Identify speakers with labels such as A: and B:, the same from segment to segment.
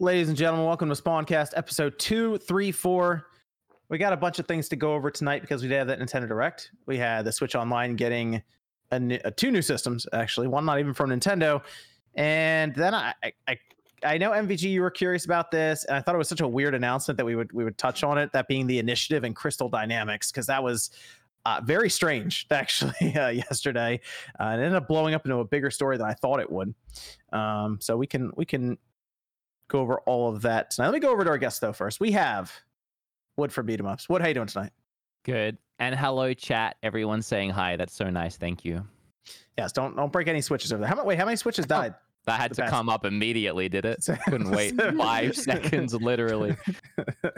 A: ladies and gentlemen. Welcome to Spawncast episode 234. We got a bunch of things to go over tonight because we did have that Nintendo Direct. We had the Switch Online getting a new, uh, two new systems, actually, one not even from Nintendo. And then I, I- I, I know MVG, you were curious about this, and I thought it was such a weird announcement that we would we would touch on it. That being the initiative and Crystal Dynamics, because that was uh, very strange actually uh, yesterday, uh, and it ended up blowing up into a bigger story than I thought it would. Um, so we can we can go over all of that tonight. Let me go over to our guests though first. We have Wood from Beat 'em Ups. What how you doing tonight?
B: Good. And hello, chat. Everyone's saying hi. That's so nice. Thank you.
A: Yes, don't don't break any switches over there. How many wait? How many switches died?
B: That had
A: The
B: to
A: best.
B: come up immediately, did it?
A: So-
B: Oh, Couldn't wait
A: so-
B: five seconds, literally.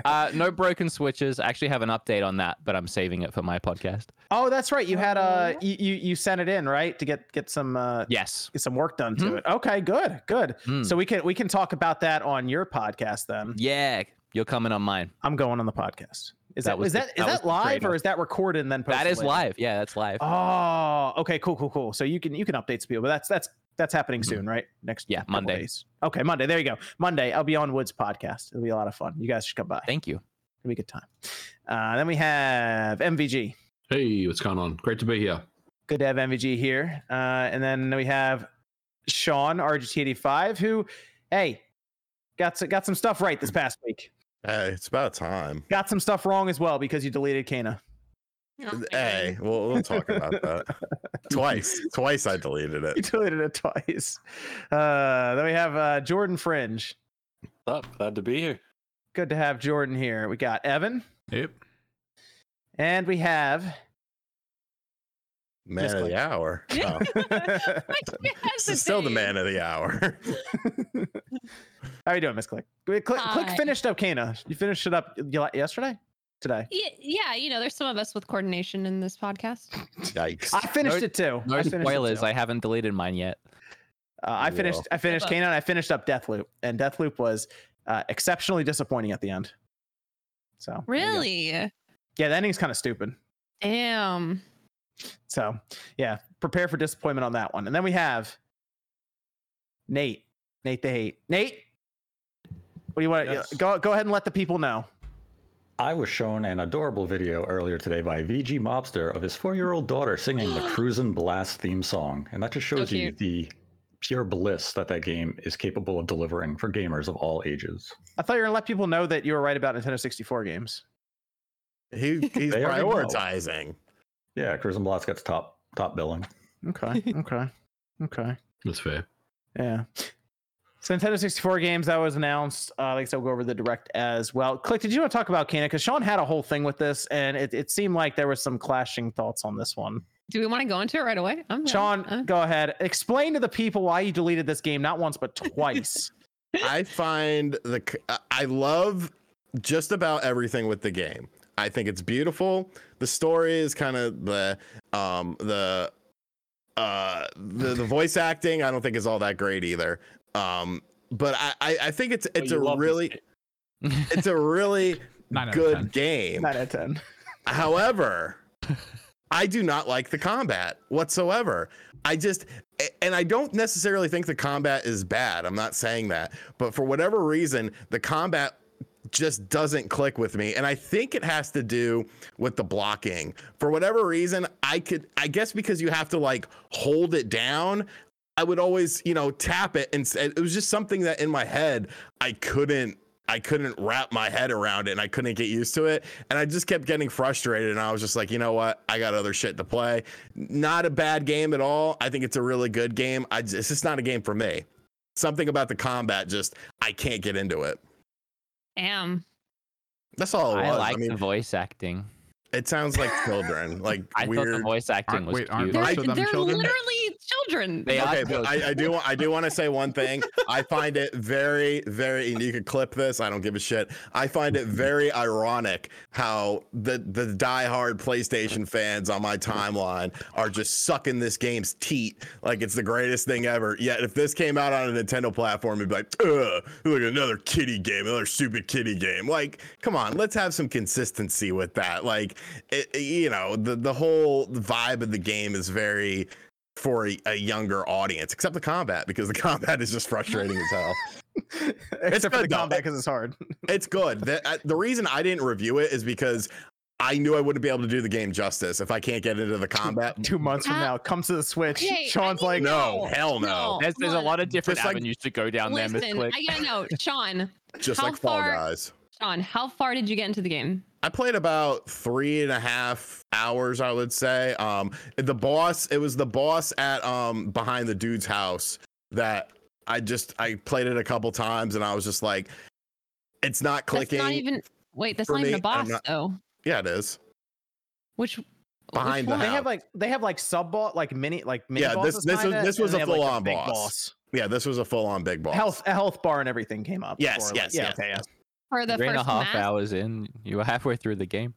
B: Uh, no broken switches. I actually have an update on that, but I'm saving it for my podcast.
A: Oh, that's right. You had uh
C: Oh.
A: you you, you sent it in right to get get some uh
B: Yes.
A: get some work done to
B: Mhm.
A: it. Okay, good, good.
B: Mm.
A: So we can we can talk about that on your podcast then.
B: yeah, you're coming on mine.
A: I'm going on the podcast. Is
B: That
A: that,
B: was
A: is
B: the-
A: that is
B: that was
A: that
B: the
A: live or
B: trade-off.
A: is that recorded and then posted?
B: That is
A: later?
B: live. Yeah, that's live.
A: Oh, okay, cool, cool, cool. So you can you can update some people, but that's that's that's happening
B: Mhm.
A: soon, right? Next
B: Yeah,
A: couple
B: Monday.
A: days. Okay, Monday. There you go. Monday. I'll be on Woods podcast. It'll be a lot of fun. You guys should come by.
B: Thank you.
A: It'll be a good time. Uh, then we have MVG.
D: Hey, what's going on? Great to be here.
A: Good to have MVG here. Uh, and then we have Sean RGT85, who, hey, got some, got some stuff right
B: Mm.
A: this past week.
E: Hey, it's about time.
A: Got some stuff wrong as well because you deleted Kana.
C: Oh my God.
E: hey, we'll, we'll talk about that. Twice. Twice I deleted
A: You
E: it.
A: deleted it twice. Uh, then we have uh, Jordan Fringe.
F: up? Glad to be here.
A: Good to have Jordan here. We got Evan
D: Yep.
A: and we have
E: Man of
A: Misclick.
E: the hour. Oh,
C: I
E: this is still the man of the hour.
A: How you doing, Miss Click? Click, Click
C: Hi.
A: finished up Kana. You finished it up y- yesterday? Today.
C: Yeah, yeah, you know, there's some of us with coordination in this podcast.
E: Yikes.
A: I finished
B: No-
A: it too.
B: No
A: I finished it
B: spoilers.
A: too.
B: I haven't deleted mine yet.
A: Uh, I finished. I finished
C: up.
A: Kanan. I finished up Deathloop, and Deathloop was uh, exceptionally disappointing at the end. So there you go.
C: Really?
A: yeah, the ending's kind of stupid.
C: Damn.
A: So yeah, prepare for disappointment on that one. And then we have Nate. Nate the hate. Nate, what do you want?
G: Yes.
A: to Go go ahead and let the people know.
G: I was shown an adorable video earlier today by VG Mobster of his four-year-old daughter singing the Cruisin' Blast theme song, and that just shows you
C: cute.
G: the pure bliss that that game is capable of delivering for gamers of all ages.
A: I thought you were gonna let people know that you were right about Nintendo 64 games.
E: He, he's
G: They already know.
E: prioritizing.
G: Yeah, Cruisin' Blast gets top top billing.
A: Okay. Okay. okay.
D: That's fair.
A: Yeah. So Nintendo 64 games that was announced. Uh, like I said, we'll go over the direct as well. Click, did you want to talk about Kana? Because Sean had a whole thing with this, and it, it seemed like there was some clashing thoughts on this one.
C: Do we want to go into it right away? I'm down.
A: Sean,
C: Uh,
A: go ahead. Explain to the people why you deleted this game not once but twice.
E: I find the c- I- I love just about everything with the game. I think it's beautiful. The story is kind of the um the uh the, the voice acting I don't think is all that great either. Um but I I, I think it's
F: Oh,
E: it's
F: you
E: a
F: love this
E: really
F: game.
E: it's a really
H: Nine out of ten.
E: good game.
A: Nine out of ten.
E: However, I do not like the combat whatsoever. I just, a- and I don't necessarily think the combat is bad. I'm not saying that. But for whatever reason, the combat just doesn't click with me. And I think it has to do with the blocking. For whatever reason, I could, I guess because you have to like hold it down. I would always, you know, tap it, and s- it was just something that in my head I couldn't I couldn't wrap my head around it and I couldn't get used to it. And I just kept getting frustrated. And I was just like, you know what? I got other shit to play. Not a bad game at all. I think it's a really good game. I just, it's just not a game for me. Something about the combat, just I can't get into it.
C: Damn.
E: That's all it
B: I
E: was. I,
B: like the
E: mean,
B: voice acting.
E: it sounds like children, like
B: I thought the
E: weird.
B: voice acting
H: Aren't-
B: was
H: wait,
B: cute.
H: aren't
C: They're,
H: Bunch of them
C: they're
H: children?
C: literally children.
B: They are
E: okay, but
B: children.
E: I, I do want I do want to say one thing. I find it very, very and you could clip this, I don't give a shit. I find it very ironic how the the diehard PlayStation fans on my timeline are just sucking this game's teat like it's the greatest thing ever. Yet if this came out on a Nintendo platform, it'd be like, ugh, look another kitty game, another stupid kitty game. Like, come on, let's have some consistency with that. Like it, it- you know, the the whole vibe of the game is very for a, a younger audience, except the combat, because the combat is just frustrating as hell.
A: Except for
E: good
A: the
E: though.
A: combat because it's hard.
E: It's good. The, uh, the reason I didn't review it is because I knew I wouldn't be able to do the game justice if I can't get into the combat.
A: Two months from
C: Uh,
A: now, comes to the Switch.
C: okay, I
A: Sean's
C: need
A: like,
C: to
E: No,
C: No,
E: hell no.
B: There's, there's a
C: Come
B: lot of different
E: Just like-
B: avenues to go down there, Miss
C: Listen,
B: Click.
C: I gotta know, Sean.
E: Just
C: How
E: like Fall
C: far-
E: Guys.
C: Sean, how far did you get into the game?
E: I played about three and a half hours, I would say. Um, the boss, it was the boss at um behind the dude's house that I just I played it a couple times and I was just like, it's not clicking.
C: That's not even. Wait, that's
E: For
C: not even
E: me,
C: a
E: I'm
C: boss
E: not-
C: though.
E: yeah, it is.
C: Which
E: Behind
C: which
E: the
C: one?
A: they have
E: house.
A: like they have like sub boss, like mini, like mini
E: Yeah, this-
A: bosses
E: this was-
A: kinda,
E: this
A: and
E: was
A: they
E: a
A: have, like, the
E: full-on
A: big
E: boss. Yeah, this was a full on big boss.
A: Health, a health bar, and everything came up.
E: Yes,
A: before,
E: yes,
A: yeah,
E: yes.
A: okay, yeah.
C: for the
B: Three and a
C: first
B: half
C: mask?
B: hours in, you were halfway through the game.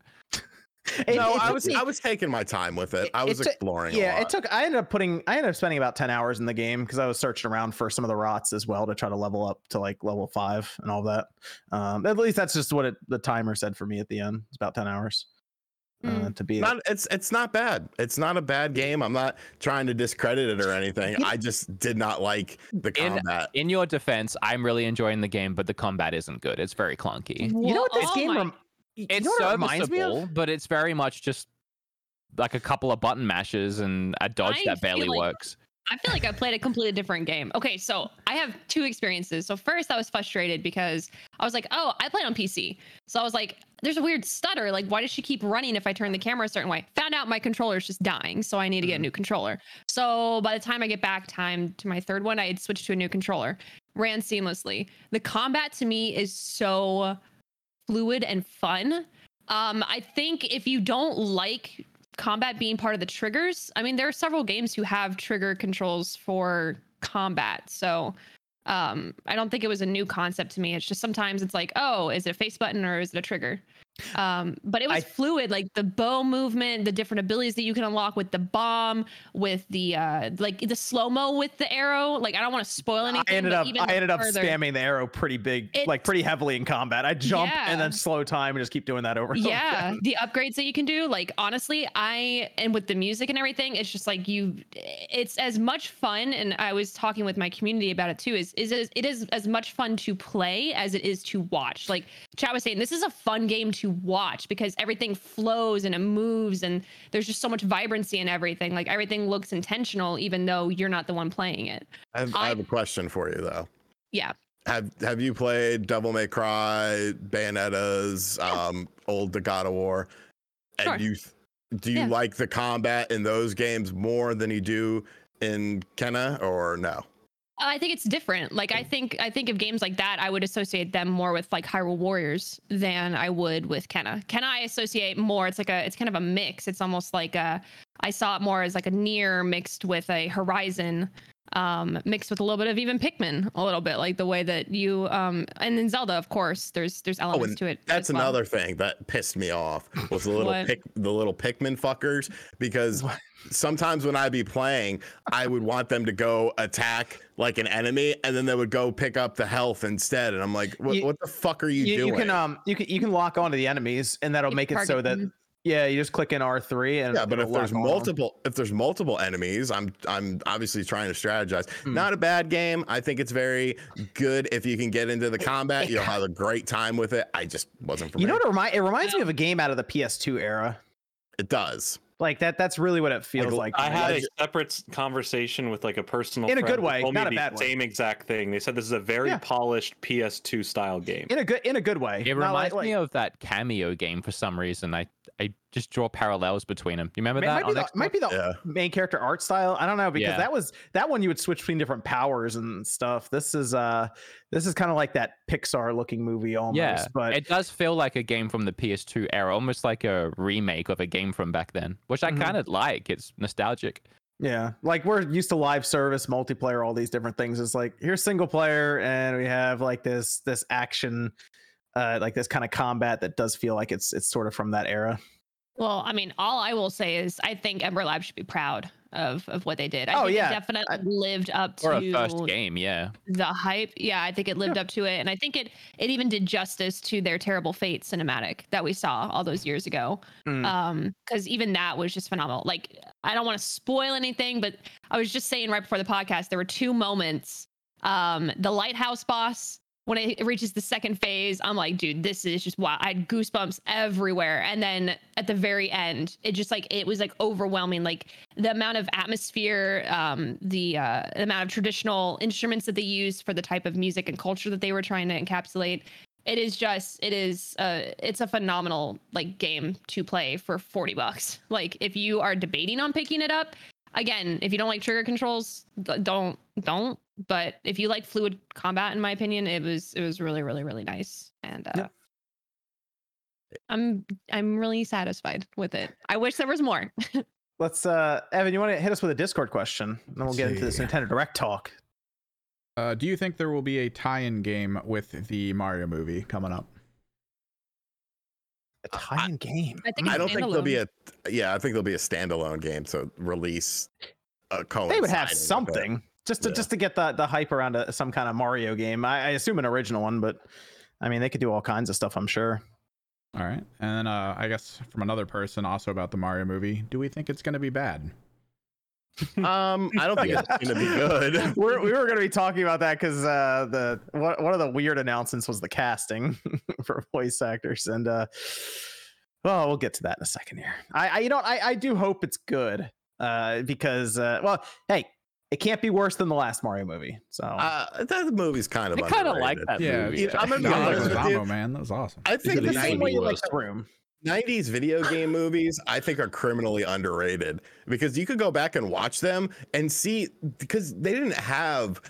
A: It-
E: no,
A: it
E: I
A: took
E: was
A: me-
E: I was taking my time with it.
A: It-
E: I
A: it
E: was
A: took-
E: exploring. a
A: yeah, it
E: lot.
A: took. I ended up putting. I ended up spending about ten hours in the game because I was searching around for some of the rots as well to try to level up to like level five and all that. Um, at least that's just what it, the timer said for me at the end. It's about ten hours uh,
C: Mm.
A: to be.
E: not it's it's not bad. It's not a bad game. I'm not trying to discredit it or anything.
A: You-
E: I just did not like the
B: In-
E: combat.
B: In your defense, I'm really enjoying the game, but the combat isn't good. It's very clunky.
A: you know what this
C: Oh
A: game?
C: my-
A: Rem- you
B: It's
A: know what it reminds me
B: serviceable,
A: of?
B: but it's very much just like a couple of button mashes and a dodge
C: I
B: that barely
C: feel like-
B: works.
C: I feel like I played a completely different game. Okay, so I have two experiences. So first, I was frustrated because I was like, "Oh, I played on PC," so I was like, "There's a weird stutter. Like, why does she keep running if I turn the camera a certain way?" Found out my controller's just dying, so I need to get a new controller. So by the time I get back time to my third one, I had switched to a new controller. Ran seamlessly. The combat to me is so fluid and fun. Um, I think if you don't like combat being part of the triggers. I mean, there are several games who have trigger controls for combat. So um, I don't think it was a new concept to me. It's just sometimes it's like, oh, is it a face button or is it a trigger? Um, but it was
A: I-
C: fluid, like the bow movement, the different abilities that you can unlock with the bomb, with the uh, like the slow mo with the arrow. Like I don't want to spoil
A: I
C: anything.
A: ended
C: but
A: up.
C: even
A: I ended up
C: further-
A: spamming the arrow pretty big,
C: It-
A: like pretty heavily in combat. I jump and then
C: Yeah.
A: slow time and just keep doing that over. and over
C: yeah
A: again.
C: the upgrades that you can do like honestly i and with the music and everything it's just like you it's as much fun and i was talking with my community about it too is is it is- it is as much fun to play as it is to watch like chat was saying this is a fun game to watch because everything flows and it moves and there's just so much vibrancy in everything like everything looks intentional even though you're not the one playing it
E: I have, I,
C: I-
E: have a question for you though.
C: Yeah.
E: Have Have you played Devil May Cry, Bayonetta's, um, old The God of War? And
C: Sure.
E: you do you
C: Yeah.
E: like the combat in those games more than you do in Kenna or no?
C: Uh, I think it's different. Like I think I think of games like that, I would associate them more with like Hyrule Warriors than I would with Kenna. Kenna I associate more. It's like a it's kind of a mix. It's almost like a I saw it more as like a near mixed with a Horizon, um, mixed with a little bit of even Pikmin, a little bit like the way that you um and in Zelda, of course, there's there's elements
E: and
C: to it.
E: That's
C: as well.
E: another thing that pissed me off was the little
C: What?
E: pick the little Pikmin fuckers because
A: What?
E: sometimes when I'd be playing, I would want them to go attack like an enemy, and then they would go pick up the health instead, and I'm like, what,
A: You-
E: what the fuck are you,
A: You,
E: doing?
A: you can um you can you can lock onto the enemies and that'll
C: You
A: make it so
C: target
A: that
C: them.
A: yeah you just click in R three and
E: yeah, but
A: it'll
E: if there's
A: lock on 'em.
E: multiple if there's multiple enemies, I'm I'm obviously trying to strategize.
A: Hmm.
E: Not a bad game. I think it's very good if you can get into the combat. You'll have a great time with it. I just wasn't for
A: you
E: me.
A: know what it, remind, it reminds me of a game out of the PS2 era
E: it does.
A: like that that's really what it feels like, to
F: I
A: me.
F: had a separate s- conversation with like a personal
A: In a
F: friend
A: good
F: who
A: way,
F: told me
A: not a
F: the
A: bad way.
F: Same exact thing. They said this is a very
A: Yeah.
F: polished PS2 style game.
A: in a good in a good way
B: It
A: Not
B: reminds
A: like-
B: me
A: like-
B: of that cameo game for some reason. I I just draw parallels between them. You remember
A: it
B: that?
A: might be,
B: on
A: the,
B: Xbox?
A: might be the
E: Yeah.
A: main character art style i don't know because
B: Yeah.
A: that was that one you would switch between different powers and stuff this is uh this is kind of like that pixar looking movie almost
B: Yeah,
A: but
B: it does feel like a game from the PS2 era, almost like a remake of a game from back then, which I
A: Mhm.
B: kind of like. It's nostalgic.
A: Yeah, like we're used to live service, multiplayer, all these different things. It's like here's single player, and we have like this this action, uh, like this kind of combat that does feel like it's it's sort of from that era.
C: Well, I mean, all I will say is I think Ember Lab should be proud of of what they did. I
A: Oh,
C: think
A: yeah.
C: it definitely lived up
B: Or
C: to
B: a first game, yeah.
C: the hype. Yeah, I think it lived up to it, and I think it it even did justice to their terrible fate cinematic that we saw all those years ago.
A: Mm.
C: Um, because even that was just phenomenal. Like, I don't want to spoil anything, but I was just saying right before the podcast, there were two moments um, the lighthouse boss. When it reaches the second phase, I'm like, dude, this is just wow. I had goosebumps everywhere. And then at the very end, it just like it was like overwhelming. Like the amount of atmosphere, um, the uh, amount of traditional instruments that they use for the type of music and culture that they were trying to encapsulate. It is just, it is, uh, it's a phenomenal like game to play for forty bucks. Like if you are debating on picking it up, again, if you don't like trigger controls, d- don't, don't. But if you like fluid combat, in my opinion, it was, it was really, really, really nice. And uh,
A: Yeah.
C: I'm, I'm really satisfied with it. I wish there was more.
A: Let's, uh, Evan, you want to hit us with a Discord question, and then we'll get into this
H: See.
A: Nintendo Direct talk.
H: Uh, do you think there will be a tie-in game with the Mario movie coming up?
A: A tie-in game.
C: I think it's
E: I don't think there'll
C: standalone.
E: be a yeah, I think there'll be a standalone game to release a coin.
A: They would have something just to
E: Yeah.
A: just to get the the hype around a, some kind of Mario game. I, I assume an original one, but I mean they could do all kinds of stuff. I'm sure.
H: All right, and then uh, I guess from another person also about the Mario movie, do we think it's going to be bad?
E: Um, I don't think it's gonna be good.
A: We're, we were going to be talking about that because uh, the one, one of the weird announcements was the casting for voice actors, and uh, well, we'll get to that in a second here. I, I you know what? I, I do hope it's good uh, because uh, well, hey, it can't be worse than the last Mario movie. So
E: Uh, that movie's kind of.
B: I kind of like
E: underrated.
B: that movie.
E: Yeah, I'm gonna be
H: That
E: honest
H: was
E: with
H: Leguizamo,
E: you.
H: man, that was awesome.
E: I think
D: it
E: the
D: a
A: same
D: Lightning
A: way
E: 90s,
A: you like
D: List?
A: the room.
E: 90s video game movies, I think, are criminally underrated because you could go back and watch them and see because they didn't have.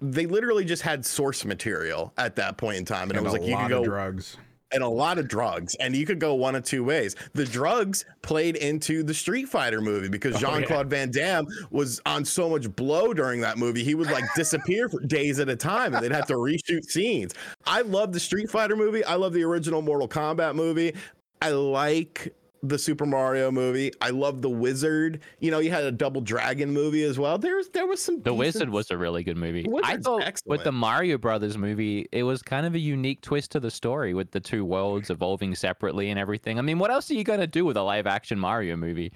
E: They literally just had source material at that point in time, and, it was
H: a
E: like you
H: lot
E: could
H: of
E: go
H: drugs.
E: and a lot of drugs, and you could go one of two ways. The drugs played into the Street Fighter movie because Jean Claude Van Damme was on so much blow during that movie, he would like disappear for days at a time, and they'd have to reshoot scenes. I love the Street Fighter movie. I love the original Mortal Kombat movie. I like the Super Mario movie. I love the Wizard. You know, you had a Double Dragon movie as well. There's there was some
B: The
E: decent-
B: Wizard was a really good movie. I
E: Wizard's
B: thought with the
E: excellent.
B: Mario Brothers movie, it was kind of a unique twist to the story with the two worlds evolving separately and everything. I mean, what else are you going to do with a live action Mario movie?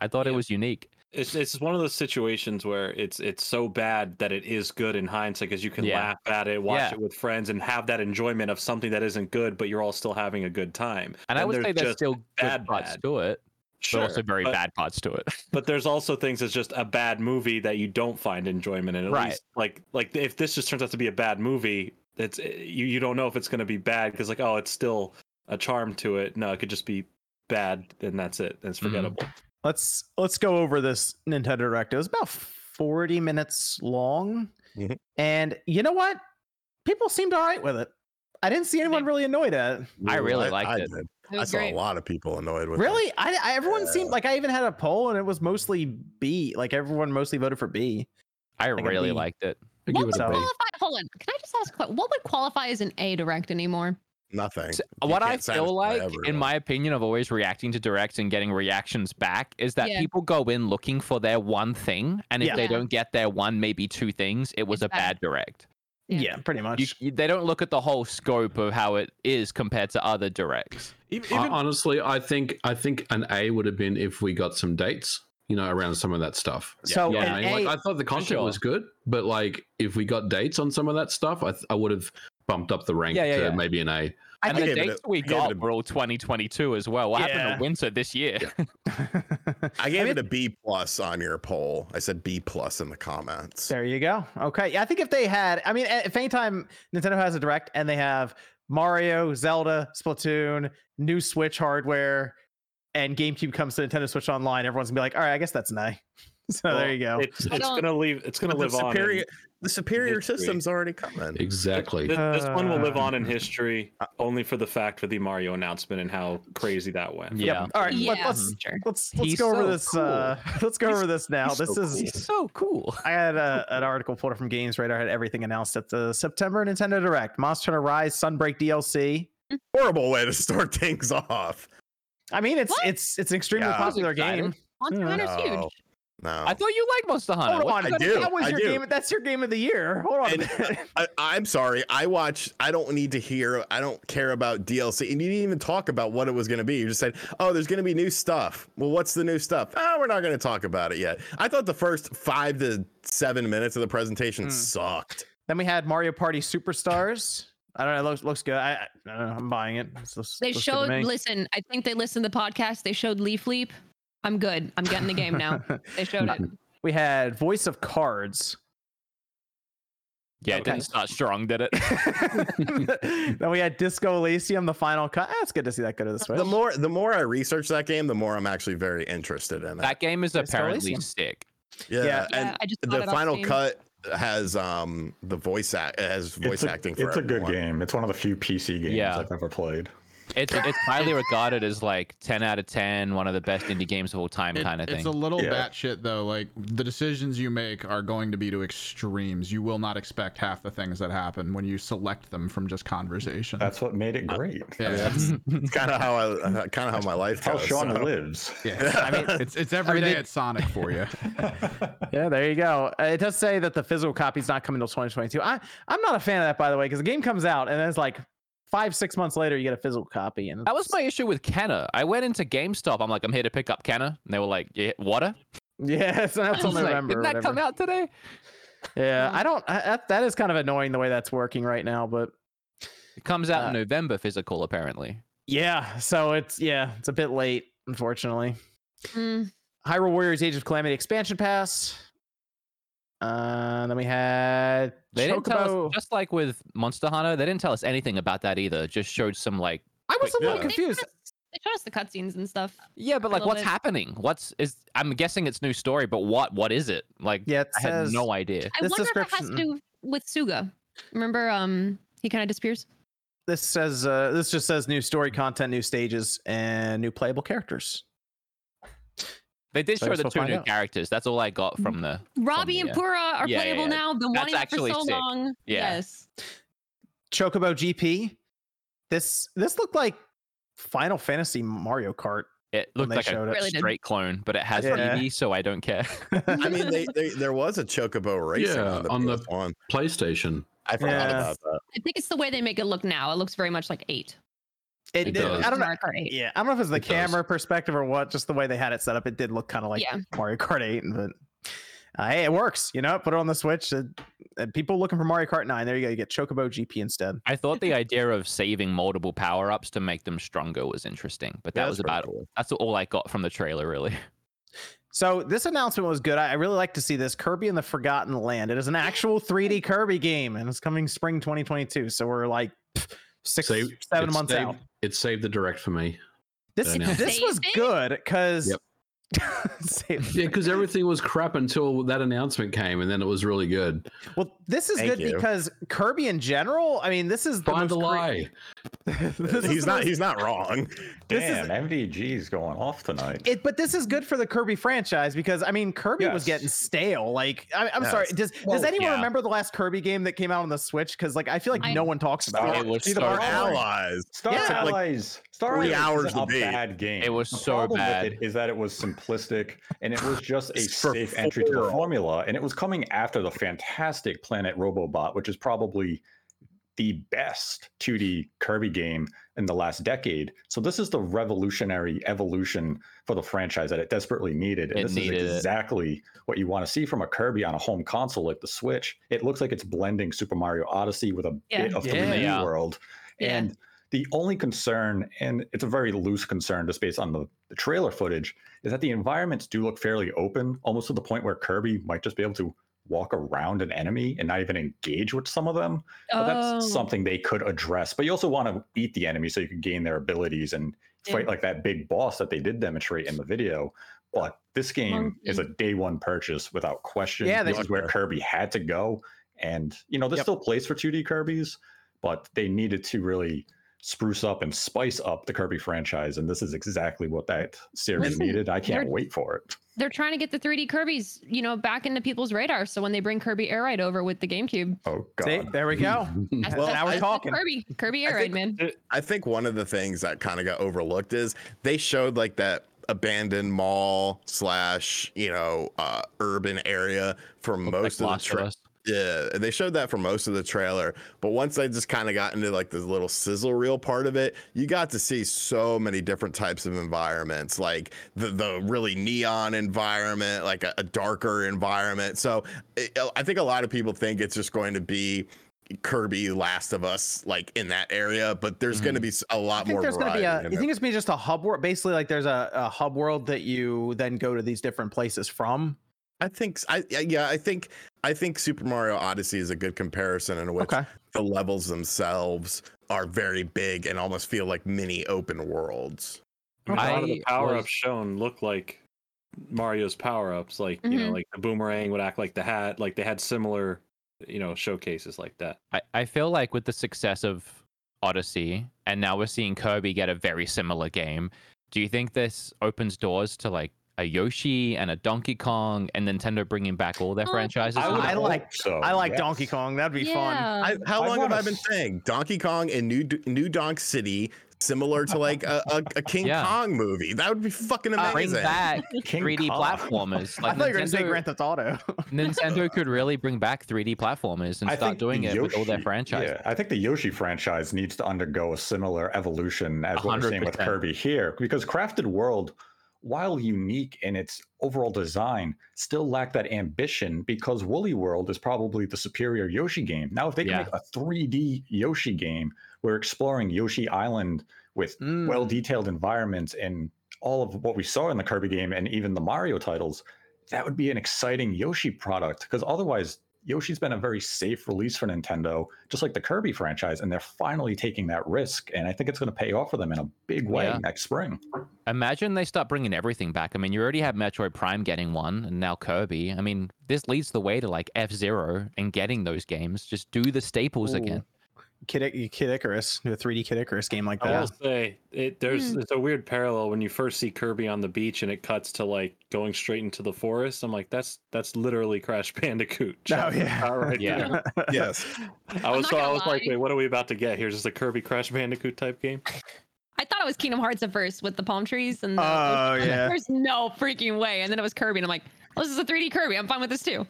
B: I thought it
F: Yeah.
B: was unique.
F: It's it's one of those situations where it's it's so bad that it is good in hindsight because you can
B: Yeah.
F: laugh at it, watch
B: Yeah.
F: it with friends, and have that enjoyment of something that isn't good, but you're all still having a good time.
B: And, I would say there's
F: just
B: still good
F: bad,
B: parts
F: bad.
B: to it,
F: sure,
B: but also very
F: but-
B: bad parts to it.
F: But there's also things that's just a bad movie that you don't find enjoyment in. At
B: Right.
F: least, like like if this just turns out to be a bad movie, it's eh, you you don't know if it's going to be bad because like oh it's still a charm to it. No, it could just be bad and that's it. It's
B: Mm-hmm.
F: forgettable.
A: let's let's go over this Nintendo Direct. It was about 40 minutes long.
E: Mhm.
A: And you know what? People seemed all right with it. I didn't see anyone really annoyed at it.
B: I really liked it.
E: did. I
C: It was
E: saw
C: great.
E: a lot of people annoyed with it.
A: Really? I, I everyone seemed
E: Yeah.
A: like I even had a poll and it was mostly B. Like everyone mostly voted for B.
B: I
A: Like a
B: really
A: B.
B: liked it.
H: I
C: What
H: give
C: would
H: it a
A: a B.
C: qualify? Hold on. Can I just ask what what would qualify as an A direct anymore?
E: Nothing.
B: So
E: You
B: what I
E: can't
B: feel
E: satisfy
B: like, in
E: everyone.
B: my opinion, of always reacting to directs and getting reactions back is that
C: Yeah.
B: people go in looking for their one thing, and if
A: Yeah.
B: they
C: Yeah.
B: don't get their one, maybe two things, it was
C: It's
B: a
C: bad.
B: bad direct.
A: Yeah,
C: Yeah.
A: pretty much.
B: You, you- they don't look at the whole scope of how it is compared to other directs.
D: I-
H: Even, even-
G: Uh-huh.
D: honestly, I think I think an A would have been if we got some dates, you know, around some of that stuff.
A: so
D: Yeah,
A: an
D: I mean,
A: A-
D: like I thought the content
B: sure.
D: was good, but like if we got dates on some of that stuff, I, th- I would have bumped up the rank
B: Yeah, yeah,
D: to
B: yeah.
D: maybe an A.
B: and
E: I
B: the
E: gave it a-
B: dates we
E: I gave it
B: got
E: a-
B: were all 2022 as well. What happened
A: Yeah.
B: to winter this year?
E: I gave
A: mean-
E: it a B plus on your poll. I said B plus in the comments.
A: There you go. Okay. Yeah, I think if they had, I mean, a- if anytime Nintendo has a direct and they have Mario, Zelda, Splatoon, new Switch hardware, and GameCube comes to Nintendo Switch Online, everyone's gonna be like, all right, I guess that's an A. So Oh, there
F: Well,
A: you go.
F: It's
C: I
F: it's
C: don't-
F: gonna leave. It's gonna
E: But
F: live
E: the
F: on. in-
E: superior, the superior
F: history.
E: system's already coming.
D: Exactly.
F: Th- This, one will live on in
A: Uh,
F: history only for the fact of the Mario announcement and how crazy that went.
B: Yeah.
A: All right.
C: yeah,
A: Let, us
C: sure.
A: let's let's
B: He's
A: go over
B: so
A: this. Uh, let's go
B: He's-
A: over this now. This is
B: It's so cool.
A: I had a, an article pulled up from Games Radar had everything announced at the September Nintendo Direct. Monster Hunter Rise Sunbreak DLC.
E: Horrible way to start things off.
A: I mean, it's
C: What?
A: it's it's an extremely
E: Yeah. I was
A: popular
B: excited.
A: game.
C: Monster
A: No.
C: Hunter's huge.
E: No. No.
B: I thought you liked Monster Hunter.
A: Hold
B: What
A: on,
B: you
E: I
B: gotta-
E: do.
A: that was
E: I
A: your
E: do.
A: game. That's your game of the year. Hold on. a
E: And-
A: minute.
E: I, I'm sorry. I watched. I don't need to hear. I don't care about DLC. And you didn't even talk about what it was going to be. You just said, "Oh, there's going to be new stuff." Well, what's the new stuff? Oh, we're not going to talk about it yet. I thought the first five to seven minutes of the presentation
A: Mm.
E: sucked.
A: Then we had Mario Party Superstars. I don't know. It looks looks good. I, I, I don't know. I'm buying it. It's- looks-
C: They
A: looks good to
C: showed.
A: me.
C: Listen, I think they listened to the podcast. They showed Leaf Leap. I'm good. I'm getting the game now. They showed it.
A: we had Voice of Cards.
B: Yeah, it
A: Okay.
B: didn't start strong, did it?
A: then we had Disco Elysium, the final cut. Ah, it's good to see that go to the Switch.
E: The more the more I research that game, the more I'm actually very interested in it.
B: that game is
A: Disco
B: apparently
A: Elysium.
B: sick.
E: yeah,
A: yeah.
E: and
C: Yeah, I just bought
E: the
C: it off
E: final
C: Steam.
E: cut has um the voice act it has voice
G: it's a,
E: acting. For
G: It's a good
E: everyone.
G: game. It's one of the few PC games
B: Yeah.
G: I've ever played.
B: It's it's highly regarded as like ten out of ten, one of the best indie games of all time,
H: It-
B: kind of
H: It's a
B: thing.
H: little
G: Yeah.
H: batshit though. Like the decisions you make are going to be to extremes. You will not expect half the things that happen when you select them from just conversation.
G: That's what made it
A: Uh,
G: great.
H: yeah.
E: It's kind of how I kind of how my life
G: That's how
E: goes,
G: Sean
E: so.
G: lives.
H: yeah. I mean, it's it's every day at Sonic for you.
A: Yeah, there you go. Uh, It does say that the physical copy's not coming till 2022. I I'm not a fan of that, by the way, because the game comes out and then it's like five six months later you get a physical copy, and
B: That was my issue with Kenna. I went into GameStop. I'm like, I'm here to pick up Kenna, and they were like, yeah, water.
A: yeah, so that's
B: I
A: till
B: was like,
A: November. or
B: Didn't that come
A: whatever.
B: out today?
A: Yeah, I don't. I, that, that is kind of annoying the way that's working right now, but
B: It comes out
A: Uh,
B: in November physical, apparently.
A: yeah. So it's yeah, it's a bit late, unfortunately.
C: Mm,
A: Hyrule Warriors Age of Calamity expansion pass. Uh, then we had
B: They didn't tell
A: Chocobo.
B: us, just like with Monster Hunter, they didn't tell us anything about that either. Just showed some like,
A: I was a
B: Yeah.
A: little
C: they showed
A: confused.
C: us- They showed us the cutscenes and stuff.
B: yeah, but
C: A
B: like,
C: little
B: what's
C: bit.
B: happening? What's is? I'm guessing it's new story, but what? What is it? Like,
A: Yeah, it
B: I had
A: says-
B: no idea.
C: I
A: This
C: wonder if it has to
A: description-
C: do with Suga. Remember, um, he kind of disappears.
A: This says uh, this just says new story content, new stages, and new playable characters.
B: They did
A: So I
B: show
A: guess
B: the
A: we'll
B: two
A: find
B: new
A: out.
B: characters. That's all I got from the.
C: Robbie and
B: yeah.
C: Pura are
B: Yeah, yeah,
C: playable
B: yeah.
C: now. Been
B: That's
C: wanting that for
B: actually
C: so
B: sick.
C: long.
B: Yeah.
C: Yes.
A: Chocobo GP. This this looked like Final Fantasy Mario Kart.
B: It
A: when
B: looked
A: they
B: like a
A: showed it.
C: Really did.
B: straight clone, but it has
A: Yeah.
B: EV, so I don't care.
E: I mean, they, they, there was a chocobo racing
D: Yeah,
E: on the
D: on the-
E: one.
D: PlayStation.
E: I forgot
A: Yeah.
E: about that.
C: I think it's the way they make it look now. It looks very much like eight.
A: It,
D: It
A: did-
D: does.
A: I don't know.
C: Mario Kart 8.
A: Yeah, I don't know if it's the
D: It does.
A: camera perspective or what. Just the way they had it set up, it did look kind of like
C: Yeah.
A: Mario Kart Eight. But uh, hey, it works. You know, put it on the Switch. And, and people looking for Mario Kart Nine, there you go. You get Chocobo GP instead.
B: I thought the idea of saving multiple power ups to make them stronger was interesting, but
E: Yeah,
B: that
E: that's
B: was
E: pretty
B: about
E: cool.
B: that's all I got from the trailer, really.
A: So this announcement was good. I, I really like to see this Kirby and the Forgotten Land. It is an actual 3D Kirby game, and it's coming spring 2022. So we're like pff, six,
D: Saved-
A: seven
D: it
A: months
D: saved-
A: out.
D: It saved the direct for me.
A: This
D: announcement.
A: this was
C: Saved it?
A: good because.
D: Yep.
A: Saved
D: Yeah,
A: it.
D: because everything was crap until that announcement came, and then it was really good.
A: Well, this is
E: Thank
A: good
E: you.
A: because Kirby in general. I mean, this is the
D: Find
A: most cre-
D: the lie.
A: this is
E: he's
A: the
E: not
A: most-
E: he's not wrong.
A: This is-
G: Damn, MDG's going off tonight.
A: It, but this is good for the Kirby franchise because I mean Kirby was
G: Yes.
A: getting stale. Like I, I'm sorry,
E: Yes.
A: does does
E: Well,
A: anyone
B: yeah.
A: remember the last Kirby game that came out on the Switch? Because like I feel like
C: I-
A: no one talks about
G: Oh,
A: it.
B: It was
A: See the
B: so
A: bar-
E: Our
B: bad.
E: allies.
G: Star
A: Yeah.
E: Like,
G: Allies. Star
E: three
G: Allies
E: hours
G: is
E: to
G: a
E: beat.
G: bad game.
B: It was
G: the
B: so
G: problem With
B: bad.
G: it is that it was simplistic and it was just a
E: It's for
G: safe entry to the
E: four.
G: formula, and it was coming after the fantastic Planet Robobot, which is probably the best 2D Kirby game in the last decade. So this is the revolutionary evolution for the franchise that it desperately needed. And
B: It
G: this
B: needed it.
G: is exactly what you want to see from a Kirby on a home console like the Switch. It looks like it's blending Super Mario Odyssey with a
C: Yeah.
G: bit of
B: Yeah.
G: 3D
B: Yeah.
G: world.
C: Yeah.
G: And the only concern, and it's a very loose concern just based on the, the trailer footage, is that the environments do look fairly open, almost to the point where Kirby might just be able to walk around an enemy and not even engage with some of them. But
C: Oh.
G: that's something they could address. But you also want to eat the enemy so you can gain their abilities and
C: Yeah.
G: fight like that big boss that they did demonstrate in the video. But this game is a day one purchase without question.
A: Yeah, they-
G: this is where Kirby had to go. And you know, there's
A: Yep.
G: still place for 2D Kirby's, but they needed to really spruce up and spice up the Kirby franchise. And this is exactly what that series
C: Listen,
G: needed. I can't
C: they're-
G: wait for it.
C: They're trying to get the 3D Kirby's, you know, back into people's radar. So when they bring Kirby Air Ride over with the GameCube,
G: Oh
A: See,
G: god.
A: there we go.
C: that's,
E: Well,
C: that's-
E: now we're
C: that's
A: talking.
C: Kirby, Kirby Air
E: I
C: Ride,
E: think-
C: man.
E: I think one of the things that kind of got overlooked is they showed like that abandoned mall slash you know uh urban area for
B: Looked like
E: most of the
B: Last of
E: trip
B: Us.
E: Yeah, they showed that for most of the trailer, but once they just kind of got into like this little sizzle reel part of it, you got to see so many different types of environments, like the the really neon environment, like a, a darker environment. So it, I think a lot of people think it's just going to be Kirby, Last of Us, like in that area, but there's going to be s- a lot
A: Mm-hmm. I think
E: more
A: there's going to
E: variety.
A: be a.
E: in
A: You
E: it.
A: think it's be just a hub world? Basically, like there's a, a hub world that you then go to these different places from.
E: I think s- I I- yeah, I think I think Super Mario Odyssey is a good comparison in which
A: Okay.
E: the levels themselves are very big and almost feel like mini open worlds.
F: I mean, a lot of the
B: I
F: power
B: was-
F: ups shown look like Mario's power ups, like you
C: Mm-hmm.
F: know, like the boomerang would act like the hat, like they had similar, you know, showcases like that.
B: I, I feel like with the success of Odyssey, and now we're seeing Kirby get a very similar game. Do you think this opens doors to like a Yoshi and a Donkey Kong, and Nintendo bringing back all their
C: Oh,
B: franchises?
A: Uh, I would-
B: now?
A: I
G: hope
A: like-
G: so,
A: I like
G: oh, yes.
A: Donkey Kong. That'd be fun.
E: I, how
G: I
E: long have
G: wanna
E: I been
G: s-
E: saying Donkey Kong and New D- New Donk City, similar to like a, a, a King
B: Yeah.
E: Kong movie? That would be fucking
A: Uh,
B: bring
E: amazing.
B: back
G: King
B: 3D
G: Kong.
B: platformers.
A: I
B: Like
A: thought you were going to say
B: Nintendo-
A: Grand Theft Auto.
B: Nintendo could really bring back 3D platformers and
G: I
B: start
G: think
B: doing
G: the
B: it with all their
G: Yoshi-
B: franchises.
G: Yeah, I think the Yoshi franchise needs to undergo a similar evolution as what we're seeing with
B: 100%.
G: Kirby here, because Crafted World, while unique in its overall design, still lacked that ambition because Woolly World is probably the superior Yoshi game. Now, if they can
B: Yeah.
G: make a 3D Yoshi game, we're exploring Yoshi Island with
A: Mm.
G: well detailed environments and all of what we saw in the Kirby game and even the Mario titles, that would be an exciting Yoshi product because otherwise, Yoshi's been a very safe release for Nintendo, just like the Kirby franchise, and they're finally taking that risk. And I think it's going to pay off for them in a big way
B: Yeah.
G: next spring.
B: Imagine they start bringing everything back. I mean, you already have Metroid Prime getting one, and now Kirby. I mean, this leads the way to like F Zero and getting those games. Just do the staples
A: Ooh.
B: again.
A: Kid, I- Kid Icarus, do a 3D Kid Icarus game like
F: I
A: that.
F: will say it. There's
C: Mm.
F: it's a weird parallel when you first see Kirby on the beach and it cuts to like going straight into the forest. I'm like, that's that's literally Crash Bandicoot.
A: Oh,
F: chapter
A: yeah.
F: power right
B: Yeah.
F: there.
E: Yes.
F: I
C: I'm
F: was
C: not
F: so I
C: gonna
F: was like,
C: lie.
F: wait, what are we about to get here? Is this a Kirby Crash Bandicoot type game?
C: I thought it was Kingdom Hearts at first with the palm trees and the
A: Oh, yeah.
C: there's no freaking way. And then it was Kirby, and I'm like, well, this is a 3D Kirby. I'm fine with this too.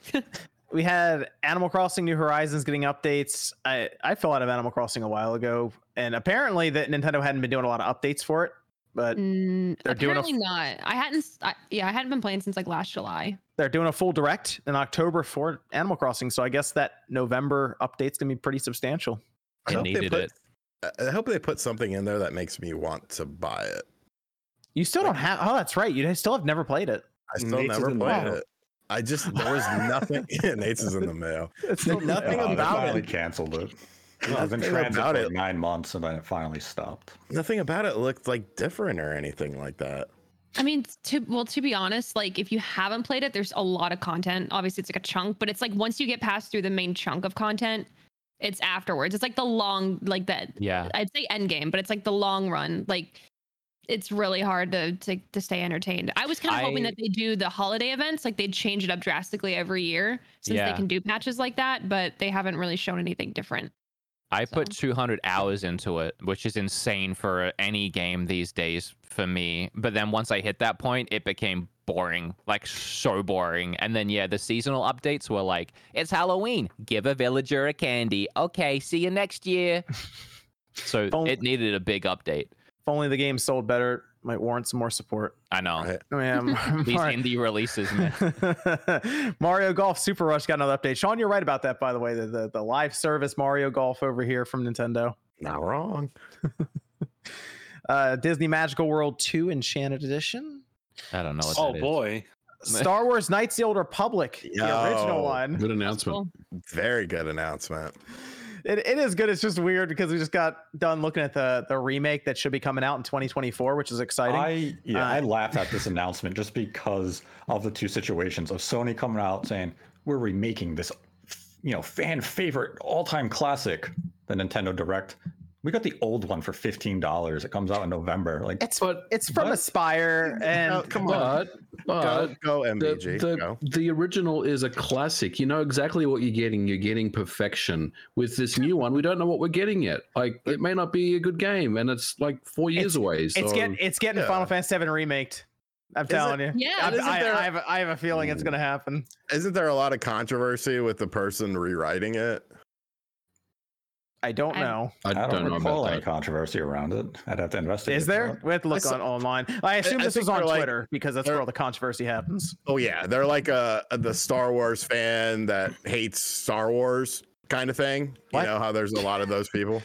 A: we had Animal Crossing New Horizons getting updates. I, I fell out of Animal Crossing a while ago, and apparently that Nintendo hadn't been doing a lot of updates for it, but
C: Mm,
A: They're doing a
C: apparently not. I hadn't. s- I, yeah, I hadn't been playing since like last July.
A: they're doing a full direct in October for Animal Crossing. So I guess that November update's gonna be pretty substantial.
E: I
B: They
E: hope they
B: needed
E: put-
B: it.
E: I- I hope they put something in there that makes me want to buy it.
A: You still don't have. Oh, that's right. You still have never played it.
E: I still
F: Nate's
E: never
F: in the
E: played
F: mail.
E: it. I just there was nothing. Yeah, Nate's is in the mail.
A: It's still
E: Nothing
G: Uh, they
E: about
G: finally
E: it.
G: canceled it. I've been
E: Nothing
G: transit
E: about
G: for
E: it.
G: nine months and then it finally stopped.
E: Nothing about it looked like different or anything like that.
C: I mean, to well, to be honest, like if you haven't played it, there's a lot of content. Obviously, it's like a chunk, but it's like once you get past through the main chunk of content, it's afterwards. It's like the long, like that.
B: Yeah.
C: I'd say end game, but it's like the long run. Like it's really hard to to, to stay entertained. I was kind of hoping
B: I-
C: that they do the holiday events, like they'd change it up drastically every year since
B: Yeah.
C: they can do patches like that, but they haven't really shown anything different.
B: I put
C: So-
B: 200 hours into it, which is insane for any game these days for me. But then once I hit that point, it became boring, like so boring. And then, yeah, the seasonal updates were like, it's Halloween, give a villager a candy. Okay, see you next year. so
A: Don't-
B: it needed a big update.
A: If only the game sold better, might warrant some more support.
B: I know.
E: Right.
A: I mean, I'm-
B: These
A: Mario-
B: indie releases, man.
A: Mario Golf Super Rush got another update. Sean, you're right about that, by the way. The the, the live service Mario Golf over here from Nintendo.
E: Not wrong.
A: Uh, Disney Magical World 2 Enchanted Edition.
B: I don't know what
F: Oh
B: that is.
F: boy,
A: Star Wars Knights of the Old Republic, the original
E: Yo.
A: one.
D: Good announcement.
E: Very good announcement.
A: It, it is good. It's just weird because we just got done looking at the, the remake that should be coming out in 2024, which is exciting.
G: I yeah, I
A: Uh,
G: laughed at this announcement just because of the two situations of Sony coming out saying we're remaking this, you know, fan favorite all time classic, the Nintendo Direct. We got the old one for fifteen dollars. It comes out in November. Like
A: it's
D: But
A: it's from
D: but-
A: Aspire and
E: No, come on.
D: But but
E: go, go
D: the,
E: MBG.
D: the,
E: go.
D: the original is a classic. You know exactly what you're getting. You're getting perfection. With this new one, we don't know what we're getting yet. Like it may not be a good game, and it's like four years away. So
A: it's get it's getting
E: Yeah.
A: Final Fantasy 7 remaked. I'm
E: Is it-
A: telling you.
C: Yeah.
A: I'm-
E: isn't
A: I,
E: there-
A: I have, a- I have a feeling it's going to happen.
E: Isn't there a lot of controversy with the person rewriting it?
A: I don't
C: I-
A: know.
D: I,
G: I
D: don't know
G: recall
D: about
G: any
D: that.
G: controversy around it. I'd have to investigate.
A: Is there?
G: that.
A: We have to look
E: saw-
A: on online. I assume
E: I
A: this
E: think
A: was on
E: they're like-
A: Twitter because that's where
E: they're-
A: all the controversy happens.
E: Oh yeah, they're like a the Star Wars fan that hates Star Wars kind of thing.
A: What?
E: You know how there's a lot of those people.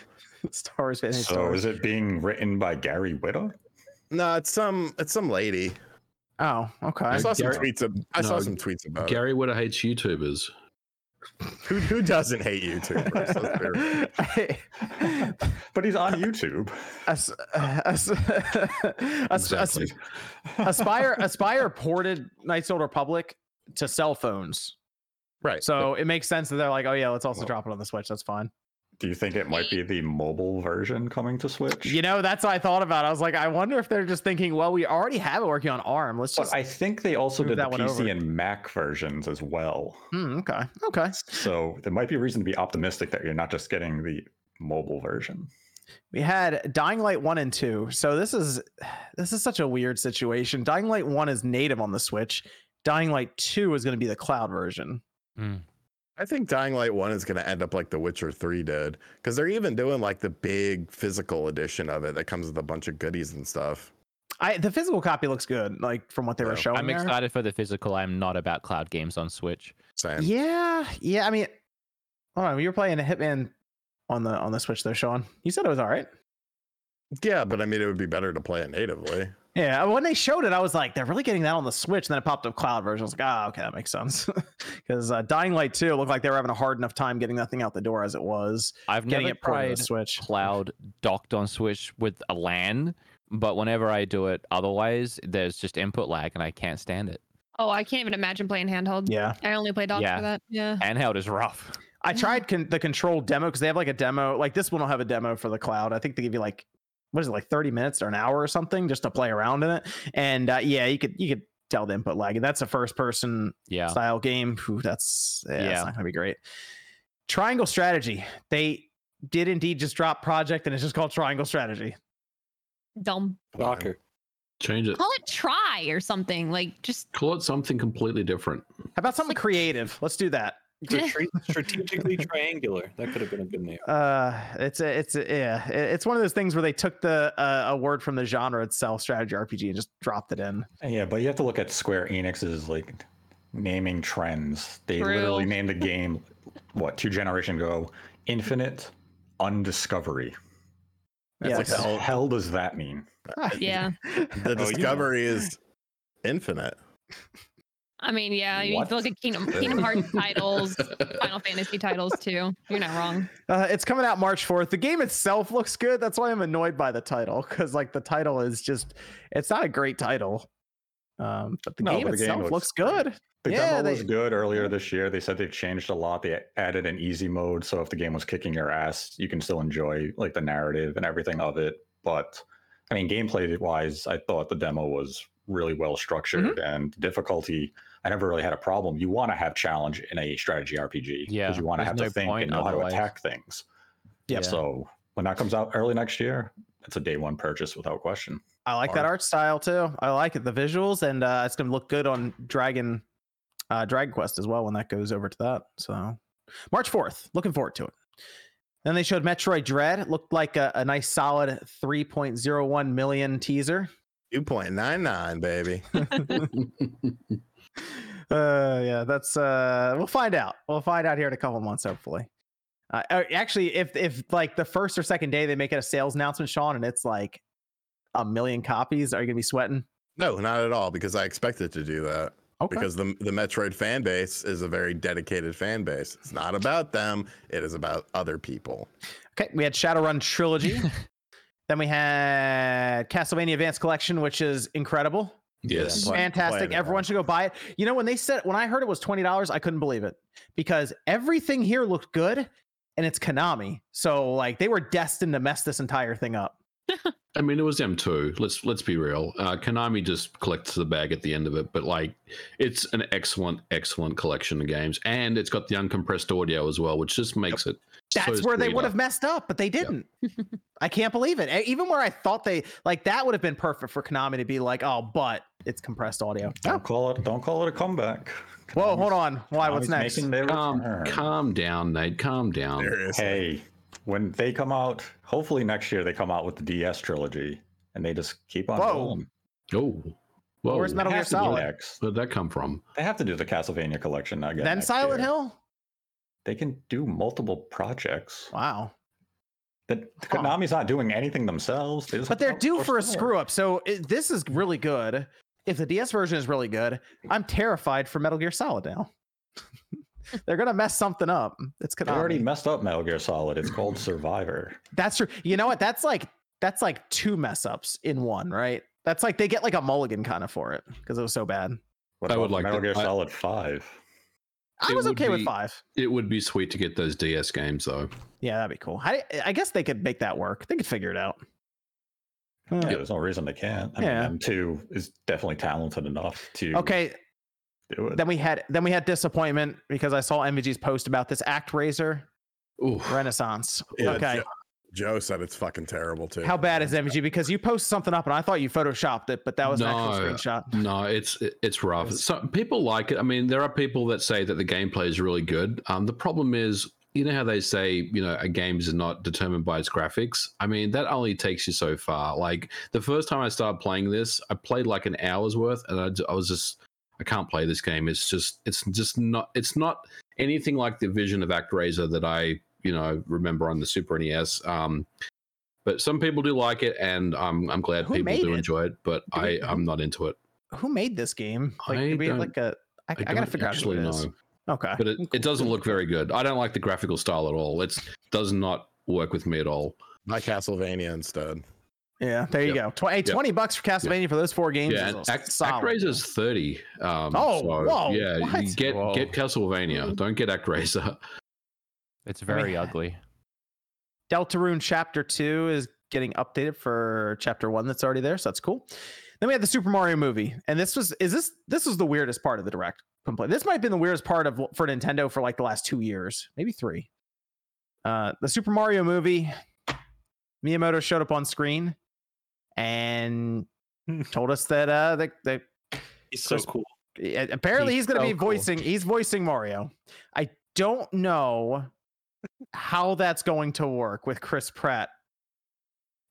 A: Star Wars. Star
G: So
A: Wars.
G: is it being written by Gary Whitta?
E: No, it's some it's some lady.
A: Oh, okay.
E: I saw some
D: Gary-
E: tweets. Of, I saw
D: no,
E: some tweets about
D: Gary Whitta hates YouTubers.
E: it. Who, who doesn't hate YouTubers? Let's be real.
G: But he's on YouTube.
A: As- as- as- as-
D: Exactly.
A: Aspire Aspire ported Knights Old Republic to cell phones.
E: Right.
A: So it makes sense that they're like, oh yeah, let's also drop it on the Switch. That's fine.
G: Do you think it might be the mobile version coming to Switch?
A: You know, that's what I thought about. I was like, I wonder if they're just thinking, well, we already have it working on ARM. Let's
G: But
A: just.
G: I think they also
A: move
G: did the
A: that one
G: PC
A: over.
G: and Mac versions as well.
A: Hmm, okay. Okay.
G: So there might be a reason to be optimistic that you're not just getting the mobile version.
A: We had Dying Light 1 and 2. So this is this is such a weird situation. Dying Light 1 is native on the Switch. Dying Light 2 is going to be the cloud version.
E: I think Dying Light One is going to end up like The Witcher Three did, because they're even doing like the big physical edition of it that comes with a bunch of goodies and stuff.
A: I the physical copy looks good, like from what they were
E: Yeah.
A: showing.
B: I'm
A: there.
B: excited for the physical. I'm not about cloud games on Switch.
E: Same.
A: Yeah, yeah. I mean, hold on. You were playing Hitman on the on the Switch there, Sean. You said it was all right.
E: Yeah, but I mean, it would be better to play it natively.
A: Yeah. When they showed it, I was like, they're really getting that on the Switch. And then it popped up cloud version. I was like, ah, okay, that makes sense. Because uh, Dying Light Two looked like they were having a hard enough time getting that thing out the door as it was
B: I've
A: getting
B: never
A: it ported to
B: tried
A: the Switch.
B: cloud docked on Switch with a LAN, but whenever I do it otherwise, there's just input lag and I can't stand it.
C: Oh, I can't even imagine playing handheld.
A: Yeah,
C: I only play dogs
B: Yeah.
C: for that. Yeah.
B: Handheld is rough.
A: I tried con- the control demo because they have like a demo. Like this one will have a demo for the cloud. I think they give you like what is it like thirty minutes or an hour or something just to play around in it. And uh, yeah, you could you could tell the input lag. And that's a first person
B: Yeah.
A: style game. Whew, that's yeah,
B: Yeah.
A: it's not gonna be great. Triangle strategy. They did indeed just drop project, and it's just called Triangle Strategy.
C: Dumb.
G: uh,
F: Docker.
D: Change it.
C: Call it try or something. Like just
D: Call it something completely different.
A: How about something
C: like-
A: creative? Let's do that.
F: Strate- Strategically triangular. That could have been a good name.
A: Uh, it's a, it's a, yeah, it- it's one of those things where they took the uh, a word from the genre itself, strategy RPG, and just dropped it in.
G: Yeah, but you have to look at Square Enix's like naming trends. They literally
C: True.
G: named a game what two generation ago, Infinite Undiscovery.
A: Yeah,
G: What the hell, hell does that mean?
C: yeah.
E: The
F: Oh, you-
E: discovery is infinite.
C: I mean, yeah. You
G: What?
C: look at Kingdom Kingdom Hearts titles, Final Fantasy titles too. You're not wrong.
A: Uh, it's coming out March 4th. The game itself looks good. That's why I'm annoyed by the title because, like, the title is just, it's not a great title. Um, but the
G: No,
A: game
G: but the game
A: itself
G: looks
A: looks good.
G: The
A: Yeah,
G: demo
A: they-
G: was good earlier this year. They said they've changed a lot. They added an easy mode, so if the game was kicking your ass, you can still enjoy like the narrative and everything of it. But I mean, gameplay wise, I thought the demo was really well structured
A: Mm-hmm.
G: and difficulty. I never really had a problem. You want to have challenge in a strategy RPG
B: Yeah,
G: you want to
B: there's
G: have
B: no
G: to think
B: point
G: and know
B: otherwise.
G: how to attack things.
A: Yep.
B: Yeah.
G: So when that comes out early next year, it's a day one purchase without question.
A: I like that
G: Or-
A: art style too. I like it, the visuals, and uh, it's going to look good on Dragon, uh, Dragon Quest as well when that goes over to that. So, March 4th. Looking forward to it. Then they showed Metroid Dread. It looked like a, a nice solid 3.01 million teaser.
E: Two point nine nine, baby.
A: uh yeah that's uh we'll find out we'll find out here in a couple months hopefully uh, uh, actually if if like the first or second day they make it a sales announcement sean and it's like a million copies are you gonna be sweating
E: No, not at all, because I expected to do that.
A: okay
E: Because the the Metroid fan base is a very dedicated fan base. It's not about them. It is about other people.
A: okay we had shadowrun trilogy then we had castlevania advanced collection which is incredible
E: I'm
D: yes.
E: playing- I'm
A: fantastic
E: playing it
A: everyone
E: now.
A: should go buy it you know when they said when i heard it was $20 i couldn't believe it because everything here looked good and it's konami so like they were destined to mess this entire thing up
D: I mean, it was M2. Let's let's be real. Uh, Konami just collects the bag at the end of it, but like, it's an excellent, excellent collection of games, and it's got the uncompressed audio as well, which just makes it.
A: that's
D: so
A: where they
D: sweet
A: would
D: up.
A: have messed up, but they didn't. I can't believe it. E- Even where I thought they like that would have been perfect for Konami to be like, oh, but it's compressed audio.
G: Don't call it. Don't call it a comeback.
A: Whoa, hold on. Why? What's
G: Oh, Konami's
A: next?
G: making their
D: Calm,
G: return.
D: calm down, Nate. Calm down.
E: Seriously.
G: Hey, when they come out, hopefully next year they come out with the DS trilogy, and they just keep on
A: Whoa.
G: rolling.
D: Oh, whoa.
A: Where's Metal
G: They
A: Gear
G: have to do
A: Solid?
G: next.
D: Where'd that come from?
G: They have to do the Castlevania collection again.
A: Then
G: next
A: Silent
G: year.
A: Hill.
G: They can do multiple projects.
A: Wow.
G: That
A: Huh.
G: Konami's not doing anything themselves. They just
A: But they're
G: outsource
A: due for a
G: it.
A: screw up. So it, this is really good. If the DS version is really good, I'm terrified for Metal Gear Solid now. they're gonna mess something up. It's
G: They already
A: Konami.
G: messed up Metal Gear Solid. It's called Survivor.
A: That's true. You know what? That's like that's like two mess ups in one, right? That's like they get like a mulligan kind of for it because it was so bad.
G: What
D: I would
G: about
D: like
G: Metal
D: to-
G: Gear
D: I-
G: Solid Five.
A: I
D: It
A: was
D: would
A: okay with
D: be-
A: five.
D: It would be sweet to get those DS games though.
A: Yeah, that'd be cool. I, I guess they could make that work. They could figure it out. Huh.
G: Yeah, there's no reason they can't. I
A: Yeah.
G: mean, M2 is definitely talented enough to
A: Okay,
G: do it.
A: then we had then we had disappointment because I saw MVG's post about this act razor
D: Ooh,
A: renaissance.
E: Yeah,
A: okay.
E: Joe, Joe said it's fucking terrible too.
A: How bad is MVG? Because you posted something up and I thought you photoshopped it, but that was an actual
D: No.
A: screenshot.
D: no, it's it- it's rough. Some people like it. I mean, there are people that say that the gameplay is really good. Um, the problem is, you know how they say, you know, a game is not determined by its graphics. I mean, that only takes you so far. Like the first time I started playing this, I played like an hour's worth, and I, j- I was just, I can't play this game. It's just, it's just not, it's not anything like the vision of ActRaiser that I, you know, remember on the Super NES. Um, but some people do like it, and I'm I'm glad
A: Who
D: people
A: made
D: do
A: it?
D: enjoy it. But
A: Do we-
D: I I'm not into it.
A: Who made this game? Like,
D: I
A: do we have
D: don't-
A: like a I, I,
D: don't
A: gotta figure out who
D: actually
A: it is.
D: know,
A: Okay.
D: but it, it doesn't look very good. I don't like the graphical style at all. It's does not work with me at all.
E: My Castlevania instead.
A: Yeah, there you go. Tw- hey, 20 bucks for Castlevania for those four games.
D: yeah,
A: is
D: and
A: a
D: Act,
A: solid.
D: ActRaiser's thirty. Um,
A: Oh,
D: so,
A: whoa, Oh,
D: yeah, you
A: what?
D: get
B: Whoa.
D: get Castlevania. Don't get ActRaiser.
B: It's
A: mean,
B: very ugly.
A: Deltarune Chapter 2 is getting updated for Chapter 1 that's already there, so that's cool. Then we had the Super Mario movie, and this was is this this was the weirdest part of the direct complaint. This might have been the weirdest part of for Nintendo for like the last 2 years, maybe 3. Uh the Super Mario movie Miyamoto showed up on screen and told us that uh that, that
F: He's so
A: Chris-
F: cool.
A: yeah, apparently he's,
B: He's
A: going to
B: so
A: be
B: cool.
A: voicing he's voicing mario i don't know how that's going to work with chris pratt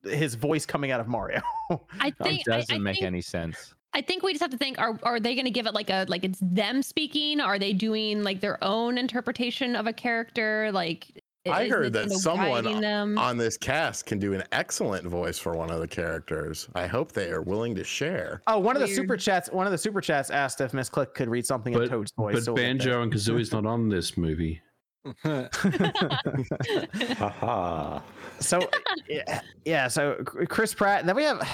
A: his voice coming out of mario
C: I
B: It
C: think I, I
B: doesn't make
C: think,
B: any sense.
C: I think we just have to think: are are they going to give it like a like it's them speaking? Are they doing like their own interpretation of a character? Like
E: I heard that
C: Nintendo
E: someone
C: guiding them?
E: On this cast can do an excellent voice for one of the characters. I hope they are willing to share.
A: oh one of the
C: Weird.
A: super chats one of the super chats asked if miss click could read something in
D: But-
A: toad's voice
D: But
A: so we'll get
D: Banjo and Kazooie's not on this movie.
A: there.
G: Haha.
A: so yeah, yeah so C- chris pratt and then we have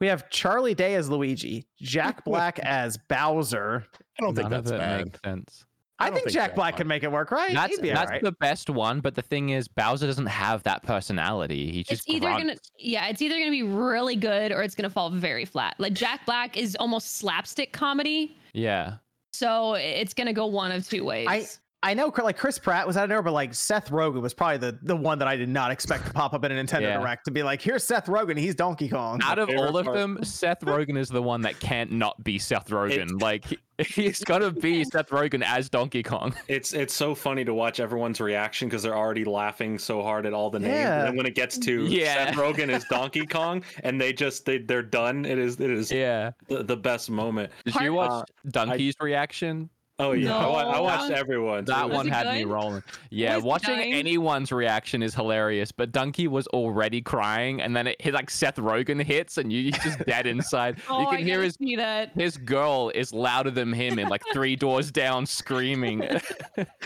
A: we have charlie day as luigi jack black as bowser
E: I don't
B: None
E: think that's
B: of it
E: bad.
B: makes sense.
A: i,
E: I don't
A: think,
E: think
A: jack
E: Jack
A: black
E: Black-
A: can make it work right
B: That's
A: He'd be all
B: that's
A: right.
B: the best one, but the thing is, Bowser doesn't have that personality. He
C: it's
B: just
C: either
B: grunts.
C: gonna yeah, it's either gonna be really good or it's gonna fall very flat. Like Jack Black is almost slapstick comedy,
B: yeah.
C: so it's gonna go one of two ways.
A: I know, like Chris Pratt was out of nowhere, but like Seth Rogen was probably the the one that I did not expect to pop up in a Nintendo
B: Yeah.
A: Direct to be like, "Here's Seth Rogen, he's Donkey Kong."
B: Out of
F: favorite
B: all of
F: part.
B: them, Seth Rogen is the one that can't not be Seth Rogen. like he- he's gonna be Seth Rogen as Donkey Kong.
F: It's it's so funny to watch everyone's reaction because they're already laughing so hard at all the names.
A: Yeah.
F: And then when it gets to
B: Yeah.
F: Seth Rogen is Donkey Kong, and they just they they're done. It is it is
B: Yeah.
F: the, the best moment.
B: Did
C: Part- uh,
B: you watch Donkey's reaction?
F: Oh yeah, I, wa- I
C: No.
F: watched everyone.
B: That
C: Was
B: one
C: it
B: had me
C: good?
B: rolling. Yeah,
C: Was he
B: watching
C: dying?
B: anyone's reaction is hilarious. But Donkey was already crying, and then it hit like Seth Rogen hits, and you, he's just dead inside.
C: oh,
B: you
C: I
B: can hear
C: gotta
B: his
C: see that.
B: his girl is louder than him, and like three doors down, screaming.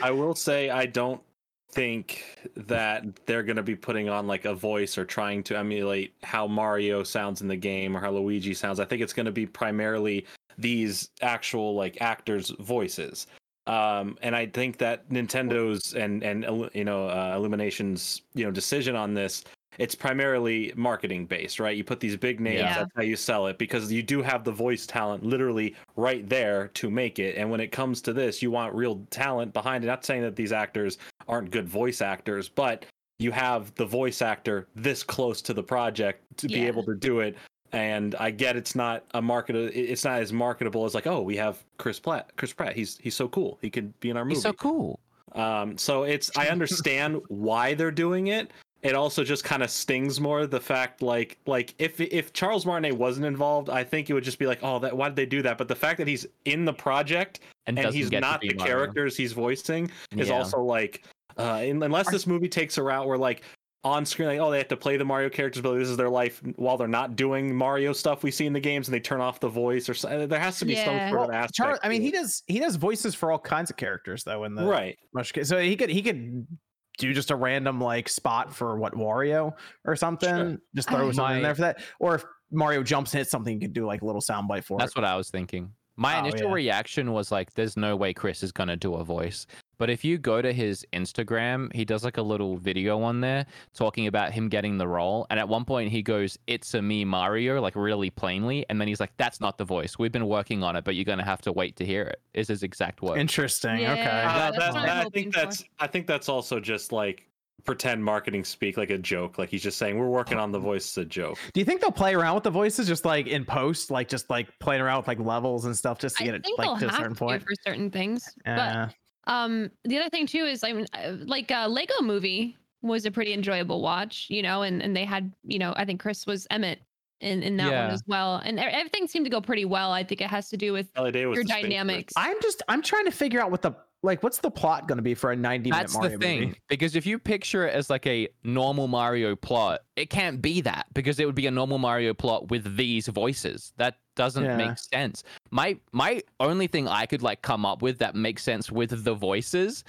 F: I will say I don't think that they're going to be putting on like a voice or trying to emulate how Mario sounds in the game or how Luigi sounds. I think it's going to be primarily these actual like actors' voices. Um, and I think that Nintendo's and and Ill- you know uh, Illumination's you know decision on this it's primarily marketing based, right? You put these big names,
C: Yeah.
F: that's how you sell it because you do have the voice talent literally right there to make it. And when it comes to this, you want real talent behind it. Not saying that these actors aren't good voice actors, but you have the voice actor this close to the project to be
C: Yeah.
F: able to do it And I get it's not a market. it- It's not as marketable as like, oh, we have Chris Platt. Chris Pratt. He's he's so cool. He could be in our movie.
B: He's so cool.
F: Um, so it's I understand why they're doing it. It also just kind of stings more the fact like like if if Charles Martinet wasn't involved, I think it would just be like, oh, that why did they do that? But the fact that he's in the project
B: And,
F: and,
B: doesn't
F: he's
B: get to
F: not
B: be
F: the
B: Mario.
F: characters he's voicing is
B: Yeah.
F: also like uh, in- unless this movie takes a route where like on screen like oh they have to play the Mario characters but this is their life while they're not doing Mario stuff we see in the games and they turn off the voice or so, there has to be
C: Yeah.
F: some sort of
A: Well,
F: aspect.
A: Charlie, I mean,
F: to
A: he
F: it.
A: does he does voices for all kinds of characters though in the
F: right.
A: Mush- So he could he could do just a random like spot for what Wario or something. Just
C: I
A: throw
B: don't
A: something in
B: mind.
A: there for that. Or if Mario jumps and hits something, you could do like a little soundbite for
B: That's
A: it.
B: what I was thinking. My
A: Oh,
B: initial
A: yeah.
B: reaction was like, there's no way Chris is going to do a voice. But if you go to his Instagram, he does like a little video on there talking about him getting the role. And at one point, he goes, It's a me, Mario, like really plainly. And then he's like, That's not the voice. We've been working on it, but you're going to have to wait to hear it, is his exact word.
A: Interesting.
C: Yeah.
A: Okay.
F: Uh,
C: that's
F: that-
C: what I'm
F: that- I
C: hoping
F: think
C: for.
F: that's I think that's also just like pretend marketing speak, like a joke. Like he's just saying we're working on the voice as a joke.
A: Do you think they'll play around with the voices just like in post, like just like playing around with like levels and stuff just to
C: I
A: get it
C: think they'll
A: like to a
C: have
A: certain
C: to
A: point?
C: for certain things. But
A: Yeah.
C: um the other thing too is i mean uh, like uh lego movie was a pretty enjoyable watch you know and and they had you know i think chris was emmett in in that
B: Yeah.
C: one as well and e- everything seemed to go pretty well i think it has to do with
F: LA Day was
C: your
F: the space
C: dynamics
A: I'm just I'm trying to figure out what the like what's the plot going to be for a 90 minute
B: That's
A: Mario
B: the thing.
A: movie.
B: Because if you picture it as like a normal Mario plot, it can't be that because it would be a normal Mario plot with these voices. That doesn't
A: Yeah.
B: make sense. My my only thing I could like come up with that makes sense with the voices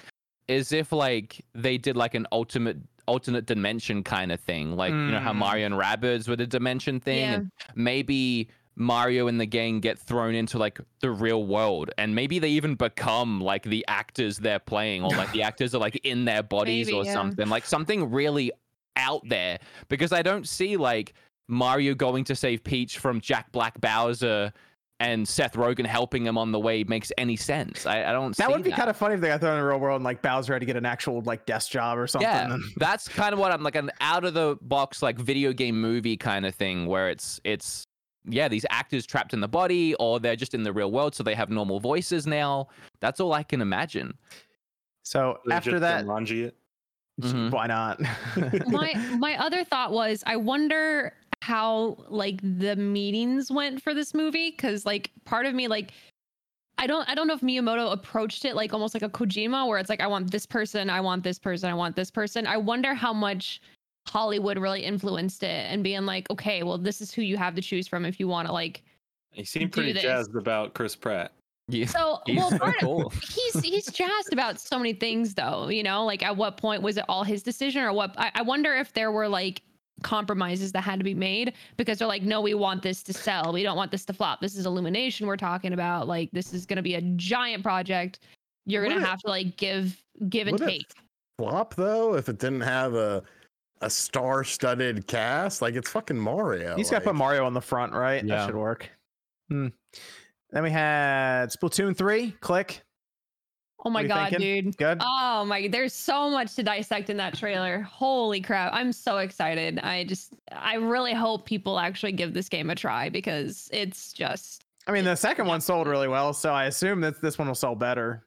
B: is if like they did like an ultimate alternate dimension kind of thing. Like you know how
A: Mm.
B: Mario and Rabbids were the dimension thing
C: Yeah.
B: and maybe Mario and the gang get thrown into like the real world, and maybe they even become like the actors they're playing, or like the actors are like in their bodies
C: Maybe,
B: or
C: yeah.
B: something, like something really out there. Because I don't see like Mario going to save Peach from Jack Black Bowser and Seth Rogen helping him on the way makes any sense. I, I don't.
A: That
B: see
A: would be
B: that.
A: kind of funny if they got thrown in the real world and like Bowser had to get an actual like desk job or something.
B: Yeah,
A: and-
B: that's kind of what I'm like an out of the box like video game movie kind of thing where it's it's yeah these actors trapped in the body or they're just in the real world so they have normal voices now. That's all I can imagine.
A: So
F: They
A: after
F: just
A: that,
F: Jumanji it.
B: Mhm.
A: why not?
C: my my other thought was I wonder how like the meetings went for this movie cuz like part of me like I don't I don't know if Miyamoto approached it like almost like a Kojima where it's like I want this person, I want this person, I want this person. I wonder how much Hollywood really influenced it and being like, okay, well this is who you have to choose from if you want to like
F: He seemed
C: Do
F: pretty
C: this.
F: jazzed about Chris Pratt.
B: Yeah.
C: so
B: He's
C: well
B: so
C: part of,
B: cool.
C: he's he's jazzed about so many things though you know like at what point was it all his decision or what i, I wonder if there were like compromises that had to be made because they're like no we want this to sell we don't want this to flop this is illumination we're talking about like this is going to be a giant project you're going
E: What
C: to
E: if-
C: have to like give give and
E: what if-
C: take
E: Flop though, if it didn't have a a star-studded cast, like it's fucking Mario.
A: He's got to put
E: like-
A: Mario on the front, right? That
B: Yeah.
A: should work. Hmm. Then we had Splatoon 3. Click. are
C: oh my
A: you
C: god
A: thinking?
C: dude
A: Good.
C: oh my there's so much to dissect in that trailer holy crap i'm so excited i just i really hope people actually give this game a try because it's just
A: I mean, the second one sold really well, so I assume that this one will sell better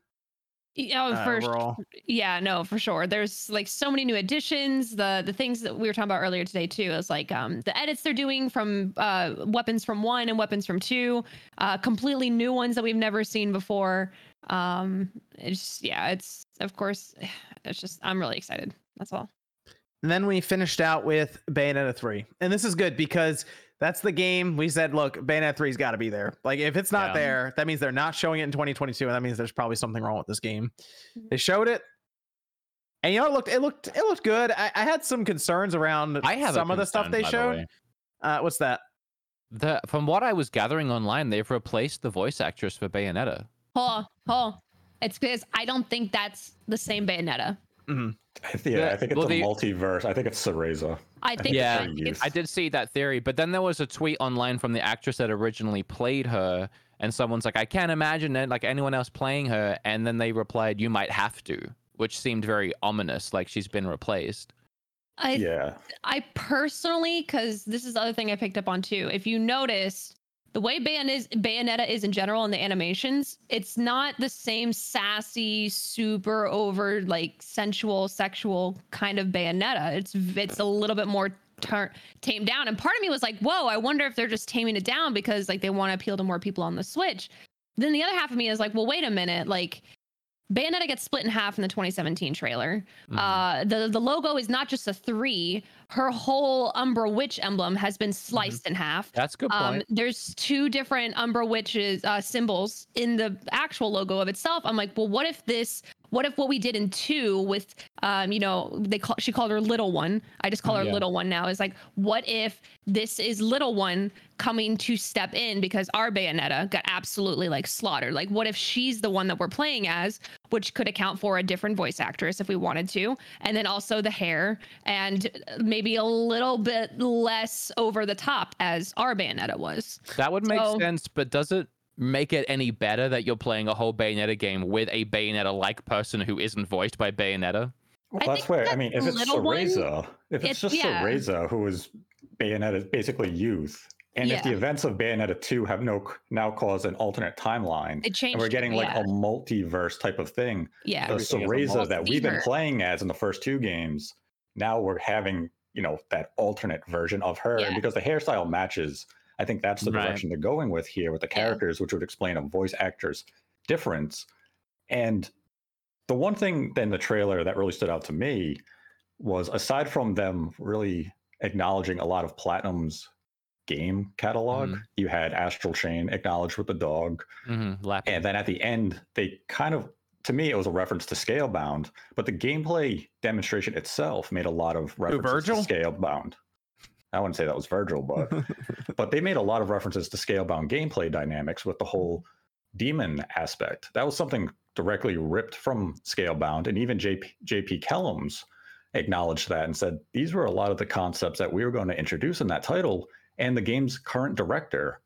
C: Yeah,
A: uh,
C: E, oh, for sh-
A: overall.
C: yeah, no, for sure. There's like so many new additions. The the things that we were talking about earlier today too is like um the edits they're doing from uh weapons from one and weapons from two, uh completely new ones that we've never seen before. Um it's just- yeah, it's of course it's just I'm really excited. That's all.
A: And then we finished out with Bayonetta 3. And this is good because that's the game we said, look, Bayonetta 3's got to be there. Like, if it's not
B: Yeah.
A: there, that means they're not showing it in 2022. And that means there's probably something wrong with this game.
C: Mhm.
A: They showed it. And you know, it looked, it looked, it looked good. I, I had some concerns around
B: I have a
A: some of the stuff
B: concern,
A: they
B: by
A: showed.
B: way.
A: uh, what's that?
B: The, from what I was gathering online, they've replaced the voice actress for Bayonetta.
C: Hold on, hold on. It's because I don't think that's the same Bayonetta.
G: Yeah,
B: Yeah,
G: I think it's
B: well,
G: a
B: the-
G: multiverse. I think it's Cereza.
C: I think
B: Yeah.
C: I think it's
B: I did see that theory, but then there was a tweet online from the actress that originally played her, and someone's like, "I can't imagine it, like anyone else playing her," and then they replied, "You might have to," which seemed very ominous, like she's been replaced.
C: I
G: yeah.
C: I personally, because this is the other thing I picked up on too. If you notice, the way Bayon is, Bayonetta is in general in the animations, it's not the same sassy, super over, like sensual, sexual kind of Bayonetta. It's it's a little bit more tar- tamed down. And part of me was like, whoa, I wonder if they're just taming it down because like they want to appeal to more people on the Switch. Then the other half of me is like, well, wait a minute, like. Bayonetta gets split in half in the 2017 trailer. Uh, the the logo is not just a three. Her whole Umbra Witch emblem has been sliced in half.
B: That's a good point.
C: Um, there's two different Umbra Witches uh, symbols in the actual logo of itself. I'm like, well, what if this? What if what we did in two with, um, you know, they call she called her little one. I just call her
B: Yeah.
C: little one now. Is like, what if this is little one coming to step in because our Bayonetta got absolutely like slaughtered? Like, what if she's the one that we're playing as, which could account for a different voice actress if we wanted to, and then also the hair and maybe a little bit less over the top as our Bayonetta was.
B: That would make
C: So-
B: sense, but does it make it any better that you're playing a whole Bayonetta game with a Bayonetta like person who isn't voiced by Bayonetta?
G: Well,
C: I
G: that's
C: think
G: where I
C: that
G: mean, if it's
C: little one-
G: Cereza, if
C: it's-
G: it's, just
C: yeah.
G: Cereza who is Bayonetta's basically youth, and if the
C: Yeah.
G: events of Bayonetta two have no c- now caused an alternate timeline,
C: It changed.
G: and we're getting like
C: yeah.
G: a multiverse type of thing, the
C: yeah.
F: Everything is a
G: uh, Cereza that we've been
C: multiverse.
G: playing as in the first two games, now we're having you know that alternate version of her,
C: Yeah.
G: and because the hairstyle matches, I think that's the
B: Right.
G: direction they're going with here with the
C: Yeah.
G: characters, which would explain a voice actor's difference. And the one thing in the trailer that really stood out to me was aside from them really acknowledging a lot of Platinum's game catalog,
B: Mhm.
G: you had Astral Chain acknowledged with the dog.
B: Mm-hmm. Lapping.
G: And then at the end, they kind of, to me, it was a reference to Scalebound, but the gameplay demonstration itself made a lot of references
A: Virgil?
G: to Scalebound. I wouldn't say that was Virgil, but but they made a lot of references to Scalebound gameplay dynamics with the whole demon aspect. That was something directly ripped from Scalebound, and even JP, JP Kellums acknowledged that and said these were a lot of the concepts that we were going to introduce in that title. And the game's current director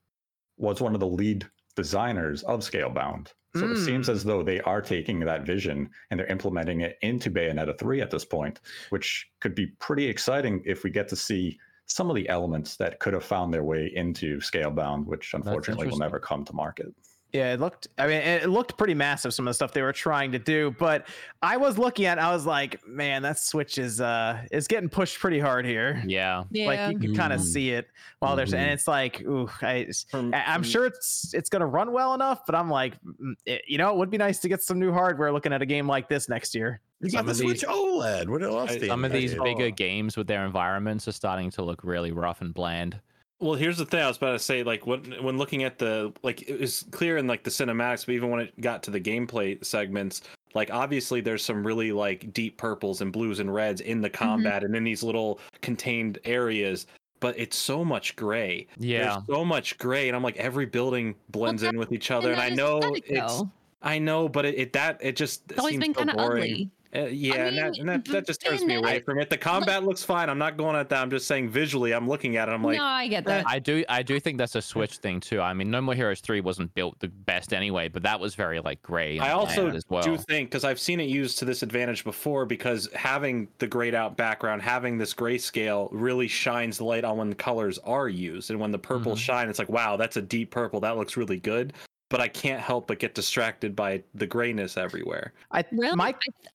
G: was one of the lead designers of Scalebound. So it
A: Mm.
G: seems as though they are taking that vision and they're implementing it into Bayonetta 3 at this point, which could be pretty exciting if we get to see some of the elements that could have found their way into Scalebound, which unfortunately will
B: interesting.
G: never come to market.
A: Yeah, it looked. I mean, it looked pretty massive. Some of the stuff they were trying to do, but I was looking at. it, I was like, man, that switch is uh, is getting pushed pretty hard here.
B: Yeah.
C: Yeah.
A: Like you can kind of see it while there's, and it's like, ooh, I,
F: From-
A: I- I'm
C: Mm.
F: from-
A: sure it's it's gonna run well enough, but I'm like, mm, it- you know, it would be nice to get some new hardware. Looking at a game like this next year.
E: You got
B: Some
E: the
B: of these-
E: Switch OLED. What else?
F: I-
E: do you
B: Some of
E: need?
B: these
E: Yeah.
B: bigger games with their environments are starting to look really rough and bland.
F: Well, here's the thing I was about to say. Like when when looking at the like, it was clear in like the cinematics, but even when it got to the gameplay segments, like obviously there's some really like deep purples and blues and reds in the
C: Mm-hmm.
F: combat and in these little contained areas. But it's so much gray.
B: Yeah.
F: There's so much gray, and I'm like every building blends
C: that-
F: in with each other, and,
C: that
F: I
C: is
F: know
C: pathetic,
F: it's
C: though.
F: I know, but it, it that it just
C: It's always
F: seems
C: been
F: so
C: kind of
F: boring.
C: ugly.
F: Uh, yeah, and, that,
C: mean,
F: and that, that
C: but
F: just turns me
C: then
F: away
C: I-
F: from it. The combat looks fine. I'm not going at that. I'm just saying visually, I'm looking at it. I'm like,
C: no, I get that.
B: I do I do think that's a Switch thing too. I mean, No More Heroes 3 wasn't built the best anyway, but that was very like gray. and
F: I also
B: bland as well.
F: do think because I've seen it used to this advantage before because having the grayed out background, having this grayscale really shines the light on when the colors are used and when the purple
B: Mhm.
F: shine, it's like, wow, that's a deep purple. That looks really good. But I can't help but get distracted by the grayness everywhere.
A: I
C: Really?
A: my
C: I,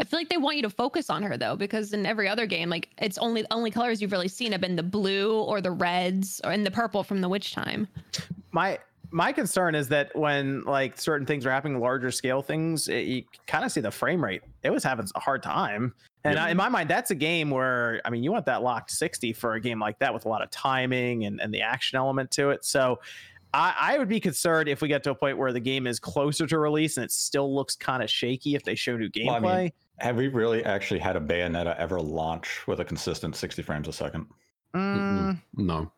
C: I feel like they want you to focus on her though, because in every other game, like it's only the only colors you've really seen have been the blue or the reds or and the purple from the witch time.
A: my my concern is that when like certain things are happening larger scale things it, you kind of see the frame rate it was having a hard time and I, in my mind that's a game where i mean you want that locked 60 for a game like that with a lot of timing and, and the action element to it so I, I would be concerned if we get to a point where the game is closer to release and it still looks kind of shaky if they show new gameplay
G: Well, I mean, Have we really actually had a Bayonetta ever launch with a consistent 60 frames a second?
A: Mm,
D: No.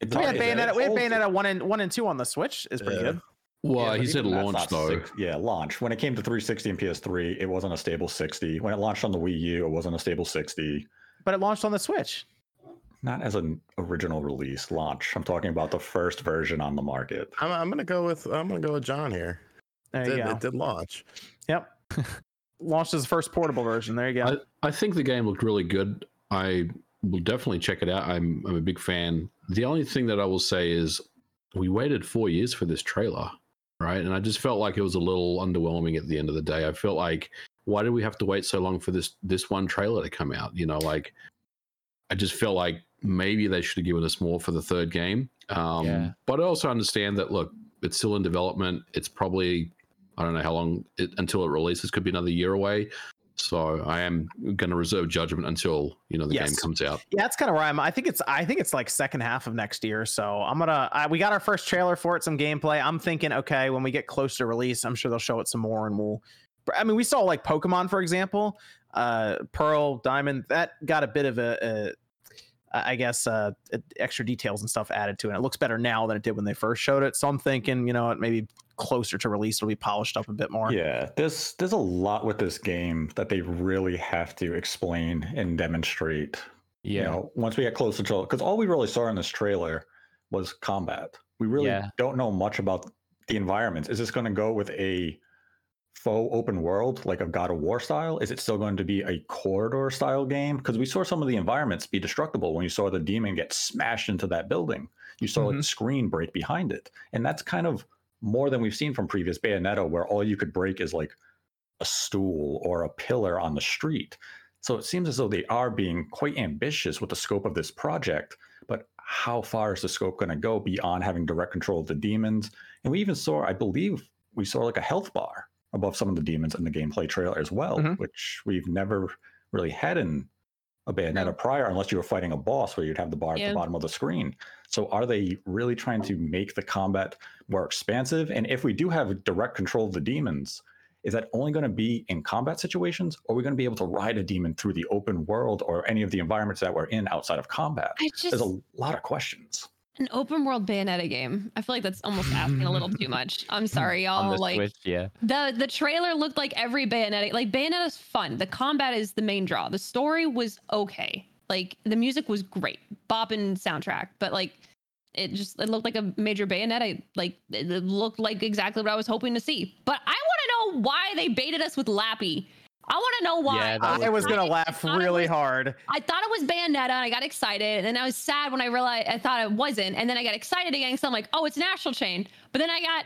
G: It's
A: we had
G: already there.
A: bayonetta we had
G: It's old.
A: bayonetta one and one and two on the switch is pretty
E: Yeah.
A: good
D: Well,
G: Yeah,
D: he
G: but
D: said
G: even that's
D: launch
G: not
D: though.
G: six- yeah, launch. When it came to 360 and PS3, it wasn't a stable 60. When it launched on the Wii U, it wasn't a stable 60.
A: but it launched on the switch
G: Not as an original release launch. I'm talking about the first version on the market.
E: I'm, I'm gonna go with I'm gonna go with John here.
A: there
E: It
A: you
E: did,
A: go
E: it did launch.
A: Yep. Launched as the first portable version. There you go.
D: I think the game looked really good. I will definitely check it out. I'm I'm a big fan. The only thing that I will say is we waited four years for this trailer, right? And I just felt like it was a little underwhelming at the end of the day. I felt like why did we have to wait so long for this this one trailer to come out? You know, like I just felt like maybe they should have given us more for the third game. Um,
B: Yeah.
D: But I also understand that look, it's still in development. It's probably I don't know how long it, until it releases. Could be another year away. So I am going to reserve judgment until you know the game
A: Yes.
D: comes out.
A: Yeah, that's kind of where I'm. I think it's I think it's like second half of next year. So I'm gonna I, we got our first trailer for it, some gameplay. I'm thinking, okay, when we get close to release, I'm sure they'll show it some more, and we'll. I mean, we saw like Pokemon, for example, uh, Pearl, Diamond. That got a bit of a, a I guess, uh, extra details and stuff added to it. It looks better now than it did when they first showed it. So I'm thinking, you know, what, maybe closer to release, it'll be polished up a bit more.
G: Yeah, there's there's a lot with this game that they really have to explain and demonstrate.
B: Yeah.
G: You know, once we get closer to because all we really saw in this trailer was combat. We really
B: Yeah.
G: don't know much about the environments. Is this going to go with a faux open world like a God of War style? Is it still going to be a corridor style game? Because we saw some of the environments be destructible when you saw the demon get smashed into that building. You saw
B: Mm-hmm.
G: like
A: Mhm.
G: the screen break behind it, and that's kind of more than we've seen from previous Bayonetta, where all you could break is like a stool or a pillar on the street. So it seems as though they are being quite ambitious with the scope of this project. But how far is the scope going to go beyond having direct control of the demons? And we even saw, I believe, we saw like a health bar above some of the demons in the gameplay trailer as well,
A: Mhm.
G: which we've never really had in a Bayonetta prior, unless you were fighting a boss where you'd have the bar at
C: Yeah.
G: the bottom of the screen. So are they really trying to make the combat more expansive? And if we do have direct control of the demons, is that only going to be in combat situations? Or are we going to be able to ride a demon through the open world or any of the environments that we're in outside of combat?
C: I just
G: There's a lot of questions.
C: an open world Bayonetta game. I feel like that's almost asking a little too much. I'm sorry,
B: on
C: y'all.
B: the
C: Oh, Like
B: Switch, yeah.
C: the the trailer looked like every Bayonetta. Like Bayonetta's fun. The combat is the main draw. The story was okay. Like the music was great, bopping soundtrack. But like it just it looked like a major Bayonetta. Like it it looked like exactly what I was hoping to see. But I want to know why they baited us with Lappy. I want to know why.
B: Yeah, that
A: I was gonna laugh
C: thought it
A: really
C: was-
A: hard.
C: I thought it was Bayonetta and I got excited. And then I was sad when I realized I thought it wasn't. And then I got excited again. So I'm like, oh, it's National Chain. But then I got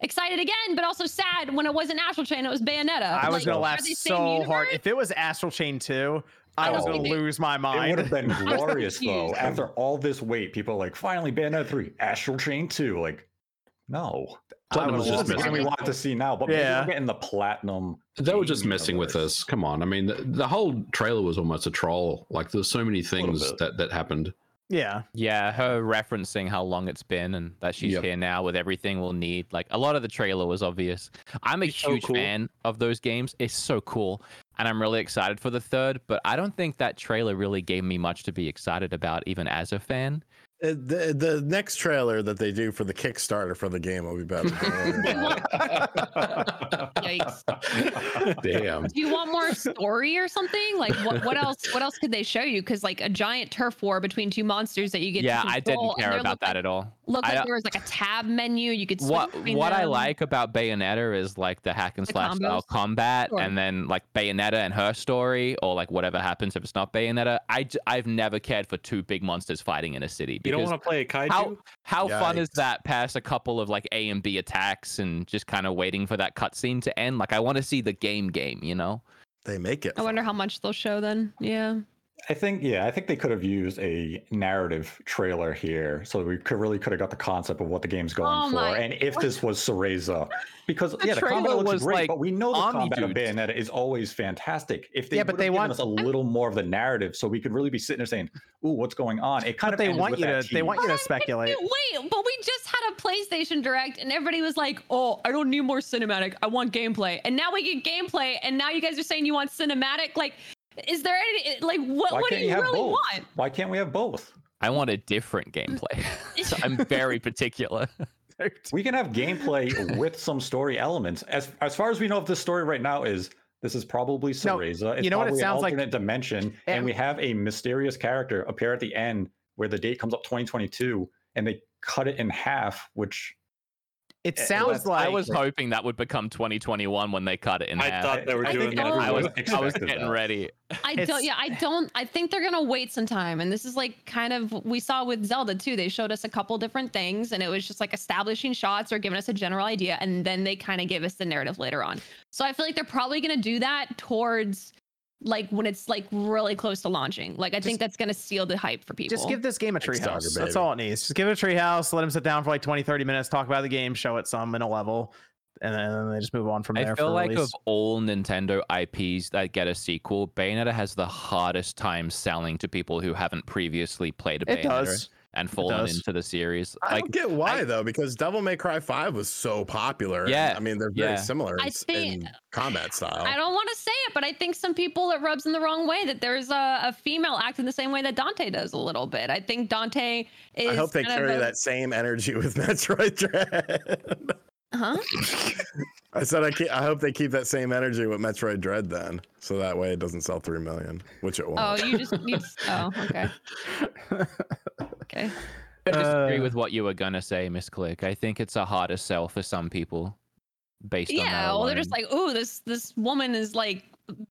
C: excited again, but also sad when it wasn't National Chain. It was Bayonetta.
A: I was
C: Like,
A: gonna
C: are
A: laugh
C: they
A: so
C: same
A: hard.
C: universe?
A: If it was Astral Chain 2, I,
C: I
A: was
G: don't
A: gonna
C: think it-
A: lose my
G: It would
A: mind.
G: have been glorious though.
C: confused.
G: After all this wait, people are like finally Bayonetta 3, Astral Chain 2. Like, no.
D: Platinum
A: I
D: was
A: would
D: just
A: love
G: the
D: messing.
G: game we wanted to see now, but yeah.
A: Yeah.
G: we're getting the platinum.
D: They were
G: game
D: just messing with
G: universe.
D: us. Come on. I mean, the, the whole trailer was almost a troll. Like there's so many
G: Little
D: things
G: bit.
D: that that happened.
A: yeah.
B: Yeah, her referencing how long it's been and that she's
D: Yep.
B: here now with everything we'll need. Like a lot of the trailer was obvious. I'm a
F: It's so
B: huge
F: cool.
B: fan of those games. It's so cool. And I'm really excited for the third, but I don't think that trailer really gave me much to be excited about, even as a fan.
E: Uh, the the next trailer that they do for the Kickstarter for the game will be better. Don't worry about it.
C: Yikes.
D: Damn.
C: Do you want more story or something? Like what, what else? What else could they show you? Because like a giant turf war between two monsters that you get.
B: yeah,
C: to
B: I
C: control,
B: didn't
C: and
B: care
C: there
B: about
C: looked
B: that
C: Like,
B: at all.
C: looked
B: I
C: like
B: don't-
C: there was like a tab menu. You could switch
B: what
C: between
B: what I
C: them.
B: like about Bayonetta is like the hack and
C: The
B: slash style
C: combos.
B: combat,
C: Sure.
B: and then like Bayonetta and her story, or like whatever happens if it's not Bayonetta. I j- I've never cared for two big monsters fighting in a city
F: You don't
B: because
F: want to play a kaiju?
B: how how fun is
E: Yikes.
B: that? Past a couple of like A and B attacks, and just kind of waiting for that cutscene to end. Like I want to see the game game, you know?
E: They make it.
C: I wonder how much they'll show then. Yeah.
G: I think yeah, I think they could have used a narrative trailer here, so we could really could have got the concept of what the game's going
C: Oh
G: for,
C: my-
G: and if this was Cereza, because
B: The
G: yeah, the combat
B: trailer
G: looks
B: was
G: great,
B: like
G: but we know the
B: army
G: combat of
B: dudes.
G: Bayonetta is always fantastic. If they
A: Yeah,
G: would
A: but
G: have
A: they
G: given
A: want-
G: us a little more of the narrative, so we could really be sitting there saying, "Ooh, what's going on?" It kind
A: But
G: of
A: they
G: ends
A: want
G: with
A: you
G: that
A: to they
G: tease.
A: want you
C: But
A: to
C: I'm
A: speculate.
C: Wait, wait, but we just had a PlayStation Direct and everybody was like, oh, I don't need more cinematic. I want gameplay. And now we get gameplay. And now you guys are saying you want cinematic. Like, is there any, like, what,
G: Why
C: what do
G: can't
C: you
G: you have
C: really
G: both?
C: want?
G: Why can't we have both?
B: I want a different gameplay. so I'm very particular.
G: We can have gameplay with some story elements. As as far as we know of this story right now is this is probably
A: No,
G: Cereza. it's
A: you know what it
G: probably an
A: sounds like?
G: alternate dimension,
A: Em-
G: and we have a mysterious character appear at the end where the date comes up 2022, and they cut it in half, which
A: It
G: Yeah,
A: sounds
G: that's-
A: like
B: I was hoping that would become 2021 when they cut it in
F: I
B: half.
F: thought they were
C: I
F: doing
C: think
F: that.
C: all-
B: I was, I was
G: Expected
B: getting
G: that.
B: ready.
C: I
A: It's-
C: don't. Yeah, I don't. I think they're gonna wait some time. And this is like kind of we saw with Zelda too. They showed us a couple different things, and it was just like establishing shots or giving us a general idea, and then they kind of gave us the narrative later on. So I feel like they're probably gonna do that towards like when it's like really close to launching. Like I
A: Just-
C: think that's gonna seal the hype for people.
A: Just give this game a
E: Kickstarter,
A: treehouse. That's
E: baby.
A: all it needs. Just give it a treehouse. Let him sit down for like 20, 30 minutes, talk about the game, show it some in a level, and then they just move on from there.
B: I feel
A: for
B: like
A: release.
B: of all Nintendo IPs that get a sequel, Bayonetta has the hardest time selling to people who haven't previously played a
A: it
B: Bayonetta
A: does.
B: and fallen
A: does.
B: into the series.
E: I
B: like
E: don't get why
B: I-
E: though, because Devil May Cry Five was so popular. and,
B: Yeah,
E: I mean they're very
B: yeah.
E: similar
C: I
E: in,
C: think-
E: in combat style.
C: I don't want to say it, but I think some people it rubs in the wrong way that there's a, a female acting the same way that Dante does a little bit. I think Dante is.
E: I hope they
C: kind of
E: carry
C: a-
E: that same energy with Metroid Dread.
C: Huh?
E: I said I, keep, I hope they keep that same energy with Metroid Dread then, so that way it doesn't sell three million, which it won't.
C: Oh, you just. You, oh, okay. Okay.
B: I disagree
A: Uh,
B: with what you were gonna say, Miss Click. I think it's a harder sell for some people, based on that
C: yeah well they're just
B: alone.
C: like oh this this woman is like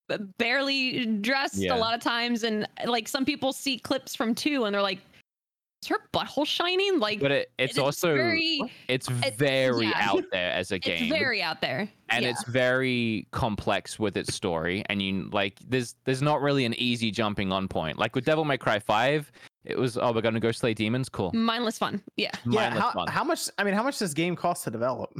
C: b- barely dressed
B: Yeah.
C: a lot of times and uh, like some people see clips from two and they're like is her butthole shining like
B: But it, it's also
C: very
B: it's
C: it-
B: very
C: yeah.
B: out there as a
C: it's
B: game.
C: very out there
B: and
C: Yeah.
B: it's very complex with its story and you like there's there's not really an easy jumping on point like with devil may cry 5 it was oh we're gonna go slay demons cool
C: mindless fun Mm, yeah
A: Yeah.
B: Mindless
A: How,
B: fun.
A: how much? I mean, how much does this game cost to develop?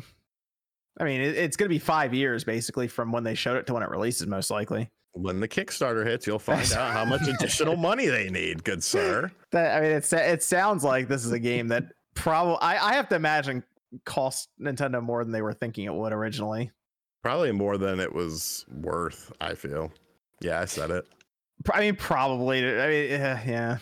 A: I mean, it, it's going to be five years basically from when they showed it to when it releases, most likely.
E: When the Kickstarter hits, you'll find out how much additional money they need, good sir.
A: That I mean, it's it sounds like this is a game that probably I, I have to imagine cost Nintendo more than they were thinking it would originally.
E: Probably more than it was worth. I feel. Yeah, I said it.
A: Pro- I mean, probably. I mean, yeah. yeah.